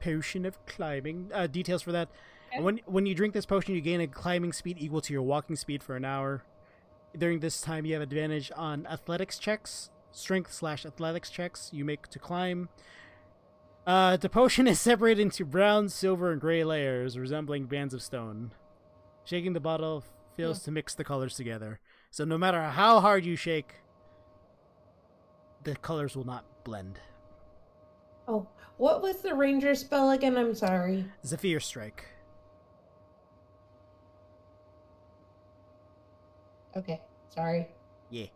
[SPEAKER 1] Potion of climbing. Uh, details for that.
[SPEAKER 3] Okay.
[SPEAKER 1] When when you drink this potion, you gain a climbing speed equal to your walking speed for an hour. During this time, you have advantage on athletics checks, strength slash athletics checks you make to climb. Uh, the potion is separated into brown, silver, and gray layers, resembling bands of stone. Shaking the bottle fails to mix the colors together, so no matter how hard you shake, the colors will not blend.
[SPEAKER 2] Oh, what was the ranger spell again? I'm sorry.
[SPEAKER 1] Zephyr Strike.
[SPEAKER 2] Okay, sorry.
[SPEAKER 1] Yeah.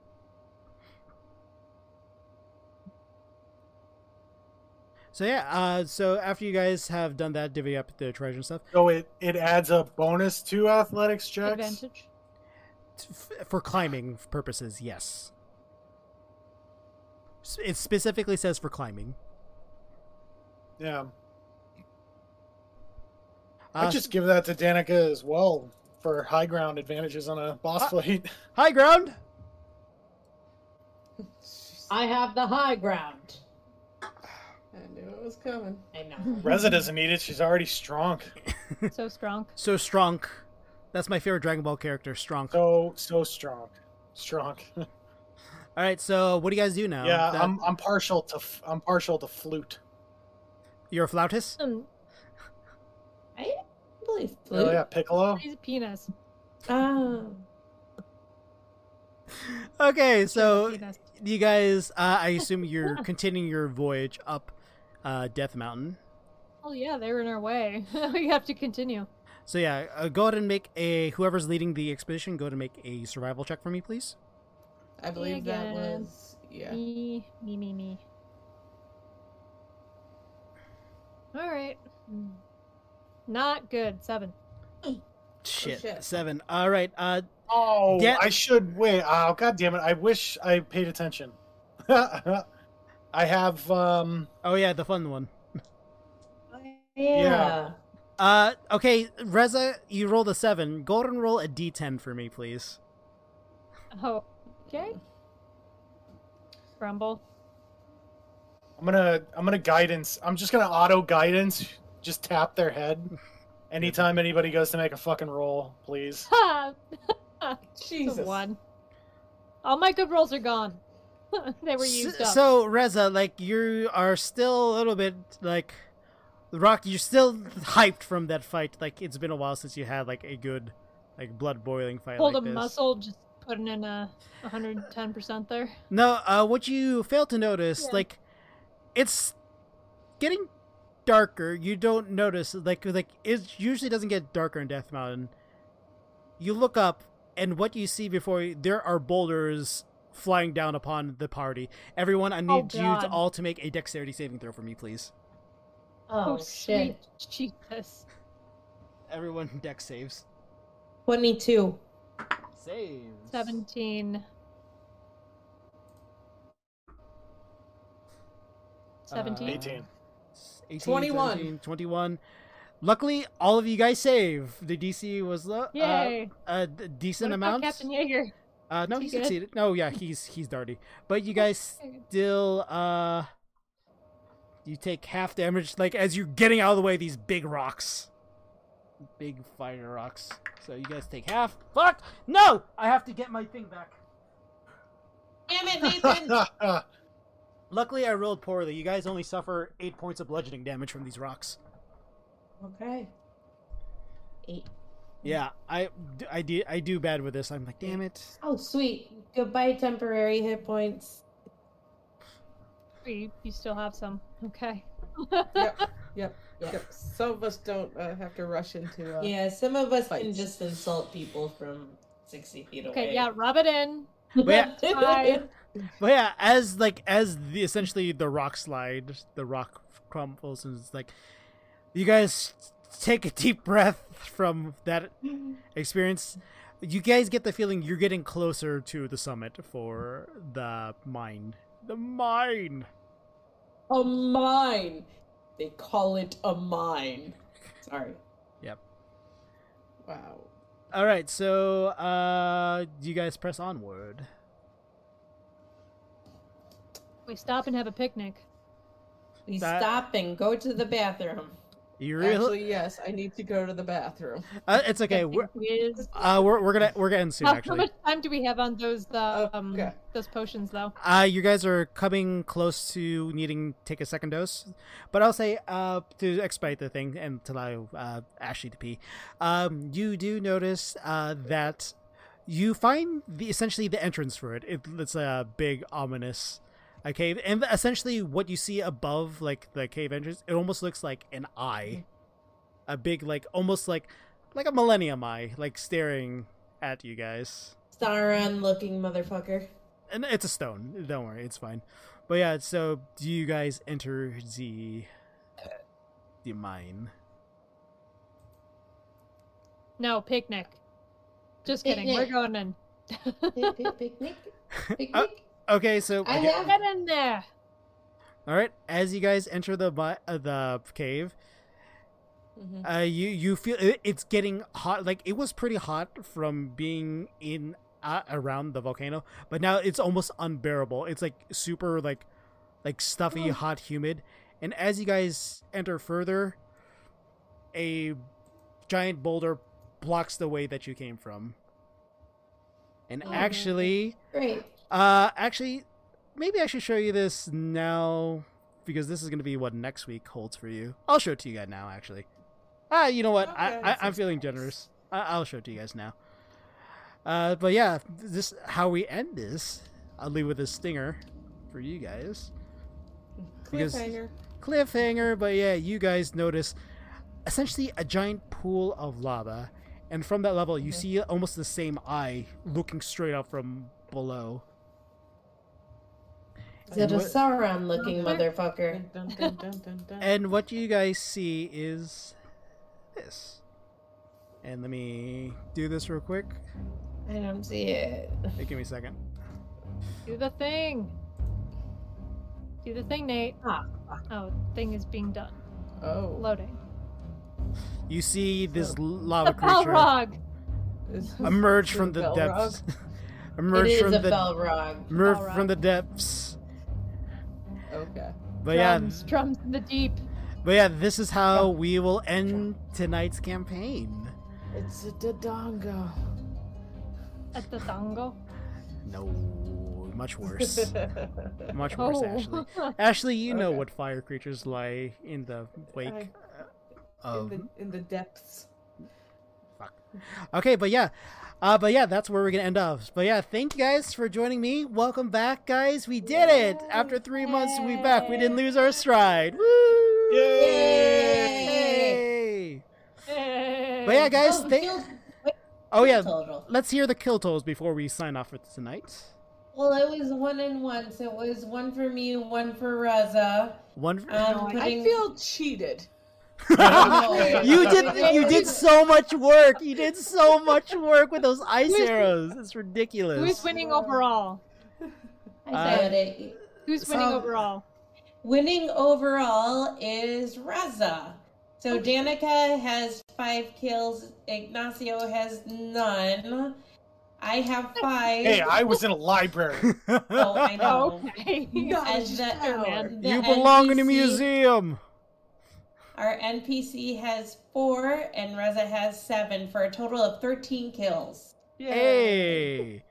[SPEAKER 1] So yeah, uh, so after you guys have done that, divvy up the treasure and stuff
[SPEAKER 4] So it it adds a bonus to athletics checks.
[SPEAKER 3] Advantage.
[SPEAKER 1] t- f- for climbing purposes, yes. S- It specifically says for climbing.
[SPEAKER 4] Yeah,
[SPEAKER 1] Uh,
[SPEAKER 4] I just give that to Danica as well for high ground advantages on a boss
[SPEAKER 1] Ah.
[SPEAKER 4] fight.
[SPEAKER 1] high ground.
[SPEAKER 2] I have the high ground.
[SPEAKER 5] I knew it was coming.
[SPEAKER 2] I know.
[SPEAKER 4] Reza doesn't need it; she's already strong.
[SPEAKER 3] So strong.
[SPEAKER 1] So strong. That's my favorite Dragon Ball character, Strong. All
[SPEAKER 4] So so strong, strong.
[SPEAKER 1] right, so what do you guys do now?
[SPEAKER 4] yeah, um-
[SPEAKER 1] That-
[SPEAKER 4] I'm I'm partial to f- I'm partial to flute.
[SPEAKER 1] you're a flautist.
[SPEAKER 3] Um,
[SPEAKER 2] I believe flute.
[SPEAKER 4] Oh yeah, piccolo.
[SPEAKER 3] he's a penis.
[SPEAKER 2] Ah.
[SPEAKER 1] Okay, so
[SPEAKER 3] Penis.
[SPEAKER 1] you guys, uh, I assume you're continuing your voyage up uh, Death Mountain.
[SPEAKER 3] Oh yeah, they were in our way. we have to continue.
[SPEAKER 1] So yeah, uh, go ahead and make a whoever's leading the expedition. Go ahead and make a survival check for me, please.
[SPEAKER 5] I believe that
[SPEAKER 3] again.
[SPEAKER 5] was yeah.
[SPEAKER 3] Me, me, me, me. All right. Hmm. Not good. Seven.
[SPEAKER 1] Shit,
[SPEAKER 5] shit.
[SPEAKER 1] seven. All right. Uh,
[SPEAKER 4] Oh,
[SPEAKER 1] Yeah.
[SPEAKER 4] I should wait. Oh, god damn it! I wish I paid attention. I have um.
[SPEAKER 1] oh yeah, the fun one.
[SPEAKER 2] Yeah.
[SPEAKER 1] Uh, okay, Reza, you roll a seven. Go ahead and roll a d10 for me, please.
[SPEAKER 3] Oh, okay. Grumble.
[SPEAKER 4] I'm gonna I'm gonna guidance. I'm just gonna auto guidance. Just tap their head. Anytime anybody goes to make a fucking roll, please.
[SPEAKER 3] Ha! It's a
[SPEAKER 5] Jesus.
[SPEAKER 3] One. All my good rolls are gone. they were used
[SPEAKER 1] S-
[SPEAKER 3] up.
[SPEAKER 1] So, Reza, like, you are still a little bit, like, Rock, you're still hyped from that fight. Like, it's been a while since you had, like, a good, like, blood boiling fight.
[SPEAKER 3] Pulled
[SPEAKER 1] like
[SPEAKER 3] a
[SPEAKER 1] this.
[SPEAKER 3] muscle, just putting in a 110% there.
[SPEAKER 1] No, uh, what you fail to notice,
[SPEAKER 3] Yeah.
[SPEAKER 1] like, it's getting darker. You don't notice, like, like it usually doesn't get darker in Death Mountain. You look up, and what you see before you, there are boulders flying down upon the party. Everyone, I
[SPEAKER 3] Oh,
[SPEAKER 1] need you to
[SPEAKER 3] God.
[SPEAKER 1] all to make a dexterity saving throw for me, please.
[SPEAKER 2] Oh, shit.
[SPEAKER 3] sweet Jesus.
[SPEAKER 1] Everyone, dex saves.
[SPEAKER 2] 22.
[SPEAKER 1] Saves.
[SPEAKER 3] 17. 17.
[SPEAKER 1] Uh,
[SPEAKER 4] Eighteen.
[SPEAKER 1] 18,
[SPEAKER 5] 21.
[SPEAKER 1] 17, 21. Luckily, all of you guys save. The DC was low. uh,
[SPEAKER 3] Yay. What
[SPEAKER 1] a d- decent
[SPEAKER 3] about
[SPEAKER 1] amount.
[SPEAKER 3] Captain Jaeger.
[SPEAKER 1] Uh, no,
[SPEAKER 3] Is he
[SPEAKER 1] he
[SPEAKER 3] good?
[SPEAKER 1] succeeded. No, yeah, he's he's dirty. But you guys
[SPEAKER 3] Okay.
[SPEAKER 1] still uh, you take half damage. Like as you're getting out of the way, of these big rocks, big fire rocks. So you guys take half. Fuck! No, I have to get my thing back.
[SPEAKER 2] Damn it, Nathan!
[SPEAKER 1] Luckily, I rolled poorly. You guys only suffer eight points of bludgeoning damage from these rocks.
[SPEAKER 2] okay. Eight.
[SPEAKER 1] Yeah, I, d- I, do, I do bad with this. I'm like, damn it.
[SPEAKER 2] Oh, sweet. Goodbye, temporary hit points.
[SPEAKER 3] You, you still have some. Okay.
[SPEAKER 5] Yep. Yep. Yep. Some of us don't uh, have to rush into. Uh,
[SPEAKER 2] Yeah, some of us can
[SPEAKER 5] Fights.
[SPEAKER 2] just insult people from 60 feet away.
[SPEAKER 3] Okay, yeah, rub it in.
[SPEAKER 1] But
[SPEAKER 3] Bye.
[SPEAKER 1] But yeah, as like as the essentially the rock slide, the rock crumbles and it's like you guys take a deep breath from that experience. You guys get the feeling you're getting closer to the summit for the mine. The mine.
[SPEAKER 7] A mine. They call it a mine. Sorry.
[SPEAKER 5] Wow.
[SPEAKER 1] All right, so uh you guys press onward.
[SPEAKER 3] We stop and have a picnic.
[SPEAKER 2] We
[SPEAKER 1] That-
[SPEAKER 2] stop and go to the bathroom.
[SPEAKER 1] You really?
[SPEAKER 5] Actually, yes. I need to go to the bathroom.
[SPEAKER 1] uh, it's okay.
[SPEAKER 3] Picnic
[SPEAKER 1] We're
[SPEAKER 3] is-
[SPEAKER 1] uh we're, we're gonna we're gonna end soon
[SPEAKER 3] How, how
[SPEAKER 1] actually.
[SPEAKER 3] much time do we have on those uh, um
[SPEAKER 5] Okay.
[SPEAKER 3] those potions though?
[SPEAKER 1] Uh, you guys are coming close to needing to take a second dose, but I'll say uh, to expedite the thing and to allow uh, Ashley to pee. Um, you do notice uh, that you find the essentially the entrance for it. it it's a big ominous uh cave, and essentially what you see above, like the cave entrance, it almost looks like an eye, a big like almost like like a millennium eye, like staring at you guys
[SPEAKER 2] Sauron looking motherfucker.
[SPEAKER 1] and it's a stone. Don't worry, it's fine. But yeah, so do you guys enter the the mine?
[SPEAKER 3] No, picnic. Just kidding.
[SPEAKER 2] Picnic.
[SPEAKER 3] We're going in.
[SPEAKER 2] Pic- pic- Picnic? Picnic?
[SPEAKER 1] Okay, so
[SPEAKER 2] I
[SPEAKER 1] okay.
[SPEAKER 2] have
[SPEAKER 3] Get in there.
[SPEAKER 1] all right. As you guys enter the mi- uh, the cave,
[SPEAKER 5] Mhm.
[SPEAKER 1] uh, you you feel it, it's getting hot. Like it was pretty hot from being in uh, around the volcano, but now it's almost unbearable. It's like super like like stuffy, hot, humid. And as you guys enter further, a giant boulder blocks the way that you came from. And
[SPEAKER 2] Oh.
[SPEAKER 1] actually,
[SPEAKER 2] Great.
[SPEAKER 1] uh, actually, maybe I should show you this now because this is going to be what next week holds for you. I'll show it to you guys now, actually. Ah, you know what?
[SPEAKER 5] Okay,
[SPEAKER 1] I, I, I'm
[SPEAKER 5] Oh, sounds
[SPEAKER 1] feeling
[SPEAKER 5] nice.
[SPEAKER 1] generous. I, I'll show it to you guys now. Uh, but yeah, this how we end this. I'll leave with a stinger for you guys
[SPEAKER 5] Cliffhanger.
[SPEAKER 1] Because- cliffhanger. But yeah, you guys notice essentially a giant pool of lava, and from that level, you see almost the same eye looking straight up from below.
[SPEAKER 2] Is it a
[SPEAKER 1] What-
[SPEAKER 2] Sauron looking motherfucker?
[SPEAKER 5] Dun, dun, dun, dun, dun, dun.
[SPEAKER 1] And what you guys see is this. And let me do this real quick.
[SPEAKER 2] I don't see it.
[SPEAKER 1] Hey, give me a second.
[SPEAKER 3] Do the thing. Do the thing, Nate.
[SPEAKER 2] Ah,
[SPEAKER 3] Oh, thing is being done.
[SPEAKER 5] oh,
[SPEAKER 3] Loading.
[SPEAKER 1] You see this l- lava
[SPEAKER 3] The
[SPEAKER 1] creature
[SPEAKER 3] Balrog.
[SPEAKER 5] this is-
[SPEAKER 1] emerge from
[SPEAKER 5] this
[SPEAKER 1] the
[SPEAKER 5] is Balrog.
[SPEAKER 1] depths. emerge
[SPEAKER 2] it
[SPEAKER 1] from
[SPEAKER 2] is a
[SPEAKER 1] the
[SPEAKER 2] Belrog.
[SPEAKER 1] emerge
[SPEAKER 3] Balrog.
[SPEAKER 1] from the depths.
[SPEAKER 5] Okay.
[SPEAKER 1] But yeah,
[SPEAKER 3] drums, drums in the deep.
[SPEAKER 1] but yeah, this is how we will end tonight's campaign.
[SPEAKER 5] It's a Dodongo.
[SPEAKER 3] At the dongle.
[SPEAKER 1] No, much worse. Much worse,
[SPEAKER 3] Oh.
[SPEAKER 1] Ashley. Ashley, you know
[SPEAKER 5] Okay.
[SPEAKER 1] what fire creatures lie in the wake
[SPEAKER 5] I-
[SPEAKER 1] of
[SPEAKER 5] in, the, in the depths.
[SPEAKER 1] Okay, but yeah. Uh, but yeah, that's where we're gonna end up. But yeah, thank you guys for joining me. Welcome back, guys. We did it after three months. We back. We didn't lose our stride. Woo! Yay! But yeah, guys.
[SPEAKER 2] Oh,
[SPEAKER 1] Thank.
[SPEAKER 2] kill-
[SPEAKER 1] Oh yeah,
[SPEAKER 2] Total.
[SPEAKER 1] let's hear the kill totals before we sign off for tonight.
[SPEAKER 2] Well, it was one and one, so it was one for me, one for Reza.
[SPEAKER 1] One.
[SPEAKER 2] Um,
[SPEAKER 5] Oh, I
[SPEAKER 2] putting-
[SPEAKER 5] feel cheated.
[SPEAKER 2] Oh, I know.
[SPEAKER 1] you did. You did so much work. You did so much work with those ice
[SPEAKER 3] Who's-
[SPEAKER 1] arrows. It's
[SPEAKER 3] Who's
[SPEAKER 1] ridiculous.
[SPEAKER 3] winning overall?
[SPEAKER 2] I said it.
[SPEAKER 3] Who's winning
[SPEAKER 1] So-
[SPEAKER 3] overall?
[SPEAKER 2] Winning overall is Reza. So Danica has five kills. Ignacio has none. I have five.
[SPEAKER 4] Hey, I was in a library.
[SPEAKER 2] oh, I know.
[SPEAKER 3] Okay.
[SPEAKER 2] And
[SPEAKER 5] Knowledge
[SPEAKER 2] the,
[SPEAKER 5] power.
[SPEAKER 2] the
[SPEAKER 1] You belong in a
[SPEAKER 2] NPC
[SPEAKER 1] museum.
[SPEAKER 2] Our NPC has four, and Reza has seven for a total of 13 kills.
[SPEAKER 1] Hey.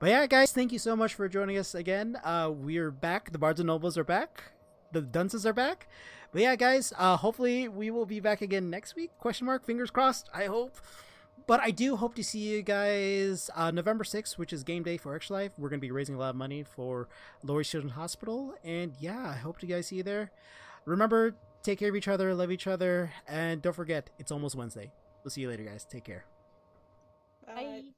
[SPEAKER 1] But yeah, guys, thank you so much for joining us again. Uh, we're back. The Bards and Nobles are back. The Dunces are back. But yeah, guys, uh, hopefully we will be back again next week. Question mark, fingers crossed. I hope. But I do hope to see you guys uh, November 6th, which is game day for Extra Life. We're going to be raising a lot of money for Lori's Children's Hospital. And yeah, I hope to guys see you there. Remember, take care of each other, love each other, and don't forget, it's almost Wednesday. We'll see you later, guys. Take care.
[SPEAKER 3] Bye.